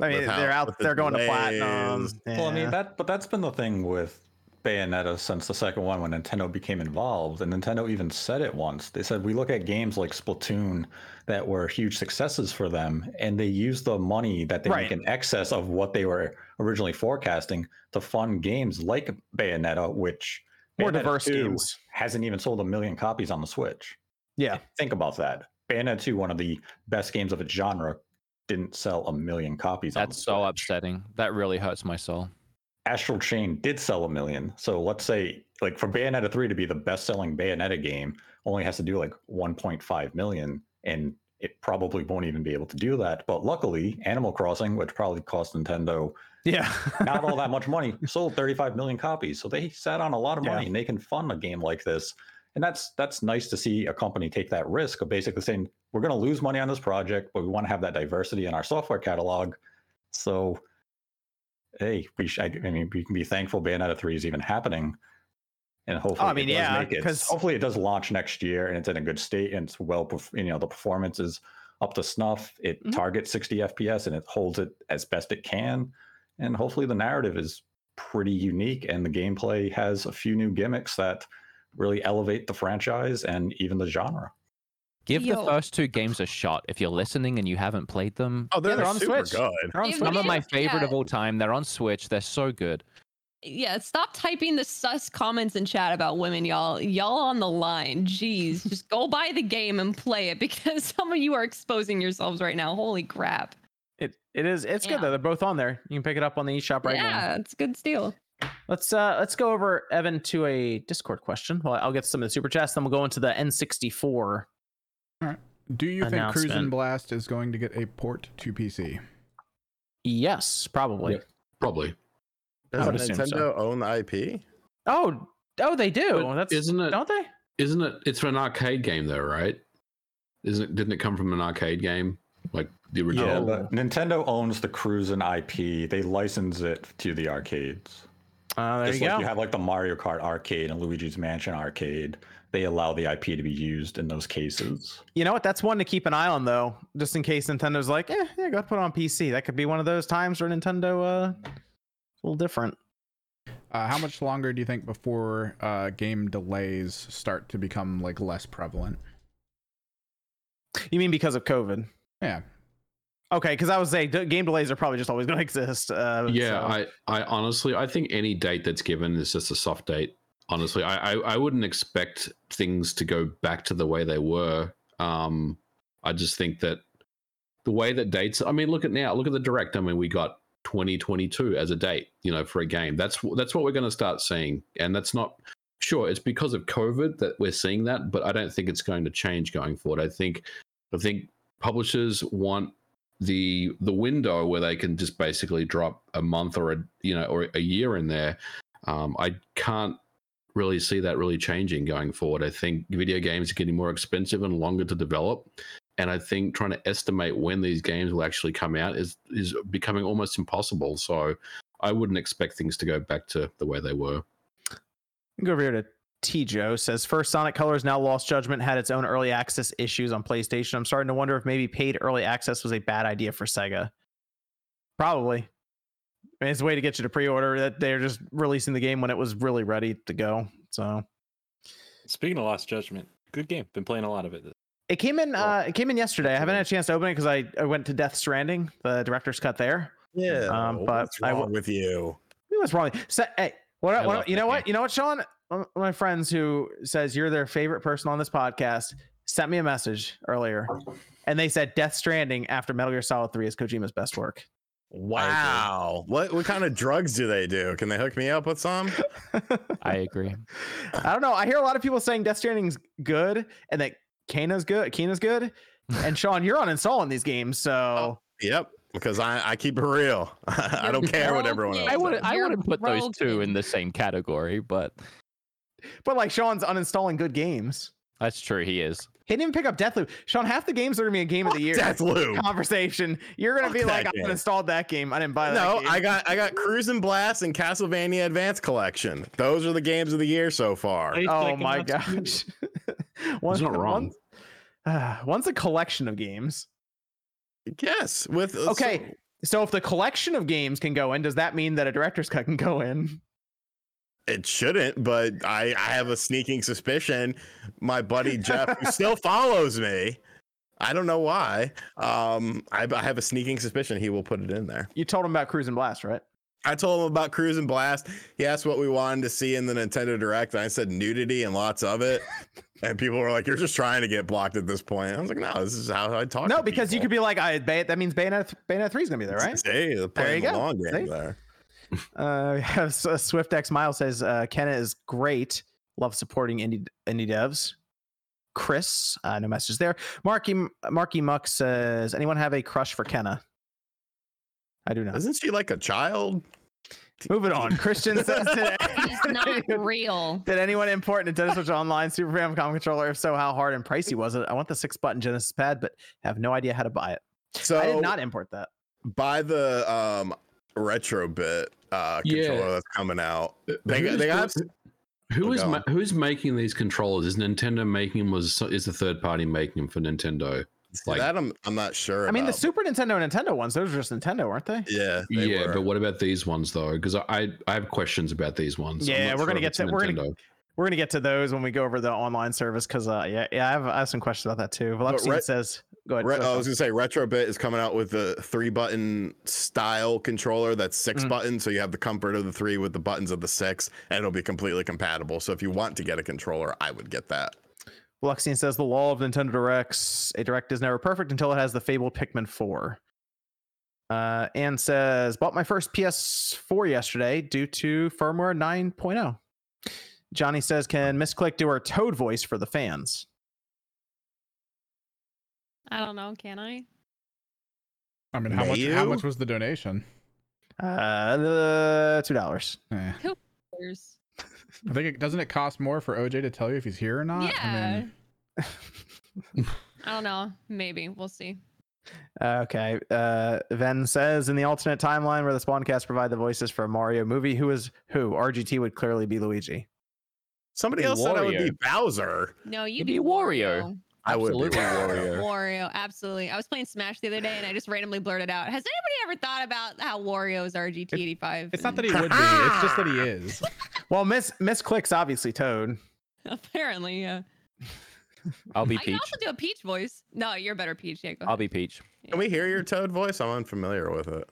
A: I mean,
E: With how-
A: they're
E: with
A: out.
E: the
A: They're going to platinum.
E: delays.
G: Well, I
A: yeah.
G: mean that, but that's been the thing with Bayonetta since the second one when Nintendo became involved, and Nintendo even said it once. They said we look at games like Splatoon that were huge successes for them, and they use the money that they
A: Right.
G: make in excess of what they were originally forecasting to fund games like Bayonetta, which
A: more
G: Bayonetta
A: diverse
G: 2
A: games.
G: hasn't even sold a million copies on the Switch.
A: Yeah.
G: Think about that. Bayonetta 2, one of the best games of its genre, didn't sell a million copies. on the
B: that's so
G: Switch.
B: upsetting that really hurts my soul
G: Astral Chain did sell a million. So let's say, like, for Bayonetta 3 to be the best selling Bayonetta game, only has to do like 1.5 million. And it probably won't even be able to do that. But luckily, Animal Crossing, which probably cost Nintendo
A: Yeah.
G: not all that much money, sold 35 million copies. So they sat on a lot of
A: Yeah.
G: money and they can fund a game like this. And that's that's nice to see a company take that risk of basically saying, we're going to lose money on this project, but we want to have that diversity in our software catalog. So, hey, we should, I mean, we can be thankful Bayonetta 3 is even happening. And hopefully,
A: Oh, I mean,
G: it does
A: yeah,
G: make it.
A: 'cause-
G: Hopefully, it does launch next year and it's in a good state and it's well, perf- you know, the performance is up to snuff. It
A: Mm-hmm.
C: Mhm.
G: targets 60 FPS and it holds it as best it can. And hopefully, the narrative is pretty unique and the gameplay has a few new gimmicks that really elevate the franchise and even the genre.
B: give
C: Yo.
B: the first two games a shot if you're listening and you haven't played them
E: Oh, they're,
A: they're on
E: super
A: Switch.
E: good.
A: They're on
C: Give
A: Switch.
B: some of my
C: Yeah.
B: favorite of all time they're on switch they're so good
C: yeah stop typing the sus comments in chat about women y'all y'all on the line jeez just go buy the game and play it because some of you are exposing yourselves right now holy crap
A: It it is. It's
C: Yeah.
A: good though. They're both on there. You can pick it up on the eShop right
C: yeah it's a good steal
A: now. Let's uh let's go over Evan to a Discord question. Well, I'll get some of the super chats, then we'll go into the N64.
H: Do you think Cruisin'
A: Announcement.
H: Blast is going to get a port to PC?
A: Yes, E probably.
D: Yeah. Probably.
A: I
E: Does
A: would assume
E: Nintendo
A: so.
E: own the IP?
A: Oh, oh, they do.
D: But
A: That's
D: isn't it-
A: Don't they?
D: Isn't it? It's an arcade game though, right? Isn't it? Didn't it come from an arcade game like the original?
G: Yeah,
A: Oh.
G: but Nintendo owns the Cruisin' IP. They license it to the arcades.
A: Uh, there
G: Just
A: you
G: like
A: go.
G: you have like the Mario Kart arcade and Luigi's Mansion arcade. They allow the IP to be used in those cases.
A: You know what? That's one to keep an eye on, though, just in case Nintendo's like, eh, yeah, go put it on PC. That could be one of those times where Nintendo, uh, a little different.
H: Uh, how much longer do you think before uh, game delays start to become like less prevalent?
A: You mean because of COVID?
H: Yeah,
A: Okay, because I was saying d- game delays are probably just always going to exist. Uh,
D: yeah,
A: so-
D: I, I honestly, I think any date that's given is just a soft date. Honestly, I, I, I wouldn't expect things to go back to the way they were. Um, I just think that the way that dates, I mean, look at now, look at the direct. I mean, we got 2022 as a date, you know, for a game. That's wh- that's what we're going to start seeing, and that's not sure. It's because of COVID that we're seeing that, but I don't think it's going to change going forward. I think, I think publishers want the the window where they can just basically drop a month or a you know or a year in there um, i can't really see that really changing going forward i think video games are getting more expensive and longer to develop and i think trying to estimate when these games will actually come out is is becoming almost impossible so i wouldn't expect things to go back to the way they were
A: Go over here to Tjo says first Sonic Colors now lost judgment had its own early access issues on PlayStation. I'm starting to wonder if maybe paid early access was a bad idea for Sega. Probably. I mean, it's a way to get you to pre-order that they're just releasing the game when it was really ready to go. So
F: Speaking of Lost Judgment, good game. Been playing a lot of it.
A: it came in.
F: Cool.
A: Uh, it came in yesterday. I haven't
F: Okay.
A: had a chance to open it because I, I went to Death Stranding, the director's cut there.
E: Yeah,
A: Um, but
E: Uh, what's
A: I
E: wrong
A: w-
E: with you?
A: Hey, What's wrong? with- So, hey, what,
B: I
A: what-
B: love
A: you
B: that
A: know
B: game.
A: what? You know what, Sean? One of my friends who says you're their favorite person on this podcast sent me a message earlier, and they said Death Stranding after Metal Gear Solid Three is Kojima's best work.
E: Wow, what what kind of drugs do they do? Can they hook me up with some?
B: I agree.
A: I don't know. I hear a lot of people saying Death Stranding's good and that Kana's good. Kina's good. And Sean, you're uninstalling these games,
E: Oh.
A: so
E: Yep, because I I keep it real. I
C: You're
E: don't care what
C: broken.
E: everyone else.
B: I would
E: says.
B: not I
C: You're
B: wouldn't put those two in
C: broken.
B: the same category, but
A: but like Sean's uninstalling good games.
B: that's true. He is.
A: He didn't even pick up Deathloop. Sean, half the games that are gonna be a game of the year.
E: Deathloop.
A: Conversation. You're gonna
E: Fuck
A: be
E: that
A: like,
E: game.
A: I uninstalled that game. I didn't buy that.
E: No,
A: game."
E: I got I got Cruise and Blast and Castlevania Advance Collection. Those are the games of the year so far.
A: Oh my gosh. Once-
D: not wrong.
A: Once, Ah, one's a collection of games.
E: Yes, with uh,
A: Okay. So if the collection of games can go in, does that mean that a director's cut can go in?
E: It shouldn't, but I, I have a sneaking suspicion. My buddy Jeff, who still follows me, I don't know why. Um, I, I have a sneaking suspicion he will put it in there.
A: You told him about Cruise and Blast, right?
E: I told him about Cruise and Blast. He asked what we wanted to see in the Nintendo Direct, and I said nudity and lots of it. and people were like, "You're just trying to get blocked at this point." I was like, "No, this is how I talk."
A: no,
E: to
A: because you
E: people."
A: could be like, I Bay- that means Bayonetta, th- Bayonetta 3 is going to be there, right?
E: See, they're playing
A: you
E: the
A: go.
E: long game
A: See?
E: there.
A: Uh, we have S- uh, Swift X Mile says, uh, Kenna is great. Love supporting indie, indie devs. Chris, uh, no message there. Marky, M- Marky Muck says, anyone have a crush for Kenna? I do not.
E: Isn't she like a child?
A: Moving on. Christian says today.
C: He's not real.
A: Did anyone import Nintendo Switch Online Super Famicom controller? If so, how hard and pricey was it? I want the six button Genesis pad, but have no idea how to buy it.
E: So
A: I did not import that.
E: by the um retro bit uh
D: Yeah.
E: controller that's coming out they,
D: Who's
E: they got
D: the- Who
E: Oh,
D: is
E: go
D: ma- who's making these controllers? Is Nintendo making them? Was is the third party making them for Nintendo? Like-
E: that I'm, I'm not sure
A: I mean, the
E: about.
A: Super Nintendo and Nintendo ones, those were just Nintendo, weren't they?
E: yeah they
D: Yeah,
E: were.
D: but what about these ones though? Because I, I I have questions about these ones. I'm
A: Yeah,
D: not
A: we're gonna
D: if
A: get
D: it's
A: to- we're gonna-
D: Nintendo.
A: We're gonna get to those when we go over the online service because uh, yeah, yeah, I have, I have some questions about that too. Valepsine
E: Ret-
A: says, "Go ahead."
E: Re-
A: go
E: I
A: ahead.
E: was gonna say retro bit is coming out with the three button style controller that's 6
D: Mm.
A: Mhm.
E: buttons so you have the comfort of the three with the buttons of the six and it'll be completely compatible so if you want to get a controller I would get that
A: Valepsine says, "The law of Nintendo Directs: a direct is never perfect until it has the fabled Pikmin 4." Uh, Anne says, "Bought my first PS4 yesterday due to firmware 9.0." Johnny says, "Can misclick do her Toad voice for the fans?"
C: I don't know. Can I?
H: I mean, how much? How
E: Mayu?
H: much was the donation?
A: Uh, the two dollars.
H: Eh.
C: There's-
H: I think it doesn't it cost more for OJ to tell you if he's here or not. I
C: yeah.
H: mean,
C: I don't know. Maybe we'll see.
A: Okay. Uh, Ven says in the alternate timeline where the Spawncast provide the voices for a Mario movie, who is who? RGT would clearly be Luigi.
E: somebody
B: Be
E: else said I would be Bowser
C: No, you
B: You'd
C: do
B: be Wario.
E: I would be
B: Absolutely
E: Wario.
C: Wario, absolutely. I was playing Smash the other day and I just randomly blurted out, "Has anybody ever thought about how Wario's RGT85?"
H: it's not that he would be. It's just that he is.
A: Well, Miss Miss Click's obviously Toad.
C: apparently, yeah.
B: I'll be
C: I can
B: Peach.
C: also do a Peach voice. No, you're better Peach. Yeah, go
B: I'll
C: ahead.
B: be Peach.
E: Can we hear your Toad voice? I'm unfamiliar with it.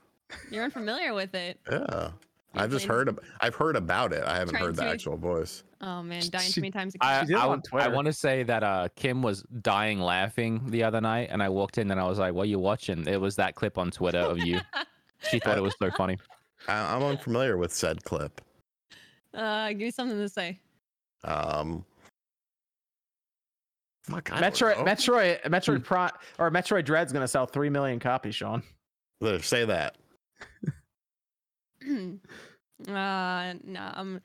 C: You're unfamiliar with it.
E: Yeah. I've just
C: Explain.
E: heard. Ab- I've heard about it. I haven't
C: Trying
E: heard the
C: to-
E: actual voice.
C: Oh man, dying
A: She-
C: too many times.
B: I,
A: She did it on Twitter.
B: want to say that uh, Kim was dying laughing the other night, and I walked in and I was like, "What are you watching?" It was that clip on Twitter of you. She thought it was so funny.
E: I- I'm unfamiliar with said clip.
C: Uh, give me something to say.
E: Um. Fuck. I don't
A: Metroid,
E: know.
A: Metroid,
E: Hmm.
A: Metroid Pro, or Metroid Dread's gonna sell three million copies, Sean.
E: There, say that.
C: uh, no, um.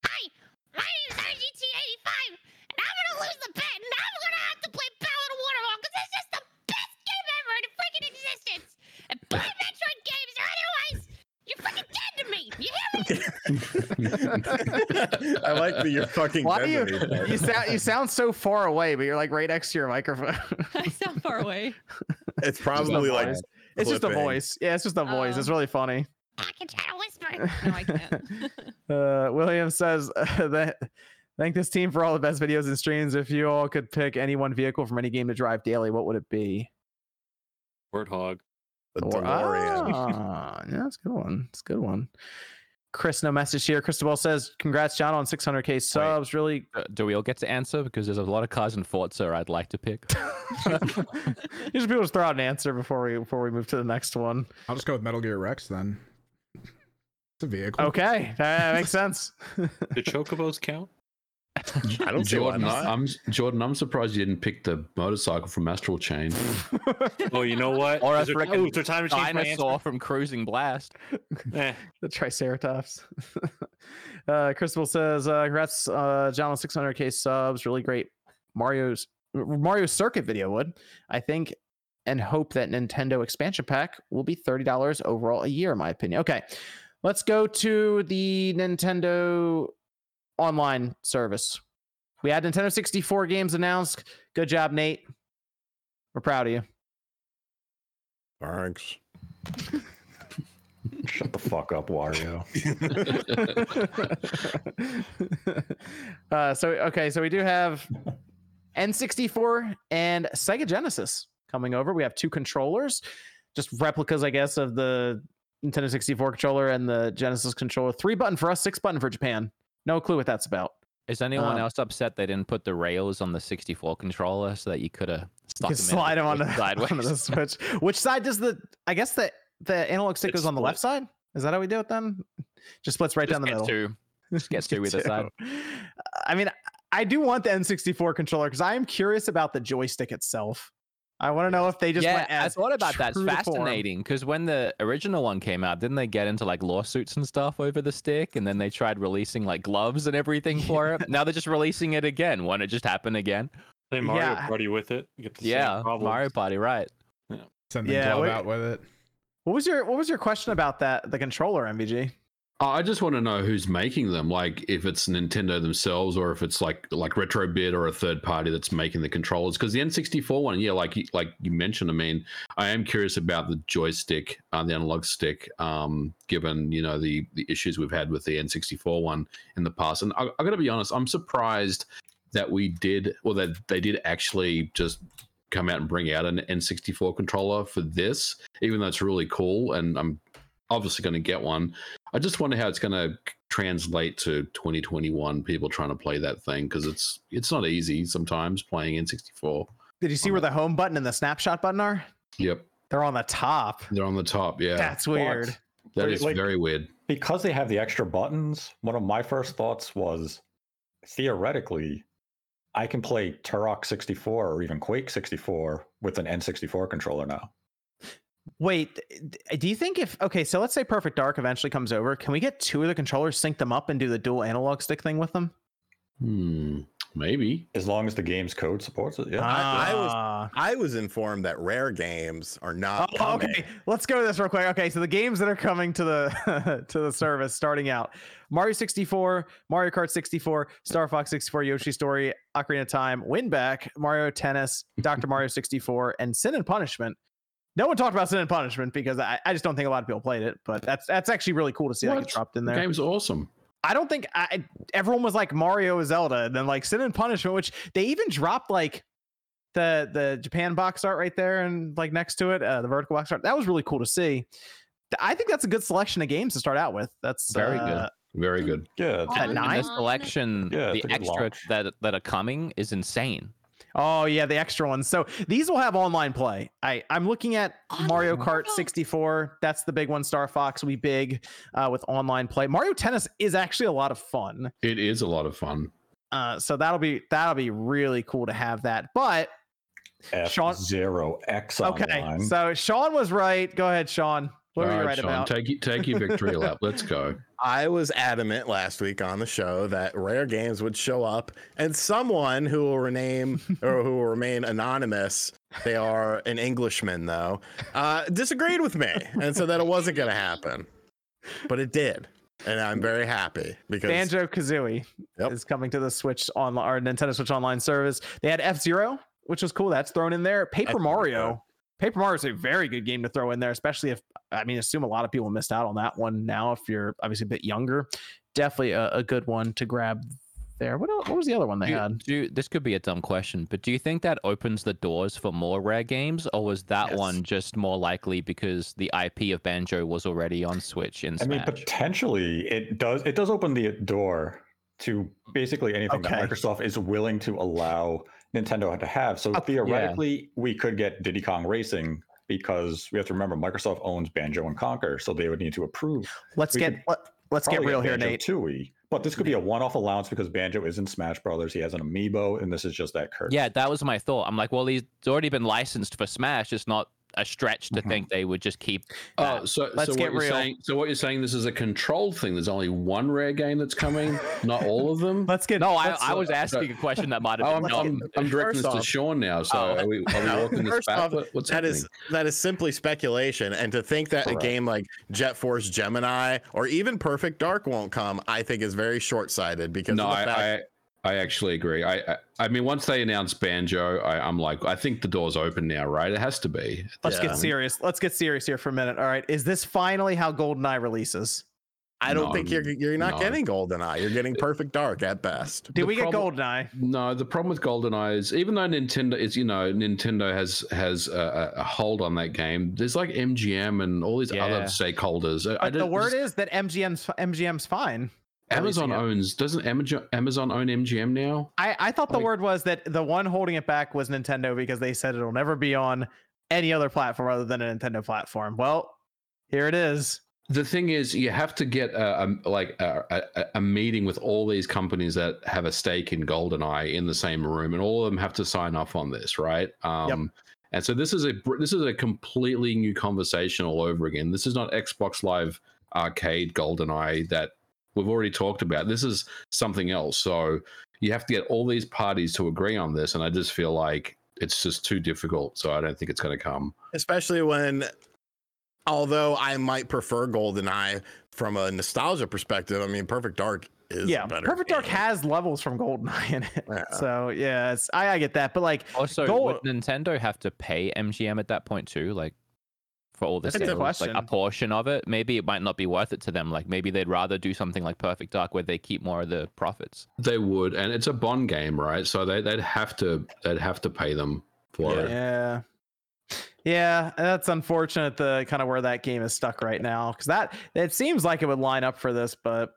C: Hi, my name is RGT85, and I'm gonna lose the bet, and I'm gonna have to play Ballad of Waterfall because it's just the best game ever in freaking existence. And play Metroid games, or otherwise, you're freaking dead to me. You hear me?
E: I like that you're fucking.
A: Why do you?
E: dead to me, Toad.
A: You sound you sound so far away, but you're like right next to your microphone.
C: I sound far away.
E: It's probably like.
A: voice. It's just a
E: clipping.
A: voice. Yeah, it's just a voice. It's
C: Oh.
A: really funny.
C: I can try to whisper. No, I can't.
A: Uh, William says uh, that. Thank this team for all the best videos and streams. If you all could pick any one vehicle from any game to drive daily, what would it be?
F: Warthog.
E: The
A: Or-
E: DeLorean.
A: Ah, yeah, that's a good one. It's a good one. Chris, no message here. Cristobal says, "Congrats, John, on 600k subs. Really,
B: Uh, Do we all get to answer? Because there's a lot of cars in Forza I'd like to pick.
A: you should be able to throw out an answer before we before we move to the next one."
H: I'll just go with Metal Gear Rex then. It's a vehicle.
A: Okay, that makes sense.
F: Do chocobos count?
E: I don't see why
D: Jordan,
E: not.
D: I'm Jordan. I'm surprised you didn't pick the motorcycle from Astral Chain.
F: Oh, you know what?
B: Or a
F: Is there-
B: frickin'
F: oh, is there time to change my answer?
B: Dinosaur from Cruising Blast.
F: Eh,
A: the Triceratops. uh, Cristobal says, uh, "Congrats, uh, John, on 600k subs. Really great Mario's Mario Circuit video would I think." And hope that Nintendo expansion pack will be thirty dollars overall a year, in my opinion. Okay, let's go to the Nintendo online service. We had Nintendo 64 games announced. Good job, Nate. We're proud of you.
E: Thanks.
G: Shut the fuck up, Wario.
A: uh, so okay, so we do have N64 and Sega Genesis coming over. We have two controllers, just replicas, I guess, of the Nintendo 64 controller and the Genesis controller. Three button for us, six button for Japan. No clue what that's about.
B: Is anyone
A: Um,
B: else upset they didn't put the rails on the 64 controller so that you could have
A: You
B: stuck
A: can
B: them
A: slide them on the,
B: sideways?
A: onto the switch. Which side does the? I guess the the analog stick
F: It's
A: goes on the left side. Is that how we do it then? Just splits right
B: Just
A: down the
B: get
A: middle.
B: two. Just get two either
A: too.
B: side.
A: I mean, I do want the N64 controller because I am curious about the joystick itself. I want to know if they just
B: yeah,
A: went
B: I
A: as
B: thought about that. It's
A: true to form.
B: fascinating because when the original one came out, didn't they get into like lawsuits and stuff over the stick? And then they tried releasing like gloves and everything for it. Now they're just releasing it again. Won't it just happen again?
F: play Mario
A: Yeah.
F: Party with it. You get the
B: yeah,
F: same problems.
B: Mario Party, right?
H: Send the
A: Yeah,
H: glove
A: wait.
H: out with it.
A: What was your What was your question about that the controller MVG?
D: Oh, I just want to know who's making them. Like, if it's Nintendo themselves, or if it's like like RetroBit or a third party that's making the controllers. Because the N64 one, yeah, like you- like you mentioned, I mean, I am curious about the joystick, uh, the analog stick, um, given you know the the issues we've had with the N64 one in the past. And I, I got to be honest, I'm surprised that we did, well, that they did actually just come out and bring out an N64 controller for this, even though it's really cool, and I'm obviously going to get one. I just wonder how it's going to translate to 2021 people trying to play that thing because it's it's not easy sometimes playing N64.
A: Did
B: Oh,
A: you see where the home button and the snapshot button are?
D: Yep,
A: They're on the top.
D: they're on the top. Yeah,
A: That's weird.
D: that
G: Wait,
D: is
G: like-
D: very weird.
G: because they have the extra buttons, one of my first thoughts was theoretically, I can play Turok 64 or even Quake 64 with an N64 controller now.
A: Wait, d- do you think if okay, so let's say Perfect Dark eventually comes over, can we get two of the controllers, sync them up, and do the dual analog stick thing with them?
D: Hmm, maybe.
G: As long as the game's code supports it.
A: Uh,
G: Yeah.
E: I- I was-
A: Ah.
E: I was informed that rare games are
A: Oh,
E: not.
A: oh,
E: coming.
A: okay. Let's go to this real quick. Okay, so the games that are coming to the to the service starting out: Mario 64, Mario Kart 64, Star Fox 64, Yoshi Story, Ocarina of Time, Win Back, Mario Tennis, Dr. Mario 64, and Sin and Punishment. No one talked about Sin and Punishment because I, I just don't think a lot of people played it, but that's that's actually really cool to see that
D: What?
A: get dropped in
D: The
A: there.
D: game's awesome.
A: I don't think I everyone was like Mario is Zelda, and then like Sin and Punishment, which they even dropped like the the Japan box art right there and like next to it, uh, the vertical box art. That was really cool to see. Th- I think that's a good selection of games to start out with. That's
B: Very good.
A: uh,
D: Very good.
G: Yeah, it's-
A: At
B: And
A: nine?
B: the selection,
G: Yeah,
B: the
G: it's a good
B: extra
G: launch.
B: that that are coming is insane.
A: Oh yeah, the extra ones. So these will have online play. I I'm looking at
C: Online
A: Mario Kart
C: play.
A: 64. That's the big one. Star Fox will be big uh, with online play. Mario Tennis is actually a lot of fun.
D: It is a lot of fun.
A: Uh, so that'll be that'll be really cool to have that. But Sean-
G: F zero X
A: okay,
G: online.
A: so Sean was right. Go ahead, Sean. What were
D: All
A: you
D: right,
A: right
D: Sean,
A: about?
D: Take y- take your victory lap. Let's go.
E: I was adamant last week on the show that Rare Games would show up and someone who will rename or who will remain anonymous, they are an Englishman though, uh, disagreed with me and said that it wasn't going to happen. But it did. And I'm very happy because
A: Banjo Kazooie
E: Yep.
A: is coming to the Switch on our Nintendo Switch Online service. They had F Zero, which was cool. That's thrown in there. Paper
E: That's really
A: Mario. Paper Mario is a very good game to throw in there, especially if I mean, assume a lot of people missed out on that one. Now, if you're obviously a bit younger, definitely a, a good one to grab there. What, el- what was the other one they
B: Do you-
A: had?
B: do you- this could be a dumb question, but do you think that opens the doors for more rare games, or was that
E: Yes.
B: one just more likely because the IP of Banjo was already on Switch in
G: I
B: Smash?
G: mean, potentially it does. It does open the door to basically anything
A: Okay.
G: that Microsoft is willing to allow Nintendo to have.
A: Oh,
G: So theoretically, we could get Diddy Kong Racing because we have to remember Microsoft owns Banjo and Conker, so they would need to approve.
A: Let's
G: we
A: get
G: could
A: let, let's get
G: probably
A: real here,
G: Banjo
A: Nate.
G: Tooie, but this could be a one-off allowance because Banjo is in Smash Brothers. He has an amiibo, and this is just that curse.
B: yeah, that was my thought. I'm like, well, he's already been licensed for Smash. It's not a stretch to
G: Mhm.
B: think they would just keep. that.
D: Oh, so
A: Let's
D: so
A: get
D: what you're
A: real.
D: saying? So what you're saying? This is a controlled thing. There's only one rare game that's coming. Not all of them.
A: Let's get
B: no, I,
A: let's-
B: I was asking a question that might
D: Oh,
B: have
D: I'm,
B: been
D: I'm,
B: dumb.
D: I'm directing this to
E: First
D: Sean now. So
B: Oh.
D: are we, are we walking this
E: First
D: back?
E: off,
D: What- What's
E: That
D: happening?
E: is that is simply speculation, and to think that
G: Correct.
E: a game like Jet Force Gemini or even Perfect Dark won't come, I think is very short-sighted because
D: no,
E: of the fact
D: I, I I actually agree. I I, I mean, once they announced Banjo, I, I'm like, I think the door's open now, right? It has to be.
A: Let's
E: Yeah.
A: get serious. Let's get serious here for a minute. All right, is this finally how GoldenEye releases?
E: I don't think
D: No,
E: you're you're not
D: no.
E: getting GoldenEye. You're getting Perfect Dark at best.
A: Did
D: The
A: we
D: problem-
A: get GoldenEye?
D: No, the problem with GoldenEye is even though Nintendo is, you know, Nintendo has has a, a a hold on that game. There's like MGM and all these other
B: Yeah.
D: stakeholders. I- I
A: But Uh, the
D: don't-
A: word is that MGM's MGM's fine. releasing
D: Amazon
A: it.
D: owns. Doesn't Amazon Amazon own MGM now?
A: I, I thought the
D: Like-
A: word was that the one holding it back was Nintendo because they said it'll never be on any other platform other than a Nintendo platform. Well, here it is.
D: the thing is you have to get a, a like a, a, a meeting with all these companies that have a stake in goldeneye in the same room and all of them have to sign off on this right um and so this is a br- this is a completely new conversation all over again this is not xbox live arcade goldeneye that we've already talked about this is something else so you have to get all these parties to agree on this and i just feel like it's just too difficult so i don't think it's going to come
E: especially when although I might prefer GoldenEye from a nostalgia perspective, I mean Perfect Dark is
A: yeah,
E: a better.
A: Perfect Dark
E: game.
A: has levels from GoldenEye in it.
E: Yeah.
A: So yeah, it's, I I get that, but like
B: Also,
A: Gold-
B: would Nintendo have to pay MGM at that point too, like for all the
A: That's a good
B: sales, like a
A: question.
B: portion of it? Maybe it might not be worth it to them. Like maybe they'd rather do something like Perfect Dark where they keep more of the profits.
D: They would, and it's a bond game, right? So they, they'd have to they'd have to pay them for it.
A: yeah. Yeah, that's unfortunate. The kind of where that game is stuck right now, because that it seems like it would line up for this, but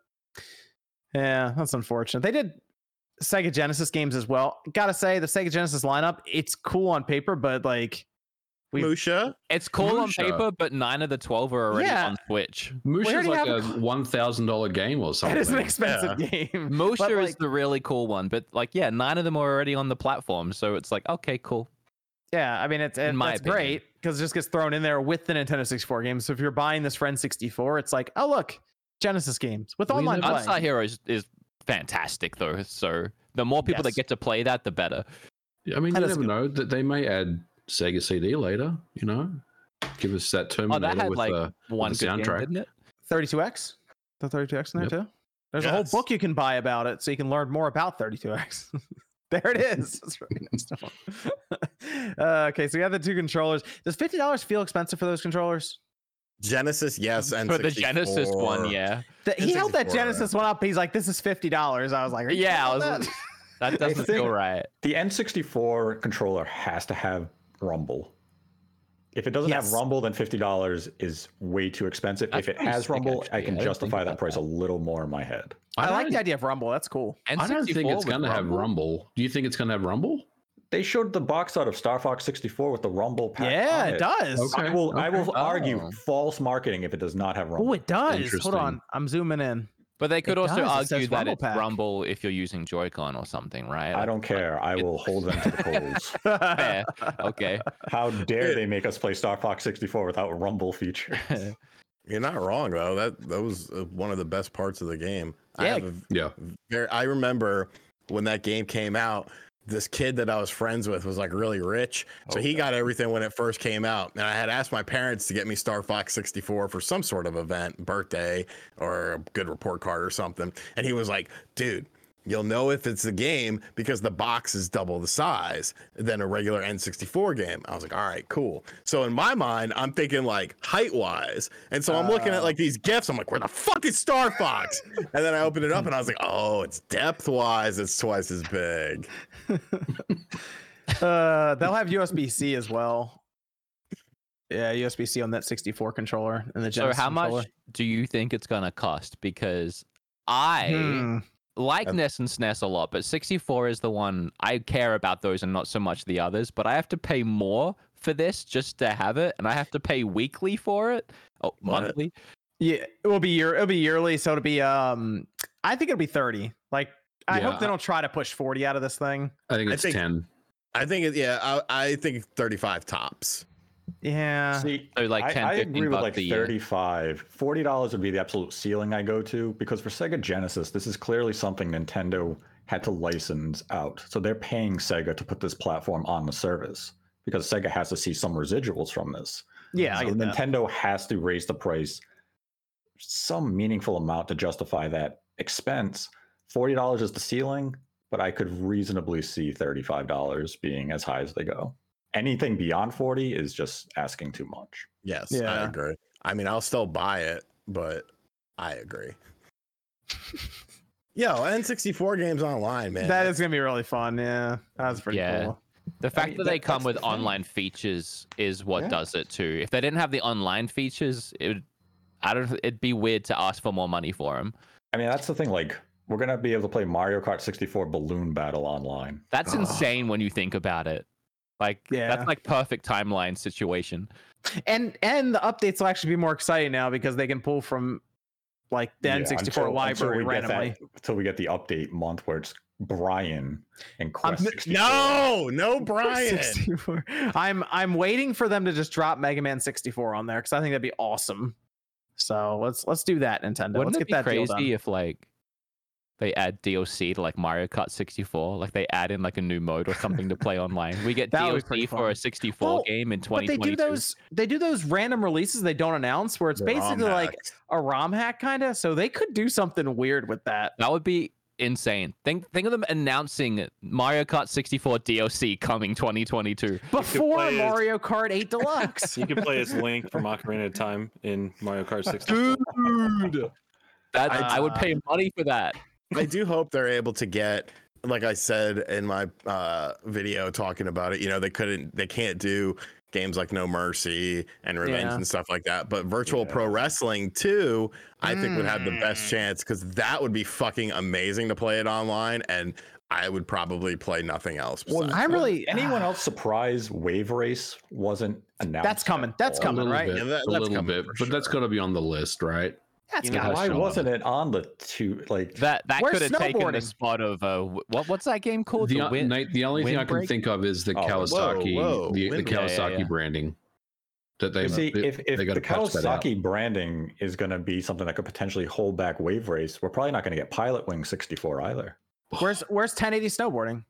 A: yeah, that's unfortunate. They did Sega Genesis games as well. Gotta say, the Sega Genesis lineup, it's cool on paper, but like, we-
E: Musha.
B: It's cool on
D: Musha.
B: paper, but nine of the twelve are already
A: Yeah.
B: on Switch.
A: We
D: Musha is
A: already
D: like a
A: have
D: one thousand dollar game or
A: that
D: something.
A: is an expensive game.
B: Mosher
A: But,
B: is
A: like-
B: the really cool one, but like yeah, nine of them are already on the platform, so it's like okay, cool.
A: Yeah, I mean it's it,
B: In my
A: that's
B: opinion.
A: great because it just gets thrown in there with the Nintendo 64 games. So if you're buying this Friend 64, it's like, oh look, Genesis games with
D: We
A: online
D: never-
A: play.
B: Unstar Heroes is fantastic though, so the more people that
A: Yes.
B: get to play that, the better.
D: I mean,
A: That
D: you
A: is
D: never know that they may add Sega CD later. You know, give us that
B: Oh,
D: Terminator
B: that had
D: with
B: like
D: the
B: one
D: with
B: good game,
D: soundtrack.
B: didn't it?
A: 32X, the 32X in there
D: Yep.
A: too. There's a whole
E: Yes.
A: book you can buy about it, so you can learn more about 32X. there it is. That's right next to one. uh, okay, so we have the two controllers. Does fifty dollars feel expensive for those controllers?
E: Genesis, yes, and
B: For the Genesis one,
E: 64.
B: yeah.
A: The, he held that
E: N64.
A: Genesis one up. He's like, "This is fifty dollars." I was like, Are you
B: Yeah, I
A: sure about
B: was-
A: that?"
B: That doesn't feel
G: think-
B: right.
G: The N64 controller has to have Rumble. If it doesn't
A: Yes.
G: have Rumble, then fifty dollars is way too expensive.
B: That's
G: if it
B: pretty
G: has
B: sick,
G: Rumble, I
B: actually. I
G: can
B: didn't
G: justify
B: think
G: that
B: about
G: price a little more in my head.
A: I like
D: don't-
A: the idea of Rumble. That's cool.
B: And
D: I don't think it's gonna have Rumble. Do you think it's gonna have Rumble?
G: They showed the box art of Star Fox sixty four with the Rumble pack.
A: yeah,
G: on
A: it
G: it.
A: does.
D: Okay.
G: I will. I will
B: okay.
G: argue
B: Oh.
G: false marketing if it does not have Rumble.
A: Oh, it does. Hold
D: Interesting.
A: on, I'm zooming in.
B: But they could
A: It
B: also
A: does, it
B: argue
A: says
B: that
A: Rumble
B: it's
A: Pack.
B: Rumble if you're using Joy-Con or something, right?
G: I
B: Like,
G: don't care. I
B: it-
G: will hold them to the polls.
B: fair. Okay.
G: How dare they make us play Star Fox sixty four without Rumble feature?
E: You're not wrong though. That that was uh, one of the best parts of the game. I
A: Yeah.
E: have a
D: Yeah.
E: very, I remember when that game came out. This kid that I was friends with was like really rich, so he got everything when it first came out. And I had asked my parents to get me Star Fox 64 for some sort of event, birthday, or a good report card or something. And he was like, "Dude." You'll know if it's a game because the box is double the size than a regular N64 game. I was like, all right, cool. So in my mind, I'm thinking like height wise. And so I'm looking at like these gifts. I'm like, where the fuck is Star Fox? and then I opened it up and I was like, oh, it's depth wise. It's twice as big.
A: Uh, they'll have USB C as well. Yeah, USB C on that 64 controller and the
B: So
A: Genesis
B: how much
A: controller.
B: do you think it's gonna cost? Because I
A: Hmm.
B: like
E: Uh,
B: NES and SNES a lot, but 64 is the one I care about those and not so much the others. But I have to pay more for this just to have it, and I have to pay weekly for it. Oh,
E: What?
B: monthly.
A: Yeah, it will be year. It'll be yearly, so it'll be. Um, I think it'll be 30. Like, I
D: Yeah,
A: hope they
D: I-
A: don't try to push 40 out of this thing.
D: I think
E: I
D: it's
E: think-
D: ten.
E: I think, it, yeah, I, I think 35 tops.
A: Yeah.
G: See,
B: So like
G: I-
B: 10,
G: I,
B: 15
G: agree with
B: bucks
G: like
B: a year.
G: 35 40 dollars would be the absolute ceiling i go to because for sega genesis this is clearly something nintendo had to license out so they're paying sega to put this platform on the service because sega has to see some residuals from this
A: Yeah, I
G: so
A: get that.
G: nintendo has to raise the price some meaningful amount to justify that expense $40 is the ceiling but i could reasonably see $35 being as high as they go anything beyond 40 is just asking too much
E: Yes, I
A: Yeah.
E: agree. I mean, I'll still buy it, but I agree. Yo, N64 games online, man.
A: That is gonna be really fun. Yeah, that's pretty
B: Yeah.
A: cool.
B: The fact
G: mean,
B: that they
G: that-
B: come
G: that's
B: with
G: the thing.
B: online features is what
G: Yeah.
B: does it too. If they didn't have the online features, it would, I don't. It'd be weird to ask for more money for them.
G: I mean, that's the thing. Like, we're gonna be able to play Mario Kart 64 Balloon Battle online.
B: That's insane when you think about it. Like
A: Yeah.
B: that's like perfect timeline situation.
A: And and the updates will actually be more exciting now because they can pull from like the
G: Yeah,
A: N64
G: until- until
A: library
G: we get that-
A: randomly.
G: Until we get the update month where it's Brian and Quest. 64.
E: no, no, Brian.
A: 64. I'm I'm waiting for them to just drop Mega Man 64 on there because I think that'd be awesome. So let's let's do that, Nintendo.
B: Wouldn't
A: let's get
B: it be
A: that deal done.
B: crazy if like they add DLC to like Mario Kart 64? Like they add in like a new mode or something to play online. We get
A: That would be pretty
B: DLC for
A: fun.
B: a 64
A: Well,
B: game in
A: But they do
B: 2022.
A: those they do those random releases they don't announce where it's basically
E: ROM
A: like
E: hacks.
A: a ROM hack kind of. So they could do something weird with that.
B: That would be insane. Think think of them announcing Mario Kart 64 DLC coming 2022.
A: before
F: play as-
A: Mario Kart 8 Deluxe.
F: You can play as Link from Ocarina of Time in Mario Kart 64.
B: Dude, that I would
A: Uh,
B: pay money for that.
E: I do hope they're able to get, like I said in my uh, video talking about it. You know, they couldn't, they can't do games like No Mercy and Revenge
A: Yeah.
E: and stuff like that. But Virtual
G: Yeah.
E: Pro Wrestling too, I think would have the
A: Mm.
E: best chance because that would be fucking amazing to play it online, and I would probably play nothing else.
G: Was-
E: besides-
A: I'm
G: was
A: really- ah,
G: anyone else surprised Wave Race wasn't announced.
A: That's coming.
G: at
A: That's
G: all?
D: A
A: coming,
D: little
A: right?
D: bit.
E: Yeah, that-
D: a
E: that's
D: little
E: coming
D: bit.
E: for
D: But that's
E: sure.
D: gotta be on the list, right?
A: That's
F: You know,
A: got
G: Why
D: That's coming.
G: wasn't it on the two? Like,
B: That that
A: We're
B: could have taken the
A: snowboarding.
B: spot of uh, wh- what what's that game called?
D: the,
B: The
D: o-
B: Win-
D: Nate, the only thing I can
B: windbreak?
D: think of is the
G: Oh, whoa,
D: Kawasaki,
E: whoa,
D: the, the
E: windbreak.
B: Yeah,
D: Kawasaki
B: yeah, yeah.
D: branding. That they,
G: you see,
D: they,
G: if, if
D: they gotta
G: the
D: patch that out.
G: Kawasaki branding is going to be something that could potentially hold back Wave Race, we're probably not going to get Pilot Wing 64 either.
A: Where's where's 1080 snowboarding?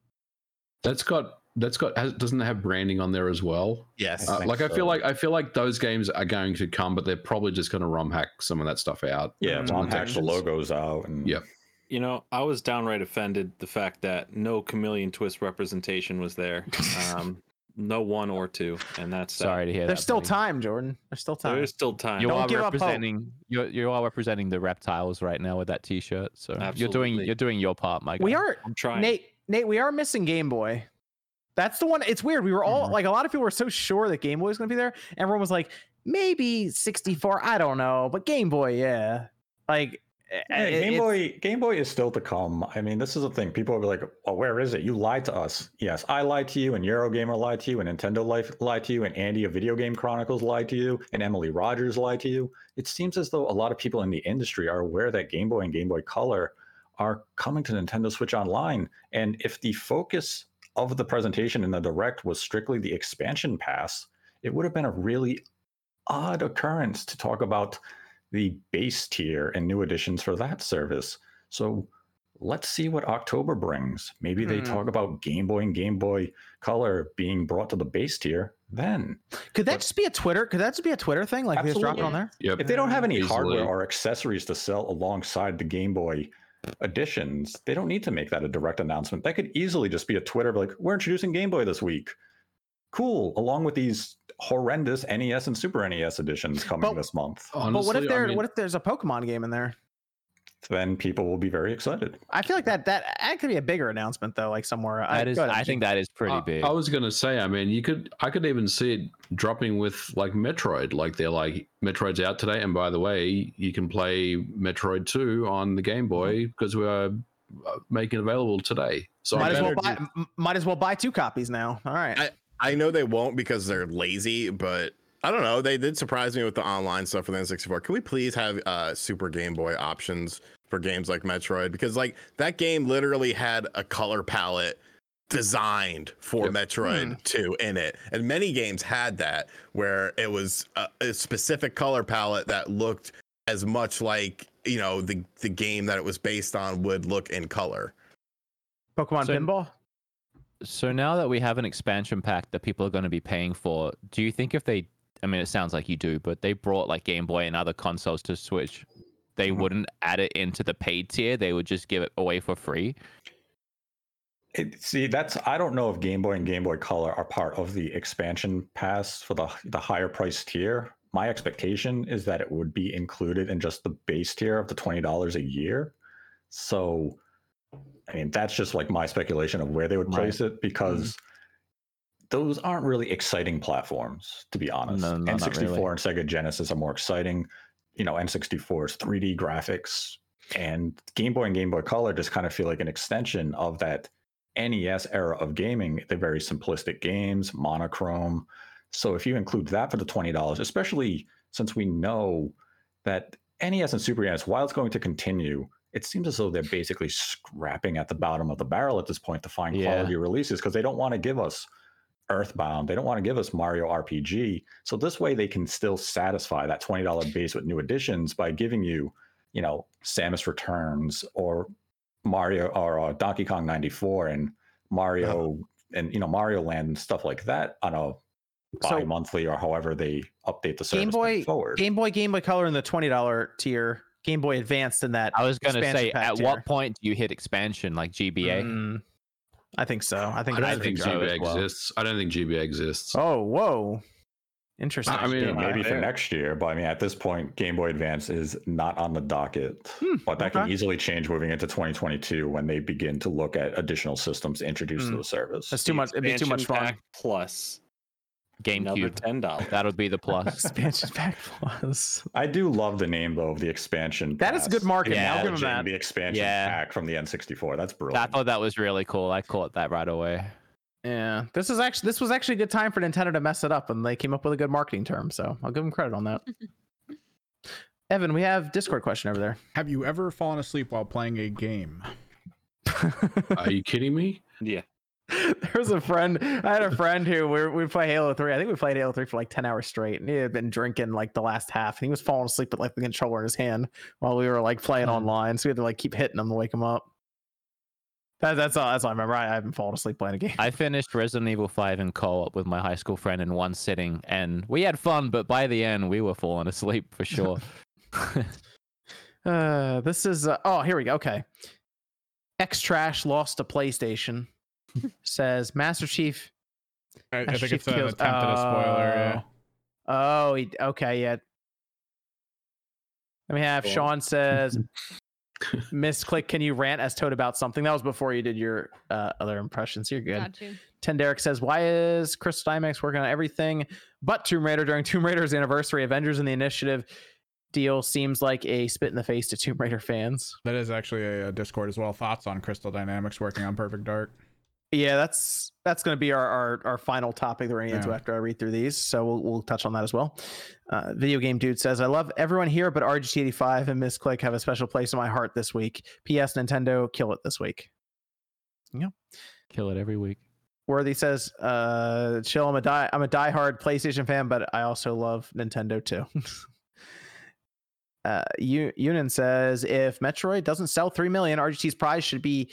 D: That's got that's got has, doesn't it have branding on there as well.
E: yes,
G: I
D: Uh,
G: think
D: like I
G: so.
D: feel like I feel like those games are going to come, but they're probably just going to rom hack some of that stuff out.
G: Yeah,
A: Mm.
G: Ron hacks the logos out. And
D: Yep.
F: You know, I was downright offended the fact that no chameleon twist representation was there. Um, no one or two, and that's that.
B: Sorry to hear that.
A: There's still
B: buddy.
A: time, Jordan. There's still time.
F: There's still time.
B: You
A: Don't
B: are
A: give up hope.
B: representing you you are representing the reptiles right now with that T-shirt. So you're doing
F: Absolutely.
B: you're doing your part, Mike.
A: we are
F: I'm trying.
A: Nate. Nate, we are missing Game Boy. That's the one. It's weird. We were all like, a lot of people were so sure that Game Boy was going to be there. Everyone was like, maybe 64. I don't know, but Game Boy, yeah. Like, eh,
G: Yeah,
A: it-
G: Game
A: it's-
G: Boy, Game Boy is still to come. I mean, this is the thing. People are like, "Oh, where is it? You lied to us." Yes, I lied to you, and Eurogamer lied to you, and Nintendo Life lied to you, and Andy of Video Game Chronicles lied to you, and Emily Rogers lied to you. It seems as though a lot of people in the industry are aware that Game Boy and Game Boy Color are coming to Nintendo Switch Online, and if the focus of the presentation in the direct was strictly the expansion pass, it would have been a really odd occurrence to talk about the base tier and new additions for that service. So let's see what October brings. Maybe they
A: Hmm.
G: talk about Game Boy and Game Boy Color being brought to the base tier then.
A: could that just be a Twitter? Could that just be a Twitter thing? Like, we just drop it on
G: Absolutely.
A: there?
D: Yep.
G: If they don't have any
A: Hmm,
D: Easily.
G: hardware or accessories to sell alongside the Game Boy additions, they don't need to make that a direct announcement. That could easily just be a Twitter like, we're introducing Game Boy this week. Cool, along with these horrendous NES and Super NES editions coming
A: But-
G: this month.
A: but what
D: Honestly,
A: if
D: I
A: there?
D: mean-
A: what if there's a Pokemon game in there?
G: Then people will be very excited.
A: I feel like that that that could be a bigger announcement though, like somewhere. uh,
B: That is,
A: go ahead,
B: I
A: Jake.
B: think that is pretty
D: I-
B: big.
D: Uh, I, was gonna say, I mean, you could, I could even see it dropping with like Metroid. Like they're like Metroid's out today, and by the way, you can play Metroid Two on the
A: Mm-hmm.
D: Game Boy because we are uh, making it available today. So
A: might
D: I
A: as well
D: better
A: buy m- might as well buy two copies now. All right.
E: I know they won't because they're lazy, but I don't know. They did surprise me with the online stuff for the N64. Can we please have uh, Super Game Boy options for games like Metroid? Because like that game literally had a color palette designed for
D: Yep.
E: Metroid 2 in it. And many games had that where it was a, a specific color palette that looked as much like, you know, the the game that it was based on would look in color.
A: Pokemon
B: So-
A: Pinball.
B: so now that we have an expansion pack that people are going to be paying for, do you think if they, I mean, it sounds like you do, but they brought like Game Boy and other consoles to Switch, they wouldn't add it into the paid tier. They would just give it away for free.
G: It, see, that's I don't know if Game Boy and Game Boy Color are part of the expansion pass for the the higher price tier. My expectation is that it would be included in just the base tier of the twenty dollars a year. So, I mean, that's just like my speculation of where they would
B: Right.
G: place it because those aren't really exciting platforms, to be honest.
B: No, no, not
G: N64
B: really.
G: and Sega Genesis are more exciting. You know, N64's 3D graphics and Game Boy and Game Boy Color just kind of feel like an extension of that NES era of gaming. They're very simplistic games, monochrome. So if you include that for the $20, especially since we know that NES and Super NES, while it's going to continue, it seems as though they're basically scrapping at the bottom of the barrel at this point to find
B: Yeah.
G: quality releases because they don't want to give us Earthbound. They don't want to give us Mario RPG. So this way they can still satisfy that $20 base with new additions by giving you, you know, Samus Returns or Mario or uh, Donkey Kong 94 and Mario
A: Uh-huh.
G: and you know Mario Land and stuff like that on a
A: So-
G: bi-monthly or however they update the service
A: Game
G: going
A: Boy-
G: forward.
A: Game Boy, Game Boy Color in the twenty dollar tier. Game Boy Advanced in that.
B: I was going to
A: Expansion
B: say,
A: pack
B: at
A: tier.
B: what point do you hit expansion like GBA?
A: Mm, I think so. I think.
D: I
A: that's
D: don't
A: the
D: think
A: big driver.
B: so
D: GBA
B: as well.
D: exists. I don't think GBA exists.
A: Oh, whoa. Interesting.
D: I mean,
G: Yeah, maybe for
F: fair.
G: next year, but I mean at this point, Game Boy Advance is not on the docket.
A: Hmm,
G: but that can
A: okay.
G: easily change moving into 2022 when they begin to look at additional systems introduced
A: Hmm.
G: to the service.
A: that's too much. It'd be too much
F: Expansion
A: fun.
F: pack Plus another
B: GameCube.
F: ten dollars.
B: That would be the plus.
A: Expansion pack plus.
G: I do love the name though of the expansion.
A: That is good marketing.
B: I'll
A: give him
G: acknowledging
A: that.
G: The expansion
B: Yeah.
G: pack from the N64. That's
B: I
G: brilliant.
B: thought that was really cool. I caught that right away.
A: Yeah, this is actually this was actually a good time for Nintendo to mess it up, and they came up with a good marketing term. So I'll give them credit on that. Evan, we have Discord question over there.
H: Have you ever fallen asleep while playing a game?
D: Are you kidding me?
F: Yeah.
A: There's a friend. I had a friend who we we play Halo Three. I think we played Halo Three for like ten hours straight, and he had been drinking like the last half. And he was falling asleep with like the controller in his hand while we were like playing online. So we had to like keep hitting him to wake him up. That, that's all. That's all I remember. I, I haven't fallen asleep playing a game.
B: I finished Resident Evil 5 in co-op with my high school friend in one sitting, and we had fun, but by the end, we were falling asleep for sure.
A: Uh, this is uh, oh, here we go. Okay, X Trash lost to PlayStation. says Master Chief
I: I, I think
A: That shift
I: it's an
A: kills-
I: attempt at a spoiler. Yeah.
A: Oh, he, okay, yeah. Let me have
F: Cool.
A: Sean says, Miss Click, can you rant as Toad about something? That was before you did your uh, other impressions. You're good.
C: Got you.
A: Tenderic says, Why is Chris Stymax working on everything but Tomb Raider during Tomb Raider's anniversary? Avengers and the Initiative deal seems like a spit in the face to Tomb Raider fans.
I: That is actually a, uh Discord as well. Thoughts on Crystal Dynamics working on Perfect Dark?
A: Yeah, that's that's going to be our, our our final topic that we're going into
I: Yeah.
A: after I read through these. So we'll we'll touch on that as well. Uh, Video game dude says, "I love everyone here, but RGT85 and Miss Click have a special place in my heart this week. P.S. Nintendo, kill it this week."
B: Kill it every week.
A: Worthy says, uh, "Chill, I'm a die I'm a diehard PlayStation fan, but I also love Nintendo too." uh, U- Yunin says, "If Metroid doesn't sell three million, RGT's prize should be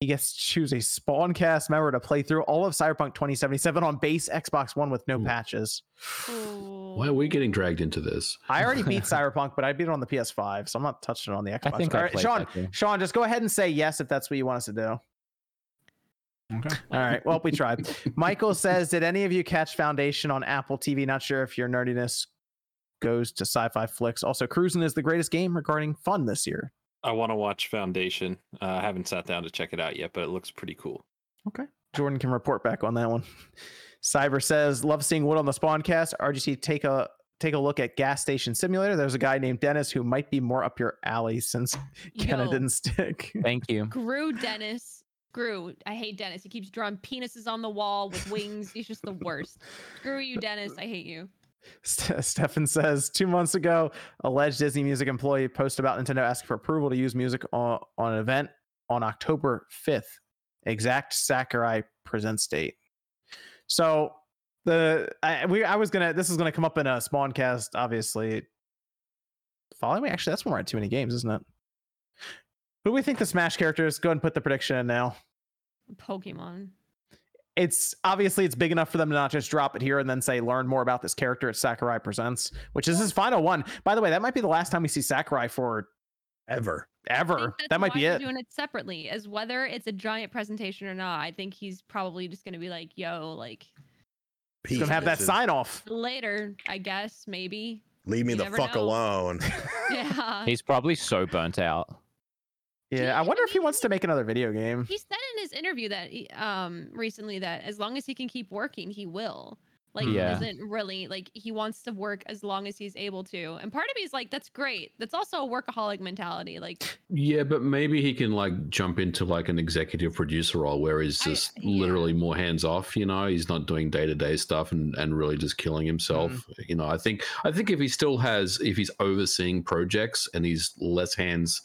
A: he gets to choose a Spawncast member to play through all of Cyberpunk 2077 on base Xbox One with no
B: Hmm.
D: Ooh.
A: patches.
D: Why are we getting dragged into this?
A: I already beat Cyberpunk, but I beat it on the PS5, so I'm not touching it on the Xbox.
B: I think
A: all
B: I
A: right,
B: played
A: Sean,
B: that game.
A: Sean, just go ahead and say yes if that's what you want us to do."
I: Okay.
A: All right. Well, we tried. Michael says, Did any of you catch Foundation on Apple TV? Not sure if your nerdiness goes to sci fi flicks. Also, Cruisin' is the greatest game regarding fun this year.
F: I want to watch Foundation. Uh, I haven't sat down to check it out yet, but it looks pretty cool.
A: Jordan can report back on that one. Cyber says, Love seeing Wood on the Spawncast. RGC, take a take a look at Gas Station Simulator. There's a guy named Dennis who might be more up your alley since Kenna
C: Yo,
A: didn't stick.
B: Thank you.
C: Grew Dennis. Grew. I hate Dennis. He keeps drawing penises on the wall with wings. He's just the worst. Screw you, Dennis. I hate you.
A: Ste- Stefan says two months ago, alleged Disney Music employee posted about Nintendo asking for approval to use music on, on an event on October 5th, exact Sakurai presents date. So the I, we I was gonna this is gonna come up in a spawncast, obviously. Following me, actually, that's when we're at too many games, isn't it? Who do we think the Smash character is? Go ahead and put the prediction in now
C: Pokemon.
A: it's obviously it's big enough for them to not just drop it here and then say learn more about this character at Sakurai Presents, which is his final one. By the way, that might be the last time we see Sakurai for
E: Ever.
C: I think
A: ever.
C: that's
A: That might
C: why
A: be
C: they're
A: it.
C: Doing it separately, as whether it's a giant presentation or not. I think he's probably just gonna be like, "Yo, like
A: He's gonna have that sign off.
C: later, I guess, maybe."
E: Leave me
C: You
E: the
C: never
E: fuck
C: know.
E: alone.
C: Yeah.
B: He's probably so burnt out.
A: Yeah, I wonder if he wants to make another video game.
C: he said in his interview that he- um recently that as long as he can keep working he will like
B: Yeah.
C: he doesn't really like he wants to work as long as he's able to and part of me is like that's great that's also a workaholic mentality like
D: Yeah, but maybe he can like jump into like an executive producer role where he's
C: I-
D: just
C: yeah.
D: literally more hands off. You know, he's not doing day to day stuff and and really just killing himself. You know, I think I think if he still has if he's overseeing projects and he's less hands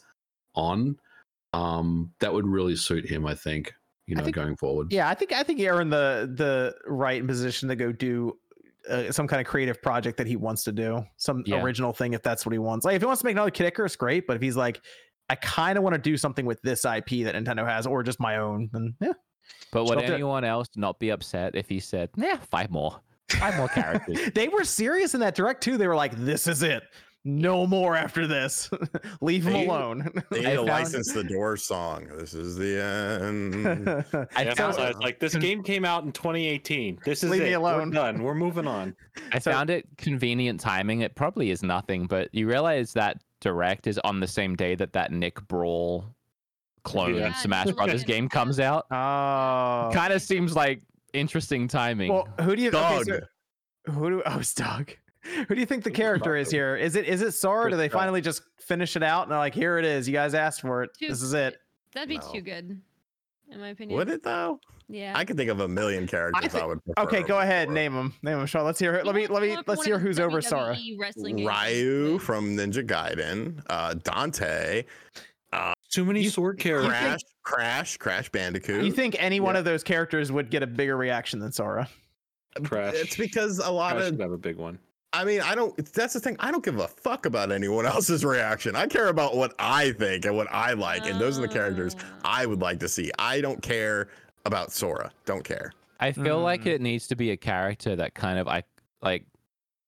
D: on, um, that would really suit him. I think you
A: I
D: know
A: think-
D: going forward.
A: Yeah, I think I think he earned the the right and position to go do uh, some kind of creative project that he wants to do, some
B: Yeah.
A: original thing if that's what he wants. Like if he wants to make another Kid Icarus, great. But if he's like, I kind of want to do something with this IP that Nintendo has, or just my own, then yeah.
B: But would
A: Stop it.
B: anyone else not be upset if he said, "Yeah, five more, five more characters"?
A: they were serious in that direct too. They were like, "This is it. No more after this. Leave him
E: They-
A: alone."
E: They need
B: I
E: to
B: found-
E: license the door song. This is the end.
B: I
F: Yeah,
B: found,
F: so it's like this game came out in 2018. This is
A: Leave
F: it.
A: me alone.
F: We're done. We're moving on.
B: I
A: so-
B: found it convenient timing. It probably is nothing, but you realize that direct is on the same day that that Nick Brawl clone
F: Yeah,
B: Smash
C: Nick
B: Brothers
C: Brawl.
B: game comes out.
A: oh,
B: Kind of seems like interesting timing.
A: well, who do you? Okay,
E: Dog.
A: so who do? Oh, it's Doug. Who do you think the character is here? Is it is it Sora? Do they
F: Chris Doug.
A: finally just finish it out and they're like, "Here it is. You guys asked for it.
C: Dude,
A: This is it."
C: that'd be
E: No.
C: too good in my opinion
E: Would it though?
C: yeah
E: I could think of a million characters I,
A: think-
E: would prefer.
A: Okay, go ahead.
E: over.
A: Name them. Name them, Sean. Let's hear it.
C: You
A: Let me
C: want
A: let me
C: someone from
A: let's
C: one
A: hear
C: of the
A: who's over Sora.
C: WWE E wrestling games, like,
E: Ryu
C: wait.
E: from Ninja Gaiden, uh, Dante,
F: Too many sword characters.
E: Crash, Crash, Crash Bandicoot.
A: You think any one
F: Yeah.
A: of those characters would get a bigger reaction than Sora?
F: Crash.
E: It's because a lot
F: Crash
E: of
F: should have a big one.
E: I mean, I don't. That's the thing. I don't give a fuck about anyone else's reaction. I care about what I think and what I like, and those are the characters
C: Ah.
E: I would like to see. I don't care about Sora. Don't care.
B: I feel like
A: Mm.
B: it needs to be a character that kind of I like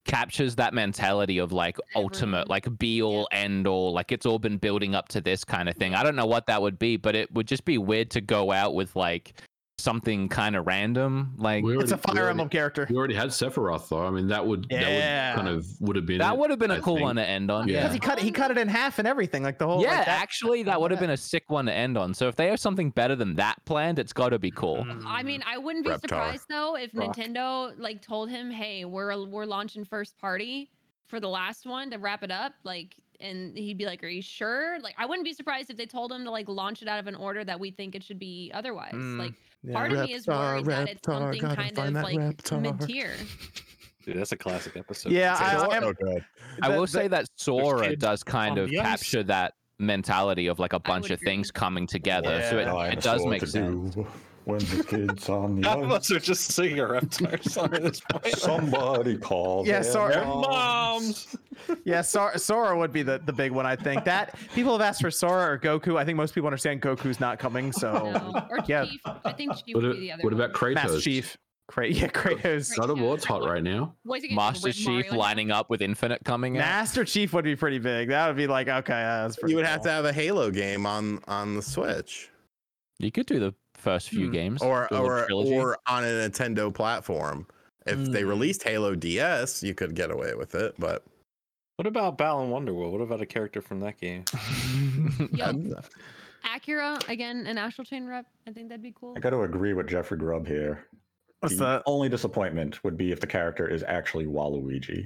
B: captures that mentality of like ultimate,
C: Everyone.
B: like be all end all, like it's all been building up to this kind of thing. I don't know what that would be, but it would just be weird to go out with like something kind of random. Like
D: We
A: It's a
D: already- we
A: Fire
D: already-
A: Emblem character.
D: We already had Sephiroth though. I mean, that would
A: Yeah.
D: that would kind of would have been
B: that
D: it,
B: would have been a
D: I
B: cool
D: think.
B: one to end on.
D: Yeah.
A: Because he cut he cut it in half and everything, like the whole. like
B: yeah,
A: that-
B: actually, that would have been a sick one to end on. So if they have something better than that planned, it's got to be cool.
C: I mean, I wouldn't be
E: Reptar.
C: surprised though if
E: Rock.
C: Nintendo like told him, "Hey, we're we're launching first party for the last one to wrap it up." Like, and he'd be like, "Are you sure?" Like, I wouldn't be surprised if they told him to like launch it out of an order that we think it should be otherwise.
A: Mm,
C: Like,
A: yeah.
C: part of me is worried that it's
E: Reptar,
C: something
E: gotta
C: kind
E: find
C: of
E: that
C: like
E: Reptar.
C: mid tier.
F: Dude, that's a classic episode.
A: Yeah, I,
E: So-
A: I am,
E: oh, God.
B: I
A: that-
B: will
A: that-
B: say that Sora
J: kids
B: does kind
J: on
B: of
J: the ice.
B: capture that mentality of like a bunch
C: would
B: of
C: agree.
B: things coming together.
A: Yeah.
B: So
A: Well,
G: I
B: it,
G: have
B: it
G: a
B: does
G: sword
B: make
G: to
B: sense.
G: do When the kids on the
F: Half of
G: ice.
F: us are just singing a Reptar song at this point.
G: Somebody call.
A: Yeah,
G: their
A: sorry.
G: moms.
F: Moms.
A: yeah, Sora, Sora would be the, the big one, I think. That people have asked for Sora or Goku. I think most people understand Goku's not coming, so
C: No. Or
A: Oh, Yeah.
C: Chief. I think Chief
D: What,
C: would
D: a-
C: be the other
D: what
C: one.
D: about Kratos?
A: Master Chief, Kra- yeah, Kratos,
D: God of War's hot right now.
C: What is it gonna be,
B: Master
C: Red
B: Chief
C: Mario?
B: lining up with Infinite coming out.
A: Master Chief would be pretty big. That would be like okay, yeah, that's pretty.
E: You would have
A: cool.
E: to have a Halo game on on the Switch
B: You could do the first few
A: Hmm.
B: games
E: or
B: do a
E: or
B: trilogy.
E: or on a Nintendo platform. If they released Halo DS, you could get away with it, but
F: What about Balan Wonderworld? What about a character from that game?
C: Yo,
E: I'm-
C: Acura again, an Astral Chain rep. I think that'd be cool.
G: I got to agree with Jeffrey Grubb here.
A: What's
G: the
A: that?
G: only disappointment would be if the character is actually Waluigi.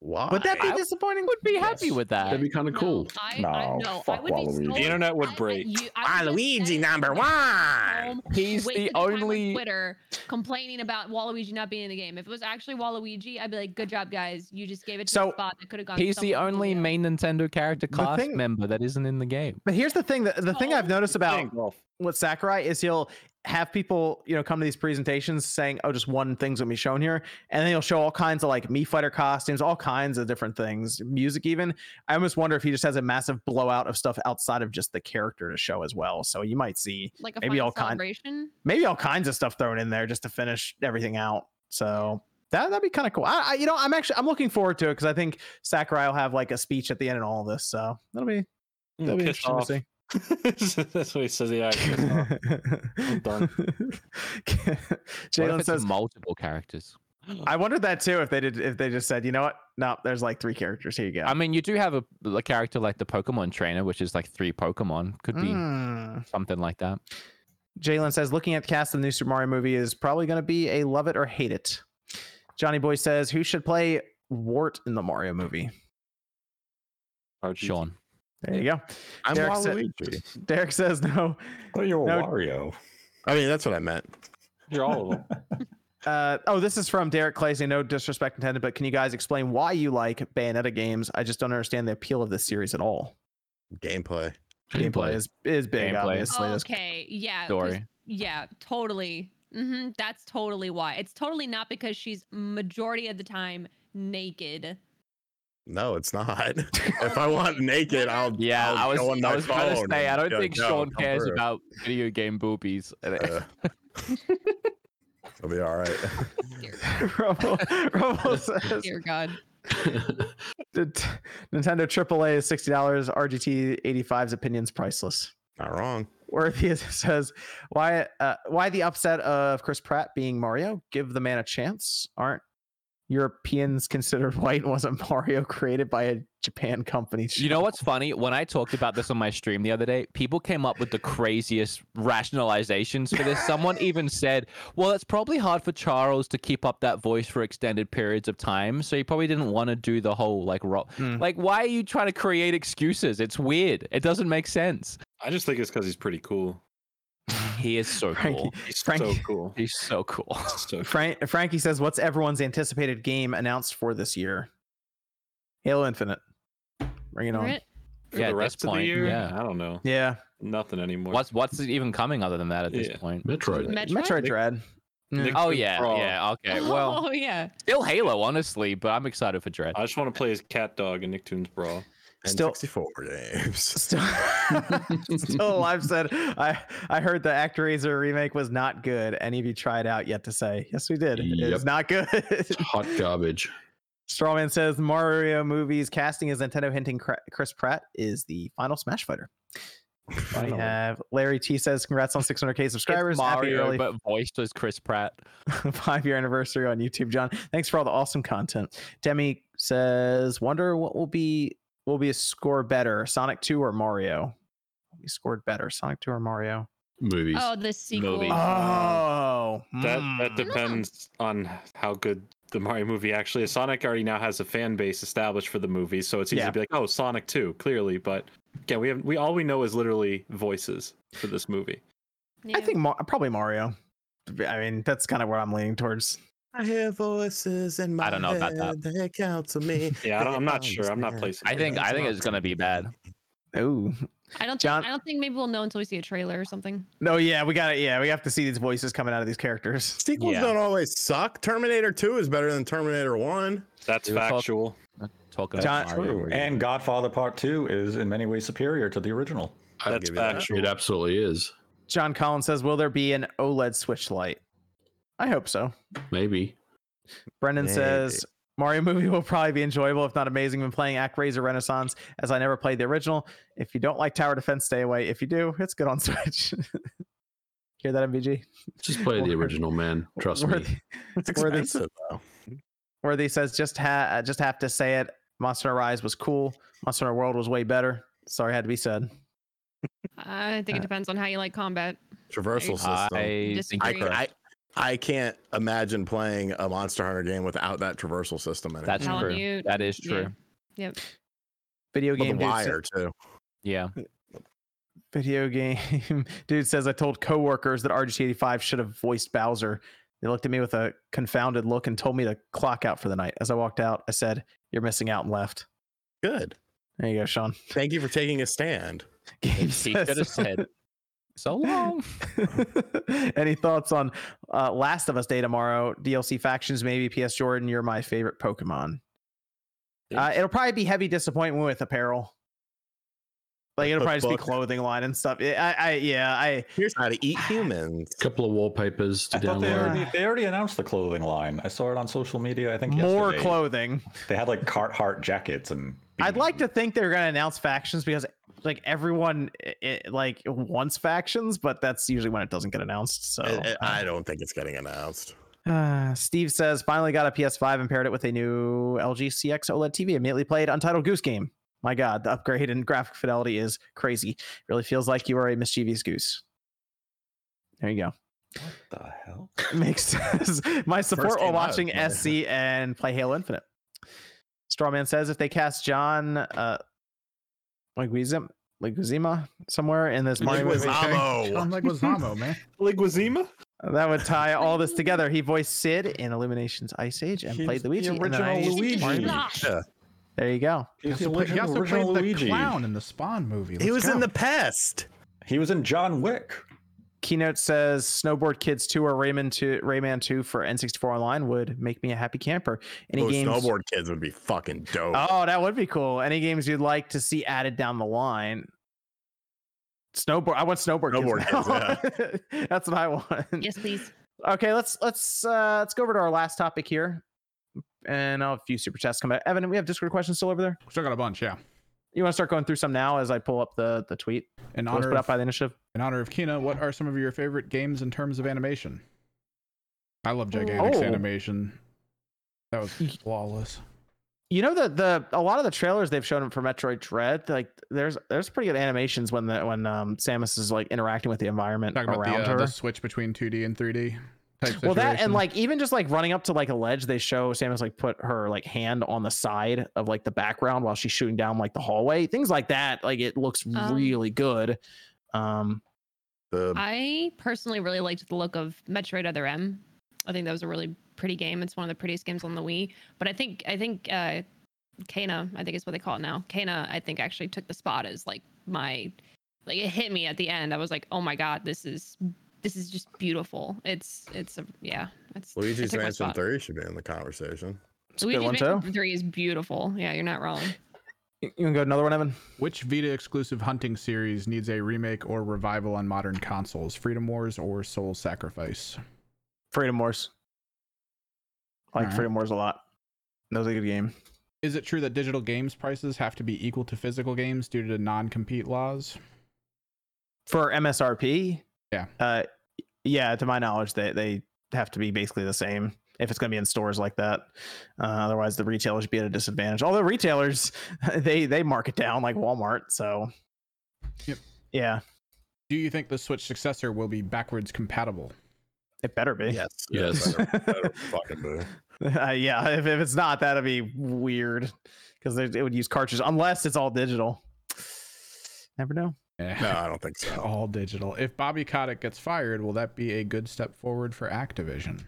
E: why?
A: Would that be
B: I
A: disappointing?
B: would be happy with that.
D: That'd be kind of cool.
C: I,
G: No,
C: I, no, I
G: fuck
C: would be
G: Waluigi.
F: The internet would break.
E: Waluigi number
C: um,
E: one.
B: He's the only-
C: Twitter complaining about Waluigi not being in the game. If it was actually Waluigi, I'd be like, "Good job, guys! You just gave it to
A: So,
C: a spot that could have gone."
B: He's the
C: somewhere
B: only
C: else."
B: main Nintendo character
A: The
B: cast
A: thing-
B: member that isn't in the game.
A: But here's the thing that the
C: Oh.
A: thing I've noticed about
F: Dang, golf.
A: with Sakurai is he'll have people, you know, come to these presentations saying, "Oh, just one thing's gonna be shown here," and then he'll show all kinds of like Mii Fighter costumes, all kinds of different things, music even. I almost wonder if he just has a massive blowout of stuff outside of just the character to show as well. So you might see
C: like a
A: maybe
C: maybe
A: all
C: all
A: kind-
C: celebration.
A: maybe all kinds of stuff thrown in there just to finish everything out. So that that'd be kind of cool. I, I, you know, I'm actually I'm looking forward to it because I think Sakurai will have like a speech at the end and all this. So that'll be
F: Mm,
A: that'll be
F: piss
A: interesting
F: off.
A: to see.
F: That's what he says. Yeah, piss off. I'm done.
B: What if
A: Jalen
B: it's
A: says,
B: multiple characters?
A: "I wondered that too. If they did, if they just said, you know what? No, there's like three characters. Here you go."
B: I mean, you do have a, a character like the Pokemon trainer, which is like three Pokemon. Could be
A: Mm.
B: something like that.
A: Jalen says, "Looking at the cast of the new Super Mario movie is probably going to be a love it or hate it." Johnny Boy says, "Who should play Wart in the Mario movie?"
F: RG.
B: Sean.
A: There you go.
E: I'm
A: Derek said-
E: Waluigi.
A: Derek says no.
G: Oh, you're
A: No.
G: Wario.
E: I mean, that's what I meant.
F: You're all of them.
A: Uh, oh, this is from Derek Clay. No disrespect intended, but can you guys explain why you like Bayonetta games? I just don't understand the appeal of this series at all.
E: Gameplay.
A: Gameplay is is big,
B: Gameplay.
A: obviously. That's-
C: Okay, yeah, 'cause-
B: Story.
C: yeah, totally. hmm that's totally why. It's totally not because she's majority of the time naked.
E: No, it's not. if I want naked, I'll
B: Yeah,
E: I'll
B: I was,
E: go on my
B: I was going to
E: phone
B: say, I
E: and
B: don't
E: go,
B: think
E: "No,
B: Sean
E: come
B: cares
E: through."
B: about video game boobies.
E: Uh, It'll be all right.
C: Dear,
A: Rubble, Rubble says
C: dear God.
A: "Nt- Nintendo AAA is sixty dollars. RGT 85's opinions priceless.
E: Not wrong.
A: Worthy says, "Why? Uh, why the upset of Chris Pratt being Mario? Give the man a chance. Aren't Europeans considered white? Wasn't Mario created by a Japan company?
B: You know what's funny? When I talked about this on my stream the other day, people came up with the craziest rationalizations for this. Someone even said, "Well, it's probably hard for Charles to keep up that voice for extended periods of time, so he probably didn't want to do the whole like ro-
A: Mm.
B: like why are you trying to create excuses? It's weird. It doesn't make sense.
F: I just think it's because he's pretty cool.
B: He is so
A: Frankie-
B: cool.
F: He's so
A: Frankie-
F: cool.
B: He's so cool.
F: So
A: Frank, Frankie says, "What's everyone's anticipated game announced for this year? Halo Infinite. Bring it
C: We're
A: on.
C: at-
F: for
B: Yeah, at
F: the
B: this
F: rest of
B: point,
F: the year,
B: yeah.
F: I don't know.
A: Yeah,
F: Nothing anymore.
B: What's what's even coming other than that at this
F: Yeah.
B: point?
D: Metroid.
C: Metroid?
A: Metroid Dread. Yeah.
F: Nick
B: Oh
F: Big
B: yeah,
F: Frog.
B: yeah. Okay, well,
C: oh yeah.
B: still Halo, honestly, but I'm excited for Dread.
F: I just want to play as Cat Dog and Nicktoons Brawl.
A: Still,
E: 64 games.
A: still, still alive. Said I. I heard the Actraiser remake was not good. Any of you tried out yet to say? Yes, we did. It's
D: Yep.
A: not good.
D: Hot garbage.
A: Strawman says Mario movies casting as Nintendo hinting Cra- Chris Pratt is the final Smash fighter. We have Larry T says, "Congrats on 600k subscribers!
B: It's
A: Happy
B: Mario,
A: early
B: but voiced was Chris Pratt.
A: five year anniversary on YouTube, John. Thanks for all the awesome content." Demi says, "Wonder what will be will be a score better, Sonic 2 or Mario? We scored better, Sonic 2 or Mario?
D: movies.
C: Oh, the sequel.
B: Movie.
A: Oh,
F: That that
A: mm.
F: depends on how good the Mario movie actually is. Sonic already now has a fan base established for the movie, so it's easy
A: Yeah.
F: to be like, oh, Sonic Two, clearly. But again, we have we all we know is literally voices for this movie.
C: Yeah.
A: I think Ma- probably Mario. I mean, that's kind of what I'm leaning towards.
E: I hear voices in my
B: I don't know about that.
E: head, They count to me.
F: Yeah, I
E: They
F: don't, I'm not sure. I'm not
E: understand.
F: placing.
B: I
F: it.
B: think I think it's gonna be bad.
A: Oh,
C: I don't. Think,
A: John-
C: I don't think maybe we'll know until we see a trailer or something.
A: no, yeah, we got to Yeah, we have to see these voices coming out of these characters.
E: Sequels
B: Yeah.
E: don't always suck. Terminator 2 is better than Terminator 1.
F: that's
B: Dude, fuck.
F: factual.
B: Talking
A: John-
B: about Mario.
G: True. And Godfather Part Two is in many ways superior to the original.
D: I'd
F: That's
E: give you that.
F: factual.
D: It absolutely is.
A: John Collins says, "Will there be an OLED Switch Lite?" I hope so.
D: Maybe.
A: Brendan says. Mario movie will probably be enjoyable if not amazing when playing ActRaiser Renaissance, as I never played the original. If you don't like tower defense, stay away. If you do, it's good on Switch. Hear that, MVG?
D: Just play the
A: Worth-
D: original, man. Trust me.
A: Worthy-
E: It's
A: Worthy-
E: expensive, though.
A: Worthy says, just ha- I just have to say it. Monster Hunter Rise was cool. Monster Hunter World was way better. Sorry, had to be said.
C: I think
A: Uh,
C: it depends on how you like combat.
E: Traversal system. I,
B: I think
C: Disagree.
B: you're correct.
E: I, I can't imagine playing a Monster Hunter game without that traversal system in it.
B: That's
C: telling
B: true.
C: you-
B: That is
C: yeah.
B: true.
A: Video
E: With
A: game
E: the
A: dude sa-
E: wire, too.
B: Yeah.
A: video game dude says I told coworkers that RG85 should have voiced Bowser. They looked at me with a confounded look and told me to clock out for the night. As I walked out, I said, "You're missing out," and left.
E: Good.
A: There you go, Sean.
E: Thank you for taking a stand.
A: Game
B: He should have said so long.
A: Any thoughts on uh, Last of Us Day tomorrow? DLC factions, maybe PS Jordan. You're my favorite Pokemon. Uh, it'll probably be heavy disappointment with apparel. Like it'll
E: the
A: probably just be
E: book.
A: clothing line and stuff. I, I, I- yeah, I.
E: Here's how to eat
B: Ah,
E: humans.
D: couple of wallpapers to
G: I thought they
D: download.
G: already, they already announced the clothing line. I saw it on social media. I think
A: More
G: yesterday.
A: clothing.
G: They had like Carhartt jackets and.
A: I'd like
G: beanies.
A: to think they're going to announce factions because like everyone i i- like wants factions, but that's usually when it doesn't get announced. So
E: I-
A: uh,
E: I, I don't think it's getting announced.
A: Uh, Steve says, finally got a PS5 and paired it with a new LG CX OLED TV. Immediately played Untitled Goose Game. My God, the upgrade in graphic fidelity is crazy. Really feels like you are a mischievous goose. There you go.
G: The hell?
A: Makes sense. My support while
E: game I was
A: watching
E: playing.
A: SC and play Halo Infinite. Strawman says if they cast John uh, Leguizam- Leguizamo somewhere in this Mario movie,
E: Leguizamo.
H: John Leguizamo, man.
F: Liguizima?
A: that would tie all this together. He voiced Sid in Illuminations Ice Age and
G: He's
A: played
G: the
A: Luigi. in
G: original
E: Oh,
A: Ice Age
G: Luigi.
A: Mario. There you go.
G: He
H: He
G: was the
H: also, play, he
G: origi-
H: also played
G: original
H: the
G: Luigi.
H: clown in the Spawn movie.
E: He was
H: Let's
E: in
H: go.
E: the pest.
G: He was in John Wick.
A: Keynote says Snowboard Kids 2 or Rayman 2 Rayman 2 for N64 Online would make me a happy camper. Any
E: Those
A: games
E: Oh, snowboard kids would be fucking dope.
A: Oh, that would be cool. Any games you'd like to see added down the line? Snowboard. I want snowboard.
E: Snowboard
A: kids. now. That's what I want.
C: Yes, please.
A: Okay, let's let's uh let's go over to our last topic here. And I'll have a few super chats come back. Evan, we have Discord questions still over there.
H: Still got a bunch, yeah.
A: You want to start going through some now as I pull up the the tweet
H: In
A: that was
H: honor,
A: put
H: of,
A: out by the initiative?
H: in honor of Kina, what are some of your favorite games in terms of animation? I love Gigantix
A: Oh.
H: animation. That was flawless.
A: You know the the a lot of the trailers they've shown for Metroid Dread, like there's there's pretty good animations when the when um Samus is like interacting with the environment
H: Talking about
A: around
H: the, uh,
A: her.
H: the switch between 2D and 3D. Type
A: Well, that
H: situation.
A: and like even just like running up to like a ledge, they show Samus like put her like hand on the side of like the background while she's shooting down like the hallway, things like that. Like it looks
C: Um,
A: really good. Um,
E: The-
C: I personally really liked the look of Metroid Other M. I think that was a really pretty game. It's one of the prettiest games on the Wii. But I think I think uh, Kana, I think is what they call it now. Kana, I think actually took the spot as like my like it hit me at the end. I was like, oh my god, this is this is just beautiful. It's it's a yeah. It's it
E: Luigi's
C: took my
E: Mansion
C: spot.
E: 3 should be in the conversation.
A: a good
C: Luigi's
A: one,
C: Mansion
A: too.
C: Three is beautiful. Yeah, you're not wrong.
A: you you can go another one, Evan.
H: Which Vita exclusive hunting series needs a remake or revival on modern consoles? Freedom Wars or Soul Sacrifice?
A: Freedom Wars. I like
H: Alright.
A: Freedom Wars a lot. That was a good game.
H: Is it true that digital games prices have to be equal to physical games due to non compete laws?
A: for MSRP.
H: Yeah.
A: Uh, yeah. To my knowledge, they they have to be basically the same if it's going to be in stores like that. Uh, otherwise, the retailers be at a disadvantage. Although retailers, they they mark it down like Walmart. So.
H: Yep.
A: Yeah,
H: Do you think the Switch successor will be backwards compatible?
A: it better be.
E: Yes.
D: Yes.
E: Better, better fucking be.
A: Uh, yeah, if, if it's not, that'd be weird because it would use cartridges unless it's all digital. Never know.
H: Yeah.
E: No, I don't think so.
H: Eh, All digital. If Bobby Kotick gets fired, will that be a good step forward for Activision?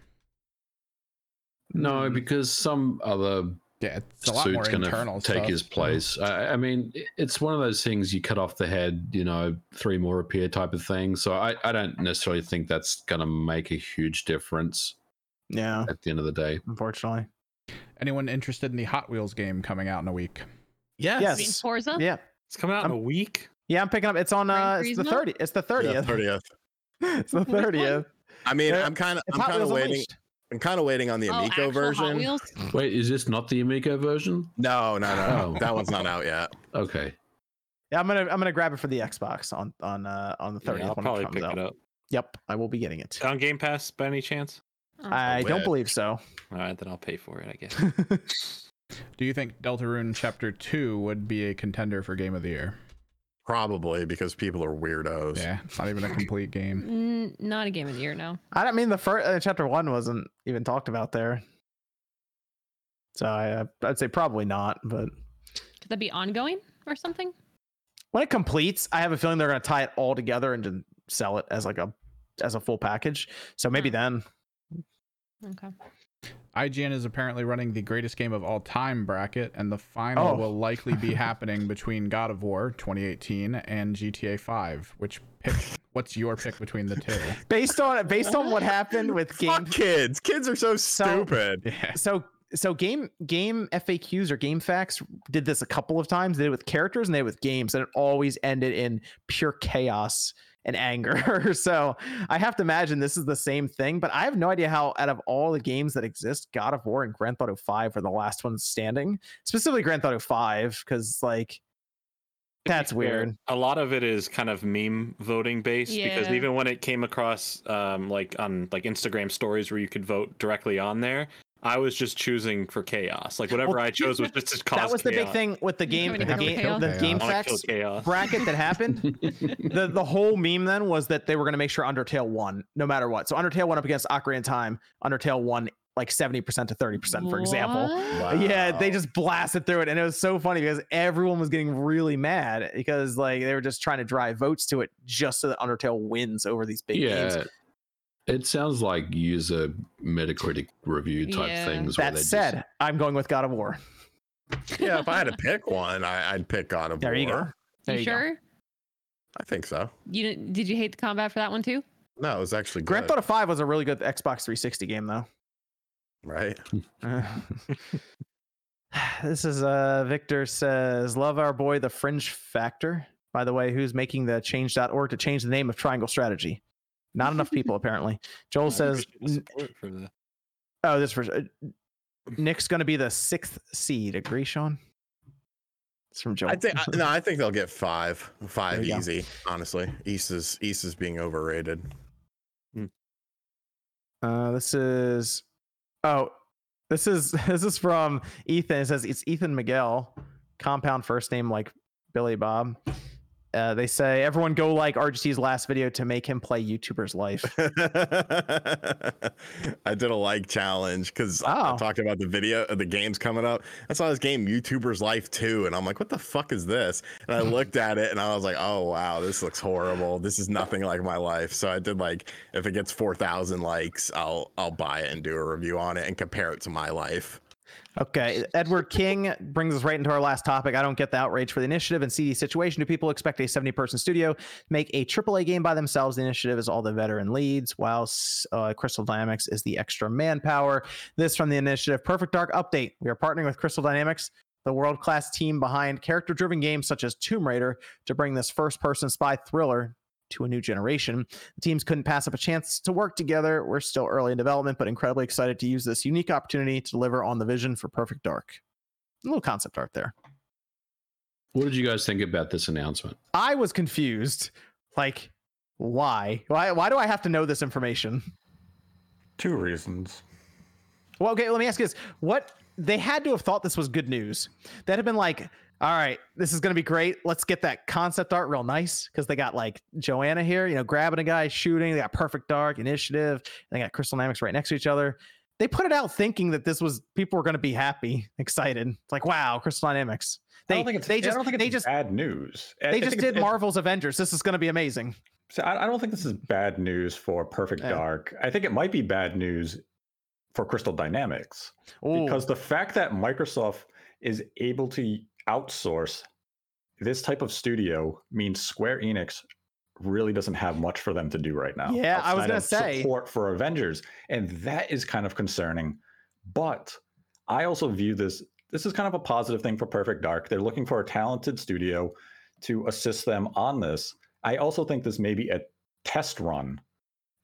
E: Mm.
D: No, because some other
H: Yeah, it's a lot more
D: suit's going
H: internal
D: to take
H: stuff.
D: his place. I, I mean, i- it's one of those things you cut off the head, you know, three more appear type of thing. So I, I don't necessarily think that's going to make a huge difference
A: Yeah,
D: at the end of the day.
A: unfortunately.
H: Anyone interested in the Hot Wheels game coming out in a week?
F: Yes.
C: I mean,
A: Yes.
C: Forza.
A: Yeah,
F: It's coming out
A: I'm-
F: in a week.
A: yeah. I'm picking up. It's on. Uh,
C: Gran
A: it's the
C: Turismo?
A: thirty. It's the
E: Yeah,
A: Oh, thirtieth.
E: 30th.
A: it's the
C: Which one?
A: thirtieth.
E: I mean,
A: Yeah.
E: I'm kind of
A: It's
E: I'm
A: Hot
E: kind of
A: Wheels
E: waiting.
A: Unleashed.
E: I'm kind of waiting on the
C: oh,
E: Amico
C: actual Hot
E: version.
C: Wheels.
H: Hmm.
D: Wait, is this not the Amico version?
E: No, no, no, no.
D: Oh.
E: that one's not out yet.
D: Okay.
A: Yeah, I'm gonna I'm gonna grab it for the Xbox on on uh on the
F: Yeah,
A: thirtieth
F: I'll
A: when it
F: probably
A: comes
F: pick
A: out.
F: it up.
A: Yep, I will be getting it.
F: On Game Pass by any chance?
C: Oh.
A: I don't
E: wish.
A: believe so.
F: All right, then I'll pay for it, I guess.
H: Do you think Deltarune Chapter 2 would be a contender for Game of the Year?
E: Probably because people are weirdos.
H: Yeah, it's not even a complete game.
C: Mm, not a game of the year now.
A: I don't mean the first uh, chapter one wasn't even talked about there. So I, uh, I'd say probably not, but
C: Could that be ongoing or something?
A: when it completes, I have a feeling they're going to tie it all together and just sell it as like a as a full package. So maybe
C: Hmm.
A: then,
C: Okay.
H: IGN is apparently running the greatest game of all time bracket, and the final
A: Oh.
H: will likely be happening between God of War 2018 and GTA 5. Which pick? What's your pick between the two?
A: based on based on what happened with game,
E: Fuck kids. Kids are so
A: So-
E: stupid.
H: Yeah.
A: so so game game FAQs or game facts did this a couple of times. They did it with characters and they did it with games, and it always ended in pure chaos and anger. so I have to imagine this is the same thing, but I have no idea how out of all the games that exist, God of War and Grand Theft Auto 5 are the last ones standing. Specifically Grand Theft Auto 5, because like that's weird.
F: A lot of it is kind of meme voting based because
C: Yeah.
F: even when it came across um, like on like Instagram stories where you could vote directly on there, I was just choosing for chaos. Like whatever I chose was just to cause
A: that was the big
F: chaos.
A: thing with the
C: You
A: game,
C: don't
A: the
C: even know
A: game,
C: chaos.
A: the game
F: I wanna kill
A: facts
F: chaos.
A: bracket that happened. the the whole meme then was that they were going to make sure Undertale won no matter what. So Undertale went up against Ocarina of Time. Undertale won like seventy percent to thirty percent, for example.
C: What?
A: Yeah, they
E: Wow.
A: just blasted through it, and it was so funny because everyone was getting really mad because like they were just trying to drive votes to it just so that Undertale wins over these big games.
D: Yeah. It sounds like user Metacritic review type
C: Yeah.
D: things. where
A: That
D: they just-
A: said, I'm going with God of War.
E: Yeah, if I had to pick one, I, I'd pick God of
A: There
E: War.
A: you go. There
C: You,
A: you go.
C: sure?
E: I think so.
C: You didn't, did you hate the combat for that one too?
E: No, it was actually good.
A: Grand Theft Auto Five was a really good Xbox 360 game though.
E: right?
A: this is uh Victor says, Love our boy the fringe factor. By the way, who's making the change.org to change the name of triangle strategy? Not enough people, apparently. Joel says,
F: I appreciate the support for the-
A: Oh, this for uh, Nick's gonna be the sixth seed. Agree, Sean? It's from Joel.
E: I think I- no, I think they'll get five, five
A: There you go.
E: easy. Honestly, East is East is being overrated.
A: Uh, this is oh, this is this is from Ethan. It says it's Ethan Miguel, compound first name like Billy Bob. Uh, they say everyone go like RGT's last video to make him play YouTuber's life.
E: I did a like challenge because I
A: Oh.
E: talked about the video of the games coming up. I saw this game, YouTuber's Life 2, and I'm like, what the fuck is this? And I looked at it and I was like, oh, wow, this looks horrible. This is nothing like my life. So I did like, if it gets 4,000 likes, I'll, I'll buy it and do a review on it and compare it to my life.
A: Okay, Edward King brings us right into our last topic. I don't get the outrage for the initiative and CD situation. Do people expect a 70 person studio to make a AAA game by themselves? The initiative is all the veteran leads, while uh, Crystal Dynamics is the extra manpower. This from the initiative Perfect Dark update. We are partnering with Crystal Dynamics, the world class team behind character driven games such as Tomb Raider, to bring this first person spy thriller. To a new generation. The teams couldn't pass up a chance to work together. We're still early in development, but incredibly excited to use this unique opportunity to deliver on the vision for Perfect Dark. A little concept art there.
D: what did you guys think about this announcement?
A: I was confused Like, why? Why? Why do I have to know this information?
G: Two reasons.
A: Well, okay, let me ask you this. What they had to have thought this was good news. They'd have been like, all right, this is gonna be great. Let's get that concept art real nice. Cause they got like Joanna here, you know, grabbing a guy, shooting, they got perfect dark initiative, and they got crystal dynamics right next to each other. They put it out thinking that this was people were gonna be happy, excited. It's like, wow, crystal dynamics. They,
G: I don't think it's,
A: they
G: I
A: just
G: don't think it's
A: they just
G: bad news. I- I
A: they
G: think
A: just
G: it's-
A: did Marvel's Avengers. This is gonna be amazing.
G: So I, I don't think this is bad news for Perfect
A: Yeah.
G: Dark. I think it might be bad news for Crystal Dynamics
A: Ooh.
G: because the fact that Microsoft is able to outsource this type of studio means Square Enix really doesn't have much for them to do right now.
A: Yeah, I was
G: outside
A: gonna
G: of
A: say.
G: support for Avengers, and that is kind of concerning. But I also view this this is kind of a positive thing for Perfect Dark. They're looking for a talented studio to assist them on this. I also think this may be a test run